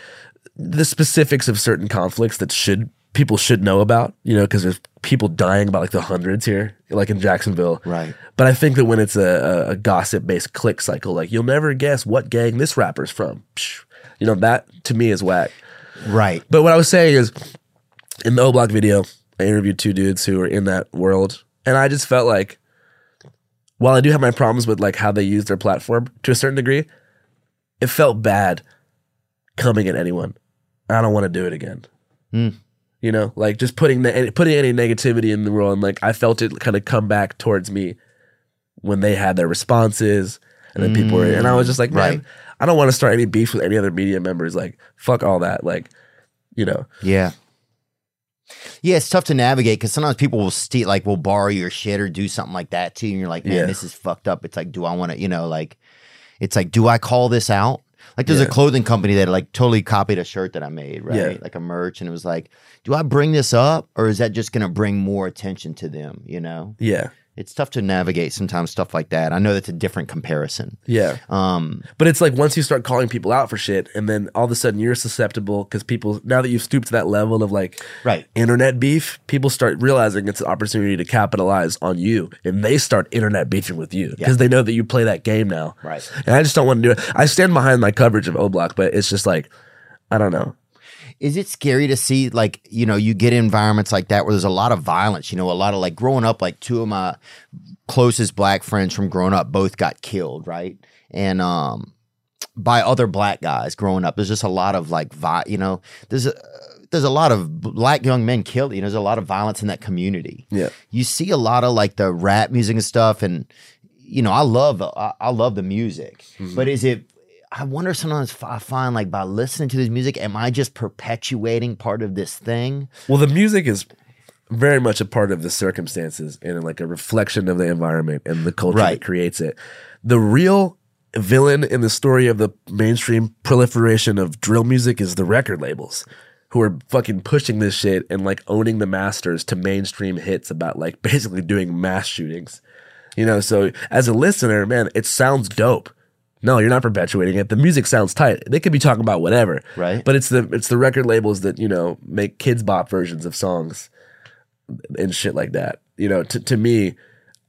S3: the specifics of certain conflicts that should people should know about, you know, because there's people dying by like the hundreds here, like in Jacksonville.
S4: Right.
S3: But I think that when it's a, a, a gossip based click cycle, like you'll never guess what gang this rapper's from. Psh. You know, that to me is whack.
S4: Right.
S3: But what I was saying is, in the O Block video, I interviewed two dudes who were in that world, and I just felt like, while I do have my problems with like how they use their platform to a certain degree, it felt bad coming at anyone. I don't want to do it again. You know, like just putting the putting any negativity in the world, and like I felt it kind of come back towards me when they had their responses, and then people were, and I was just like, man,
S4: right.
S3: I don't want to start any beef with any other media members. Like, fuck all that. Like, you know,
S4: Yeah. Yeah, it's tough to navigate because sometimes people will steal, like, will borrow your shit or do something like that too. And you're like, man,
S3: Yeah.
S4: this is fucked up. It's like, do I want to, you know, like, it's like, do I call this out? Like, there's a clothing company that like totally copied a shirt that I made, right?
S3: Yeah.
S4: Like a merch, and it was like, do I bring this up or is that just going to bring more attention to them? You know,
S3: yeah,
S4: it's tough to navigate sometimes stuff like that. I know that's a different comparison.
S3: yeah.
S4: Um,
S3: But it's like once you start calling people out for shit, and then all of a sudden you're susceptible because people now that you've stooped to that level of like
S4: Right.
S3: internet beef, people start realizing it's an opportunity to capitalize on you, and they start internet beefing with you because they know that you play that game now.
S4: Right.
S3: And I just don't want to do it. I stand behind my coverage of O Block, but it's just like I don't know.
S4: Is it scary to see like you know you get environments like that where there's a lot of violence? You know, a lot of like growing up, like two of my closest black friends from growing up both got killed, right? And um, by other black guys growing up, there's just a lot of like vi- you know, there's a there's a lot of black young men killed. You know, there's a lot of violence in that community.
S3: Yeah.
S4: you see a lot of like the rap music and stuff, and you know, I love I, I love the music, but is it? I wonder sometimes if I find like by listening to this music, am I just perpetuating part of this thing?
S3: Well, the music is very much a part of the circumstances and like a reflection of the environment and the culture
S4: Right.
S3: that creates it. The real villain in the story of the mainstream proliferation of drill music is the record labels who are fucking pushing this shit and like owning the masters to mainstream hits about like basically doing mass shootings. You know, so as a listener, man, it sounds dope. No, you're not perpetuating it. The music sounds tight. They could be talking about whatever.
S4: Right.
S3: But it's the it's the record labels that, you know, make kids bop versions of songs and shit like that. You know, to to me,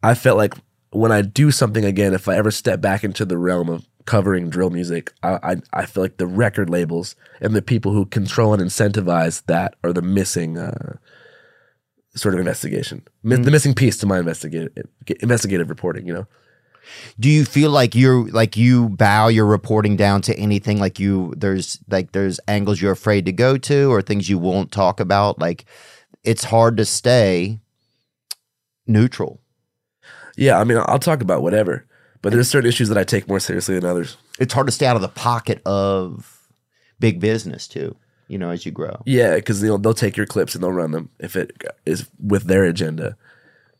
S3: I felt like when I do something again, if I ever step back into the realm of covering drill music, I I, I feel like the record labels and the people who control and incentivize that are the missing uh, sort of investigation, Mi- the missing piece to my investigative investigative reporting. You know,
S4: Do you feel like you're like you bow your reporting down to anything like you there's like there's angles you're afraid to go to or things you won't talk about? Like it's hard to stay neutral.
S3: yeah. I mean, I'll talk about whatever, but there's certain issues that I take more seriously than others.
S4: It's hard to stay out of the pocket of big business too, you know, as you grow.
S3: Yeah, because they'll they'll take your clips and they'll run them if it is with their agenda.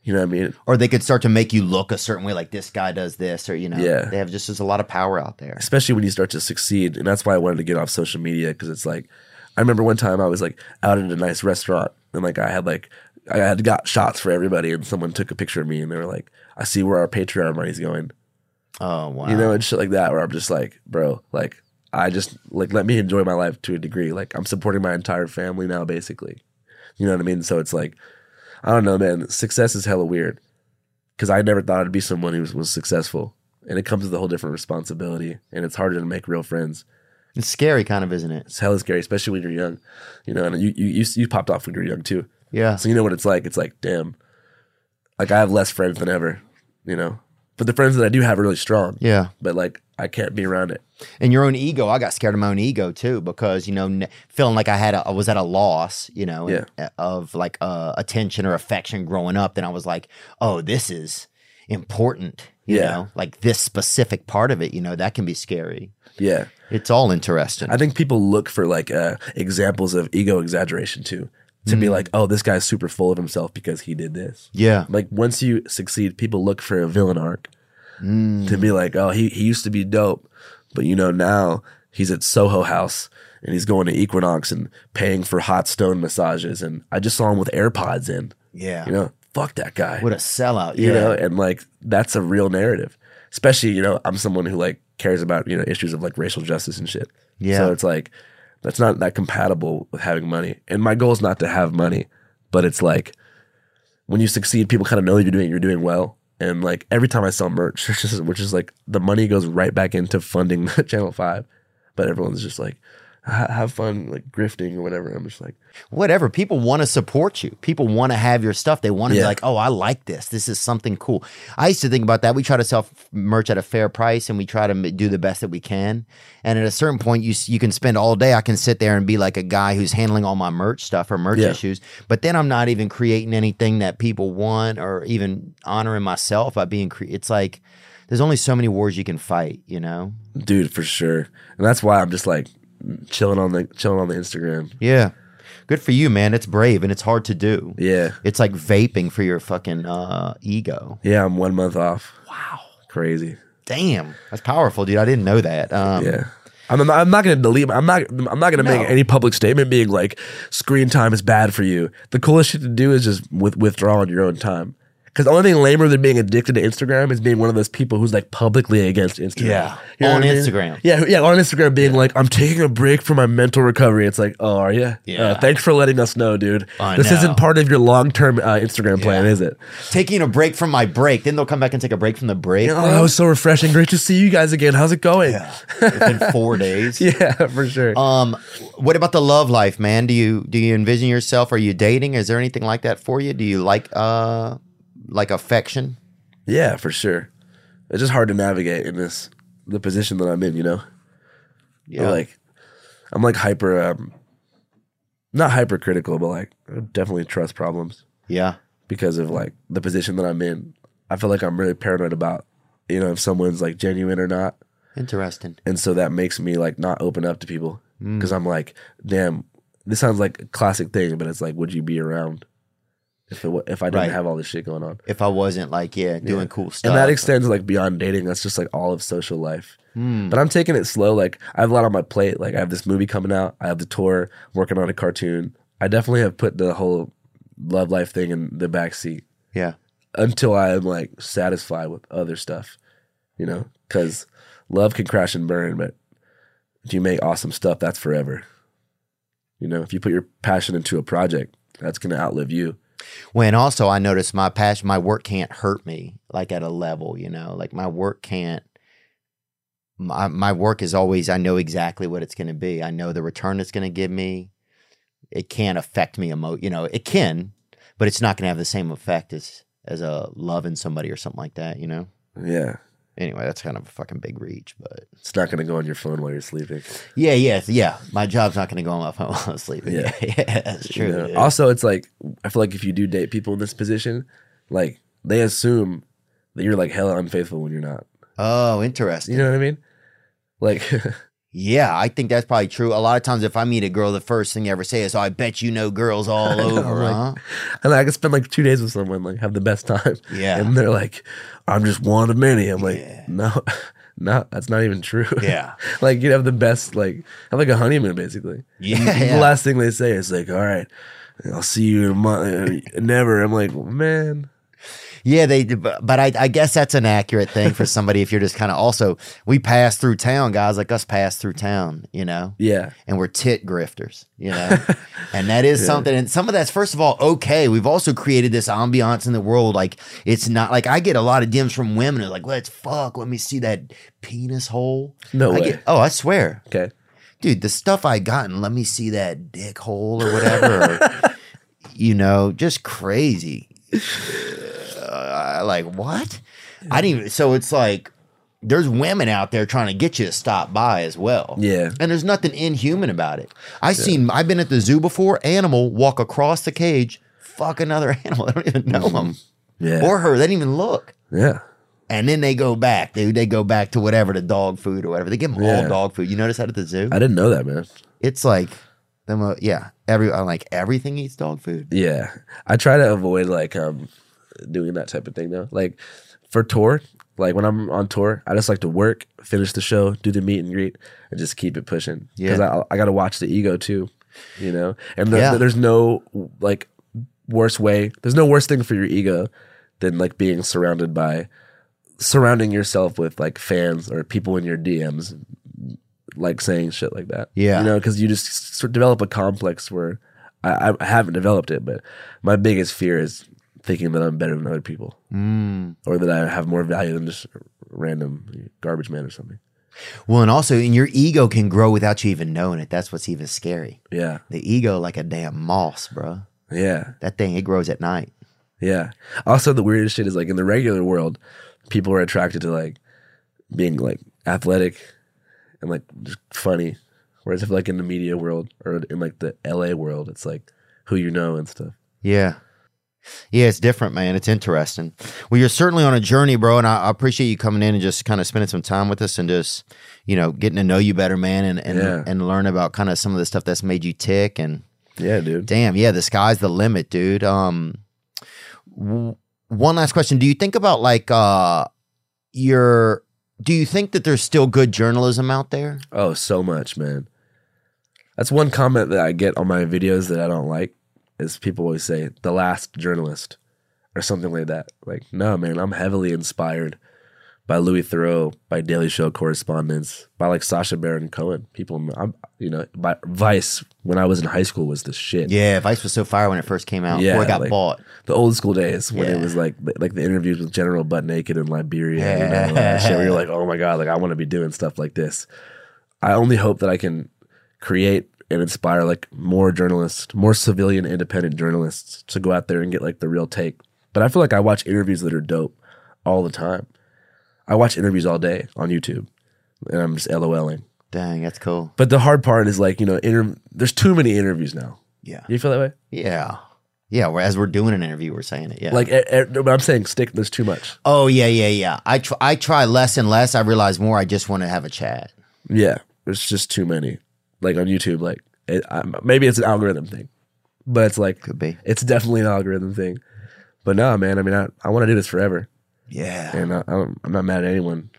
S3: You know what I mean?
S4: Or they could start to make you look a certain way, like this guy does this, or you know,
S3: Yeah.
S4: they have just there's a lot of power out there.
S3: especially when you start to succeed. And that's why I wanted to get off social media because it's like, I remember one time I was like out at a nice restaurant and like I had like, I had got shots for everybody and someone took a picture of me and they were like, I see where our Patreon money's going,
S4: Oh wow.
S3: you know, and shit like that, where I'm just like, bro, like, I just like let me enjoy my life to a degree. Like I'm supporting my entire family now, basically. You know what I mean? So it's like, I don't know, man. Success is hella weird because I never thought I'd be someone who was, was successful, and it comes with a whole different responsibility, and it's harder to make real friends.
S4: It's scary kind of, isn't it?
S3: It's hella scary, especially when you're young. You know, and you you you, you popped off when you were young too.
S4: Yeah.
S3: So you know what it's like. It's like, damn, like I have less friends than ever, you know. But the friends that I do have are really strong.
S4: Yeah.
S3: But like I can't be around it.
S4: and your own ego. I got scared of my own ego too because you know n- feeling like I had a, I was at a loss, you know,
S3: Yeah.
S4: and- of like uh, attention or affection growing up. Then I was like, oh, this is important, you
S3: Yeah.
S4: know, like this specific part of it. You know, that can be scary.
S3: Yeah.
S4: It's all interesting.
S3: I think people look for like uh, examples of ego exaggeration too, to be like, oh, this guy's super full of himself because he did this.
S4: yeah,
S3: Like once you succeed, people look for a villain arc to be like, oh, he he used to be dope, but you know now he's at Soho House and he's going to Equinox and paying for hot stone massages, and I just saw him with AirPods in.
S4: yeah.
S3: You know, fuck that guy
S4: what a sellout.
S3: you
S4: yeah.
S3: know and like that's a real narrative especially you know i'm someone who like cares about you know issues of like racial justice and shit
S4: Yeah.
S3: so it's like that's not that compatible with having money and my goal is not to have money but it's like when you succeed people kind of know you're doing you're doing well and like every time i sell merch which is, which is like the money goes right back into funding channel 5 but everyone's just like "Ha- have fun like grifting or whatever i'm just like
S4: whatever. People want to support you. People want to have your stuff. They want to be
S3: Yeah.
S4: like, oh, I like this. This is something cool. I used to think about that. We try to sell f- merch at a fair price, and we try to m- do the best that we can. And at a certain point, you s- you can spend all day. I can sit there and be like a guy who's handling all my merch stuff or merch
S3: Yeah.
S4: issues, but then I'm not even creating anything that people want or even honoring myself by being. Cre- it's like there's only so many wars you can fight, you know.
S3: dude for sure and that's why i'm just like chilling on the chilling on the instagram
S4: Yeah. Good for you, man. It's brave and it's hard to do.
S3: yeah
S4: It's like vaping for your fucking uh, ego.
S3: Yeah, I'm one month off. Wow. Crazy.
S4: Damn, that's powerful, dude. I didn't know that. Um,
S3: Yeah. I'm, I'm not going to delete. I'm not. I'm not going to
S4: No.
S3: make any public statement being like screen time is bad for you. The coolest shit to do is just with, withdraw on your own time. Because the only thing lamer than being addicted to Instagram is being one of those people who's like publicly against Instagram.
S4: Yeah.
S3: You know
S4: On
S3: what I mean?
S4: Instagram.
S3: Yeah, who- yeah, on Instagram, being like, "I'm taking a break for my mental recovery." It's like, "Oh, are you?
S4: Yeah.
S3: thanks for letting us know, dude.
S4: I
S3: this
S4: know.
S3: isn't part of your long term uh, Instagram plan,
S4: Yeah.
S3: is it?
S4: Taking a break from my break, then they'll come back and take a break from the break.
S3: Oh, that was so refreshing. Great to see you guys again. How's it going?
S4: Within four days.
S3: Yeah, for sure.
S4: Um, what about the love life, man? Do you do you envision yourself? Are you dating? Is there anything like that for you? Do you like uh like affection?
S3: yeah, for sure. It's just hard to navigate in this the position that I'm in, you know.
S4: Yeah.
S3: Like I'm like hyper um not hypercritical, but like definitely trust problems
S4: Yeah.
S3: because of like the position that I'm in. I feel like I'm really paranoid about, you know, if someone's like genuine or not.
S4: Interesting.
S3: and so that makes me like not open up to people
S4: Mm.
S3: because I'm like, damn, this sounds like a classic thing, but it's like, would you be around if it, wa- if I didn't
S4: Right.
S3: have all this shit going on?
S4: If I wasn't like, yeah, doing cool stuff.
S3: And that extends like beyond dating. That's just like all of social life.
S4: Hmm.
S3: But I'm taking it slow. Like I have a lot on my plate. Like I have this movie coming out. I have the tour. Working on a cartoon. I definitely have put the whole love life thing in the backseat
S4: yeah.
S3: until I am like satisfied with other stuff, you know, because love can crash and burn, but if you make awesome stuff, that's forever. You know, if you put your passion into a project, that's gonna outlive you.
S4: When also I noticed my passion, my work can't hurt me like at a level, you know, like my work can't. My my work is always I know exactly what it's going to be. I know the return it's going to give me. It can't affect me emo, you know, it can, but it's not going to have the same effect as as a loving somebody or something like that, you know.
S3: Yeah,
S4: Anyway, that's kind of a fucking big reach, but
S3: it's not gonna go on your phone while you're sleeping.
S4: yeah, yeah, yeah. My job's not going to go on my phone while I'm sleeping. Yeah,
S3: Yeah.
S4: yeah, that's
S3: you
S4: true.
S3: know?
S4: dude.
S3: Also, it's like I feel like if you do date people in this position, like they assume that you're like hella unfaithful when you're not.
S4: Oh, interesting.
S3: You know what I mean? Like,
S4: Yeah, I think that's probably true. A lot of times, if I meet a girl, the first thing you ever say is, "Oh, "I bet you know girls all over." huh?
S3: and I could spend like two days with someone, like have the best time.
S4: Yeah.
S3: And they're like, I'm just one of many. I'm like,
S4: Yeah.
S3: no, no, that's not even true.
S4: Yeah.
S3: like you'd have the best, like have like a honeymoon basically.
S4: Yeah,
S3: And
S4: yeah.
S3: The last thing they say is like, all right, I'll see you in a month. Never. I'm like, man.
S4: Yeah, they. But but I, I guess that's an accurate thing for somebody if you're just kind of. Also, we pass through town, guys. Like us, pass through town. You know.
S3: Yeah.
S4: and we're tit grifters, you know? and that is something. And some of that's, first of all, okay. We've also created this ambiance in the world. Like, it's not like I get a lot of DMs from women who are like, let's fuck. Let me see that penis hole.
S3: No
S4: I
S3: way.
S4: Get, oh, I swear.
S3: Okay.
S4: Dude, the stuff I gotten, let me see that dick hole or whatever. or, you know, just crazy. Uh, like what? I didn't. Even, so it's like there's women out there trying to get you to stop by as well.
S3: Yeah.
S4: and there's nothing inhuman about it. I seen. I've been at the zoo before. Animal walk across the cage, fuck another animal. I don't even know him
S3: Mm-hmm. Yeah.
S4: or her. They didn't even look.
S3: yeah.
S4: And then they go back. They they go back to whatever the dog food or whatever. They give them all
S3: Yeah.
S4: dog food. You notice that at the zoo?
S3: I didn't know that, man.
S4: it's like the mo- yeah. Every I'm like everything eats dog food.
S3: Yeah. I try to avoid like um doing that type of thing though. Like for tour, like when I'm on tour, I just like to work, finish the show, do the meet and greet, and just keep it pushing.
S4: Yeah.
S3: I, I got to watch the ego too, you know? And the,
S4: Yeah.
S3: there's no like worse way, there's no worse thing for your ego than like being surrounded by, surrounding yourself with like fans or people in your DMs like saying shit like that.
S4: Yeah.
S3: You know, because you just sort of develop a complex where I, I haven't developed it, but my biggest fear is thinking that I'm better than other people or that I have more value than just random garbage man or something.
S4: Well, and also, and your ego can grow without you even knowing it. That's what's even scary.
S3: Yeah.
S4: The ego, like a damn moss, bro.
S3: Yeah.
S4: That thing it grows at night.
S3: Yeah. Also, the weirdest shit is like in the regular world, people are attracted to like being like athletic and like just funny. Whereas if like in the media world or in like the LA world, it's like who you know and stuff.
S4: Yeah. Yeah, it's different, man. It's interesting. Well, you're certainly on a journey, bro, and I I appreciate you coming in and just kind of spending some time with us and just, you know, getting to know you better, man, and and,
S3: Yeah.
S4: and learn about kind of some of the stuff that's made you tick. And
S3: Yeah, dude.
S4: damn, yeah, the sky's the limit, dude. Um, w- one last question: Do you think about like uh your? Do you think that there's still good journalism out there?
S3: Oh, so much, man. That's one comment that I get on my videos that I don't like is people always say the last journalist or something like that. Like, no, man, I'm heavily inspired by Louis Thoreau, by Daily Show correspondents, by like Sasha Baron Cohen. People, I'm, you know, by Vice when I was in high school was the shit.
S4: Yeah, Vice was so fire when it first came out
S3: Yeah,
S4: before it got
S3: like-
S4: bought.
S3: The old school days when it
S4: Yeah.
S3: was like like the interviews with General Butt Naked in Liberia, you know,
S4: Yeah.
S3: and that shit where you're like, oh my god, like I want to be doing stuff like this. I only hope that I can create and inspire like more journalists, more civilian independent journalists to go out there and get like the real take. But I feel like I watch interviews that are dope all the time. I watch interviews all day on YouTube, and I'm just LOLing.
S4: Dang, that's cool.
S3: But the hard part is like you know, inter- there's too many interviews now.
S4: Yeah.
S3: You feel that way?
S4: Yeah. Yeah. Where as we're doing an interview, we're saying it. Yeah.
S3: Like, e- e- but I'm saying stick. There's too much.
S4: oh, yeah, yeah, yeah. I, tr- I try less and less. I realize more. I just want to have a chat.
S3: Yeah, it's just too many. Like on YouTube, like it, I, maybe it's an algorithm thing, but it's like
S4: Could be.
S3: it's definitely an algorithm thing. But no, man. I mean, I, I want to do this forever,
S4: Yeah.
S3: and I, I don't, I'm not mad at anyone.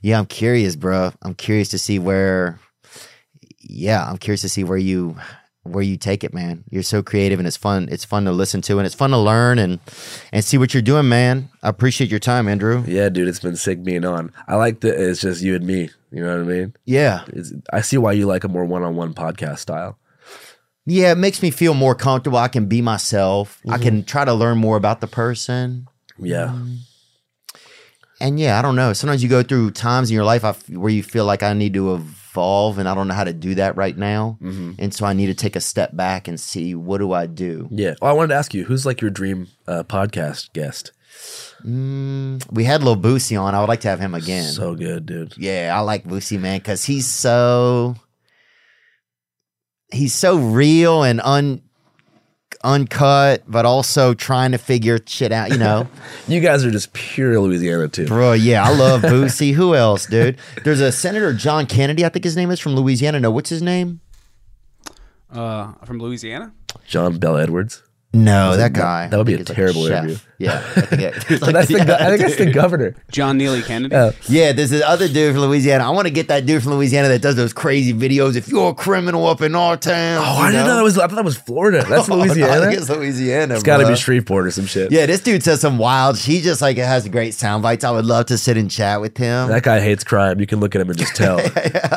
S4: Yeah. I'm curious, bro. I'm curious to see where, yeah, I'm curious to see where you, where you take it, man. You're so creative and it's fun. It's fun to listen to and it's fun to learn and, and see what you're doing, man. I appreciate your time, Andrew.
S3: Yeah, dude, it's been sick being on. I like that it's just you and me. You know what I mean?
S4: Yeah.
S3: It's, I see why you like a more one-on-one podcast style.
S4: Yeah. It makes me feel more comfortable. I can be myself. I can try to learn more about the person.
S3: Yeah,
S4: Mm. And yeah, I don't know. Sometimes you go through times in your life I f- where you feel like I need to evolve, and I don't know how to do that right now. And so I need to take a step back and see what do I do.
S3: yeah. Oh, I wanted to ask you, who's like your dream uh, podcast guest?
S4: Mm, we had Lil Boosie on. I would like to have him again.
S3: So good, dude.
S4: yeah, I like Boosie man because he's so he's so real and un uncut, but also trying to figure shit out. You know.
S3: You guys are just pure Louisiana too.
S4: Bro, yeah, I love Boosie. Who else, dude? There's a Senator John Kennedy, I think his name is from Louisiana. No, what's his name?
S5: Uh, from Louisiana.
S3: John Bell Edwards.
S4: No, that guy.
S3: that would be
S4: I think
S3: a
S4: he's
S3: terrible
S4: like chef.
S3: interview.
S4: Yeah, I think, it- he's
S3: So
S4: like-
S3: that's the, go- I think that's the governor.
S5: John Neely Kennedy.
S3: Oh.
S4: yeah, there's this other dude from Louisiana. I want to get that dude from Louisiana that does those crazy videos. If you're a criminal up in our town,
S3: Oh,
S4: you
S3: I didn't know that was. I thought that was Florida. That's
S4: Oh, no, I think
S3: Louisiana.
S4: it's Louisiana.
S3: it's got to
S4: bruh.
S3: be Shreveport or some shit.
S4: Yeah, this dude says some wild. He just like it has great sound bites. I would love to sit and chat with him.
S3: That guy hates crime. You can look at him and just tell.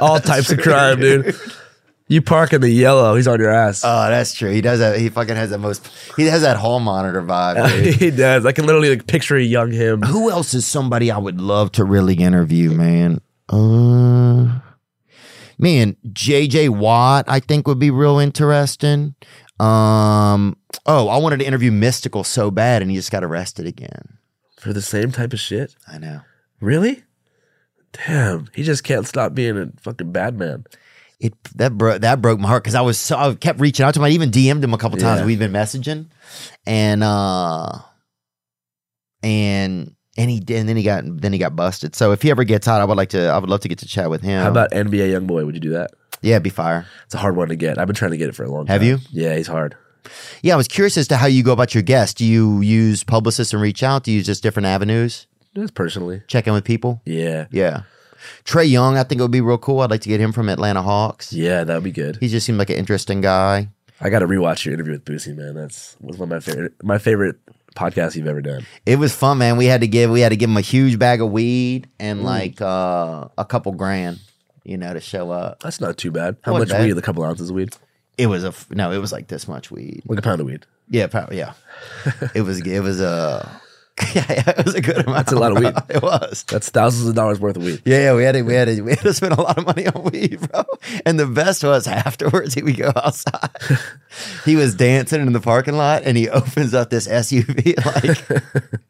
S3: All types of crime, dude. You park in the yellow, he's on your ass.
S4: oh, that's true. He does that. He fucking has that most. He has that hall monitor vibe. Dude.
S3: he does. I can literally like picture a young him.
S4: Who else is somebody I would love to really interview, man? Uh man, JJ Watt, I think would be real interesting. Um, oh, I wanted to interview Mystical so bad, and he just got arrested again.
S3: for the same type of shit.
S4: I know.
S3: Really? Damn, he just can't stop being a fucking bad man.
S4: It that broke that broke my heart because I was so, I kept reaching out to him. I even DM'd him a couple times.
S3: Yeah.
S4: We've been messaging, and uh, and and he and then he got then he got busted. So if he ever gets out, I would like to. I would love to get to chat with him.
S3: How about NBA YoungBoy? Would you do that?
S4: yeah, it'd be fire.
S3: It's a hard one to get. I've been trying to get it for a long
S4: Have
S3: time.
S4: you?
S3: Yeah, he's hard.
S4: Yeah, I was curious as to how you go about your guests. Do you use publicists and reach out? Do you use just different avenues?
S3: Just personally.
S4: Check in with people.
S3: Yeah.
S4: Yeah, Trey Young, I think it would be real cool. I'd like to get him from Atlanta Hawks.
S3: Yeah, that'd be good.
S4: He just seemed like an interesting guy.
S3: I got to rewatch your interview with Boosie, man. That's was one of my favorite my favorite podcasts you've ever done.
S4: It was fun, man. We had to give we had to give him a huge bag of weed
S3: Mm.
S4: and like uh, a couple grand, you know, to show up.
S3: That's not too bad. How
S4: Wasn't
S3: much
S4: bad.
S3: weed? A couple ounces of weed.
S4: It was a f- no, it was like this much weed.
S3: Like a pound of weed.
S4: Yeah, probably, yeah. it was it was a yeah, yeah, it was a good amount.
S3: That's a lot of weed.
S4: it was.
S3: That's thousands of dollars worth of weed.
S4: Yeah, yeah, we had to, we had to, we had to spend a lot of money on weed, bro. And the best was afterwards, he would go outside. he was dancing in the parking lot, and he opens up this SUV. Like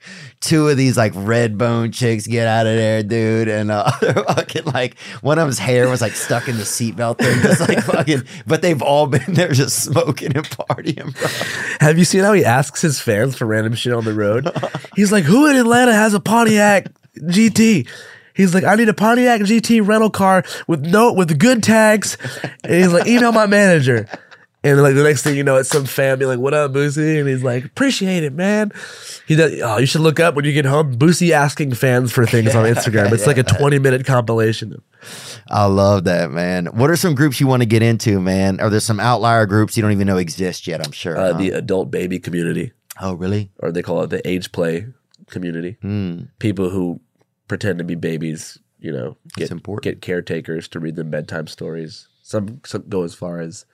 S4: two of these like red bone chicks get out of there, dude. And uh, they're fucking like one of them's hair was like stuck in the seatbelt thing, just like fucking. But they've all been there just smoking and partying, bro.
S3: Have you seen how he asks his fans for random shit on the road? He's like, "Who in Atlanta has a Pontiac GT?" He's like, "I need a Pontiac GT rental car with no with good tags." And he's like, "Email my manager." And like the next thing you know, it's some fan being like, "What up, Boosie?" And he's like, "Appreciate it, man." He does. Oh, you should look up when you get home. Boosie asking fans for things on Instagram. It's like a twenty minute compilation.
S4: I love that, man. What are some groups you want to get into, man? Are there some outlier groups you don't even know exist yet? I'm sure.
S3: Uh,
S4: huh?
S3: the adult baby community.
S4: oh, really?
S3: or they call it the age play community.
S4: Hmm.
S3: People who pretend to be babies, you know, get
S4: important.
S3: get caretakers to read them bedtime stories. Some, some go as far as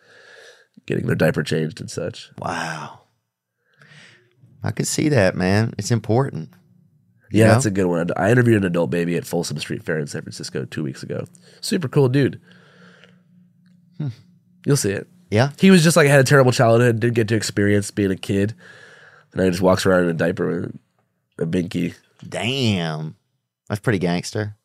S3: getting their diaper changed and such.
S4: Wow. I could see that, man. It's important.
S3: Yeah,
S4: Yeah.
S3: that's a good one. I interviewed an adult baby at Folsom Street Fair in San Francisco two weeks ago. Super cool dude.
S4: Hmm.
S3: You'll see it.
S4: Yeah.
S3: He was just like had a terrible childhood, didn't get to experience being a kid, and now he just walks around in a diaper with a binky.
S4: Damn. That's pretty gangster.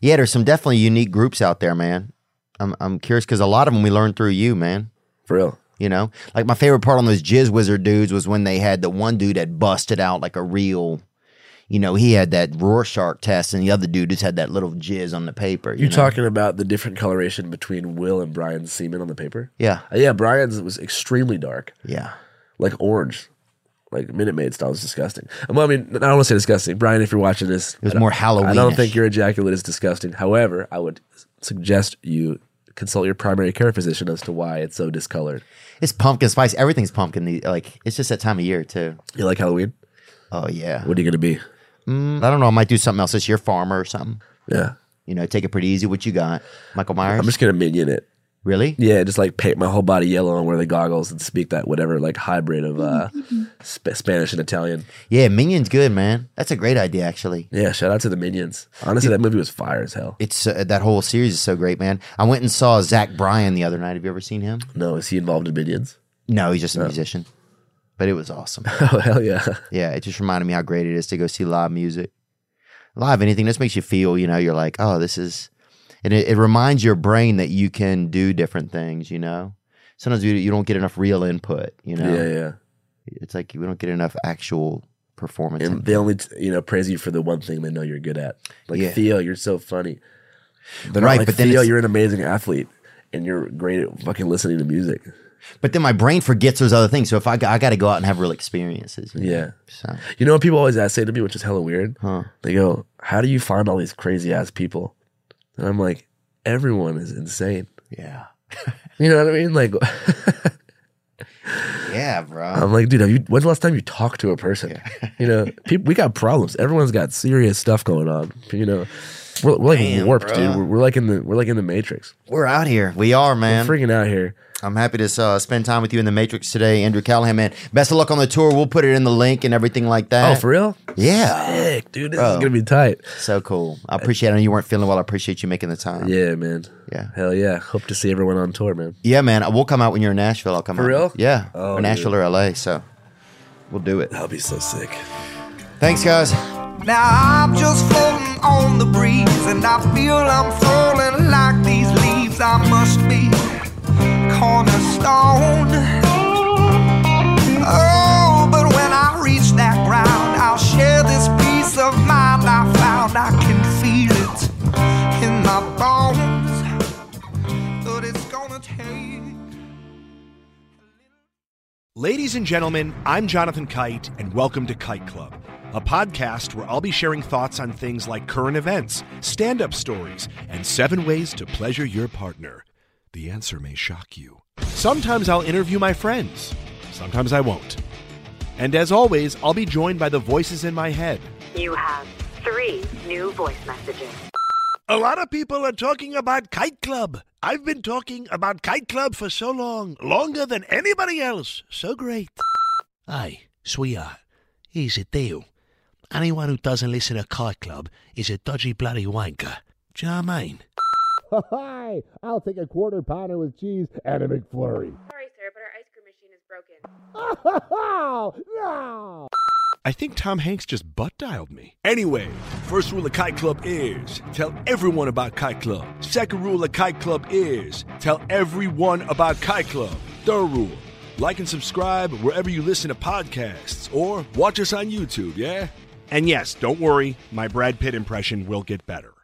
S4: Yeah, there's some definitely unique groups out there, man. I'm I'm curious because a lot of them we learned through you, man.
S3: For real.
S4: You know, like my favorite part on those Jizz Wizard dudes was when they had the one dude that busted out like a real, you know, he had that Rorschach test, and the other dude just had that little jizz on the paper. You
S3: You're
S4: know?
S3: talking about the different coloration between Will and Brian's semen on the paper?
S4: Yeah,
S3: Uh, Yeah, Brian's was extremely dark,
S4: yeah. like
S3: like orange, like Minute Maid style. It was disgusting. Well, I mean, I don't want to say disgusting. Brian, if you're watching this,
S4: It was
S3: I don't-
S4: more
S3: I
S4: Halloween-ish.
S3: don't think your ejaculate is disgusting. However, I would suggest you consult your primary care physician as to why it's so discolored.
S4: It's pumpkin spice. Everything's pumpkin. the- Like it's just that time of year too.
S3: You like Halloween?
S4: Oh yeah.
S3: What are you going to be?
S4: Mm, I don't know. I might do something else this year, farmer or something.
S3: Yeah.
S4: You know, take it pretty easy. What you got, Michael Myers?
S3: I'm just going to minion it.
S4: really?
S3: Yeah, just like paint my whole body yellow and wear the goggles and speak that whatever like hybrid of uh, sp- Spanish and Italian.
S4: Yeah, Minion's good, man. That's a great idea, actually.
S3: Yeah, shout out to the Minions. Honestly, that movie was fire as hell.
S4: It's uh, that whole series is so great, man. I went and saw Zach Bryan the other night. Have you ever seen him?
S3: No, is he involved in Minions?
S4: No, he's just a musician, but it was awesome.
S3: Oh hell yeah!
S4: yeah, it just reminded me how great it is to go see live music, live anything. This makes you feel, you know, you're like, oh, this is, and it, it reminds your brain that you can do different things. You know, sometimes you, you don't get enough real input. You know,
S3: Yeah, yeah.
S4: it's like we don't get enough actual performance.
S3: And
S4: in-
S3: they only t- you know praise you for the one thing they know you're good at. Like
S4: Yeah.
S3: Theo, you're so funny. They're not
S4: Right,
S3: like,
S4: but then
S3: Theo,
S4: it's-
S3: you're an amazing athlete, and you're great at fucking listening to music.
S4: but then my brain forgets those other things. So if I, g- I got to go out and have real experiences. you know?
S3: Yeah.
S4: So
S3: You know what people always ask say to me, which is hella weird.
S4: Huh.
S3: They go, "How do you find all these crazy ass people?" And I'm like, "Everyone is insane."
S4: yeah,
S3: You know what I mean? Like,
S4: yeah, bro.
S3: I'm like, dude, have you? When's the last time you talked to a person? You know, people, we got problems. Everyone's got serious stuff going on. You know, We're, we're like
S4: Damn,
S3: warped,
S4: bro.
S3: dude. We're, we're like in the we're like in the Matrix.
S4: We're out here. We are, man.
S3: Freaking out here.
S4: I'm happy to uh, spend time with you in the Matrix today, Andrew Callahan. Man, best of luck on the tour. We'll put it in the link and everything like
S3: Oh,
S4: that.
S3: for real?
S4: yeah,
S3: Heck, dude, this is
S4: Bro.
S3: gonna be tight.
S4: so cool. I appreciate. it. I know you weren't feeling well. I appreciate you making the time.
S3: Yeah, man.
S4: Yeah.
S3: Hell yeah. Hope to see everyone on tour, man.
S4: Yeah, man. I will come out when you're in Nashville. I'll come
S3: For
S4: out.
S3: real?
S4: Yeah.
S3: Oh,
S4: or Nashville
S3: dude.
S4: or LA. So we'll do it.
S3: That'll be so sick.
S4: Thanks, guys.
S2: Now I'm just floating on the breeze, and I feel I'm falling like these leaves. I must be cornerstone. Oh, but when I reach that ground, I'll share this peace of mind I found. I can feel it in my bones, but it's gonna take.
S6: Ladies and gentlemen, I'm Jonathan Kite, and welcome to Kite Club, a podcast where I'll be sharing thoughts on things like current events, stand up stories, and seven ways to pleasure your partner. The answer may shock you. Sometimes I'll interview my friends, sometimes I won't. And as always, I'll be joined by the voices in my head.
S7: You have three new voice messages.
S6: A lot of people are talking about Kite Club. I've been talking about Kite Club for so long, longer than anybody else. So great.
S8: Hey, sweetheart, here's the deal. Anyone who doesn't listen to Kite Club is a dodgy bloody wanker. Do you know what I mean?
S9: Hi, I'll take a quarter pounder with cheese and a McFlurry.
S10: Sorry, sir, but our ice cream machine is broken.
S9: no!
S6: I think Tom Hanks just butt dialed me. Anyway, first rule of Kite Club is tell everyone about Kite Club. Second rule of Kite Club is tell everyone about Kite Club. Third rule like and subscribe wherever you listen to podcasts or watch us on YouTube, yeah? And yes, don't worry, my Brad Pitt impression will get better.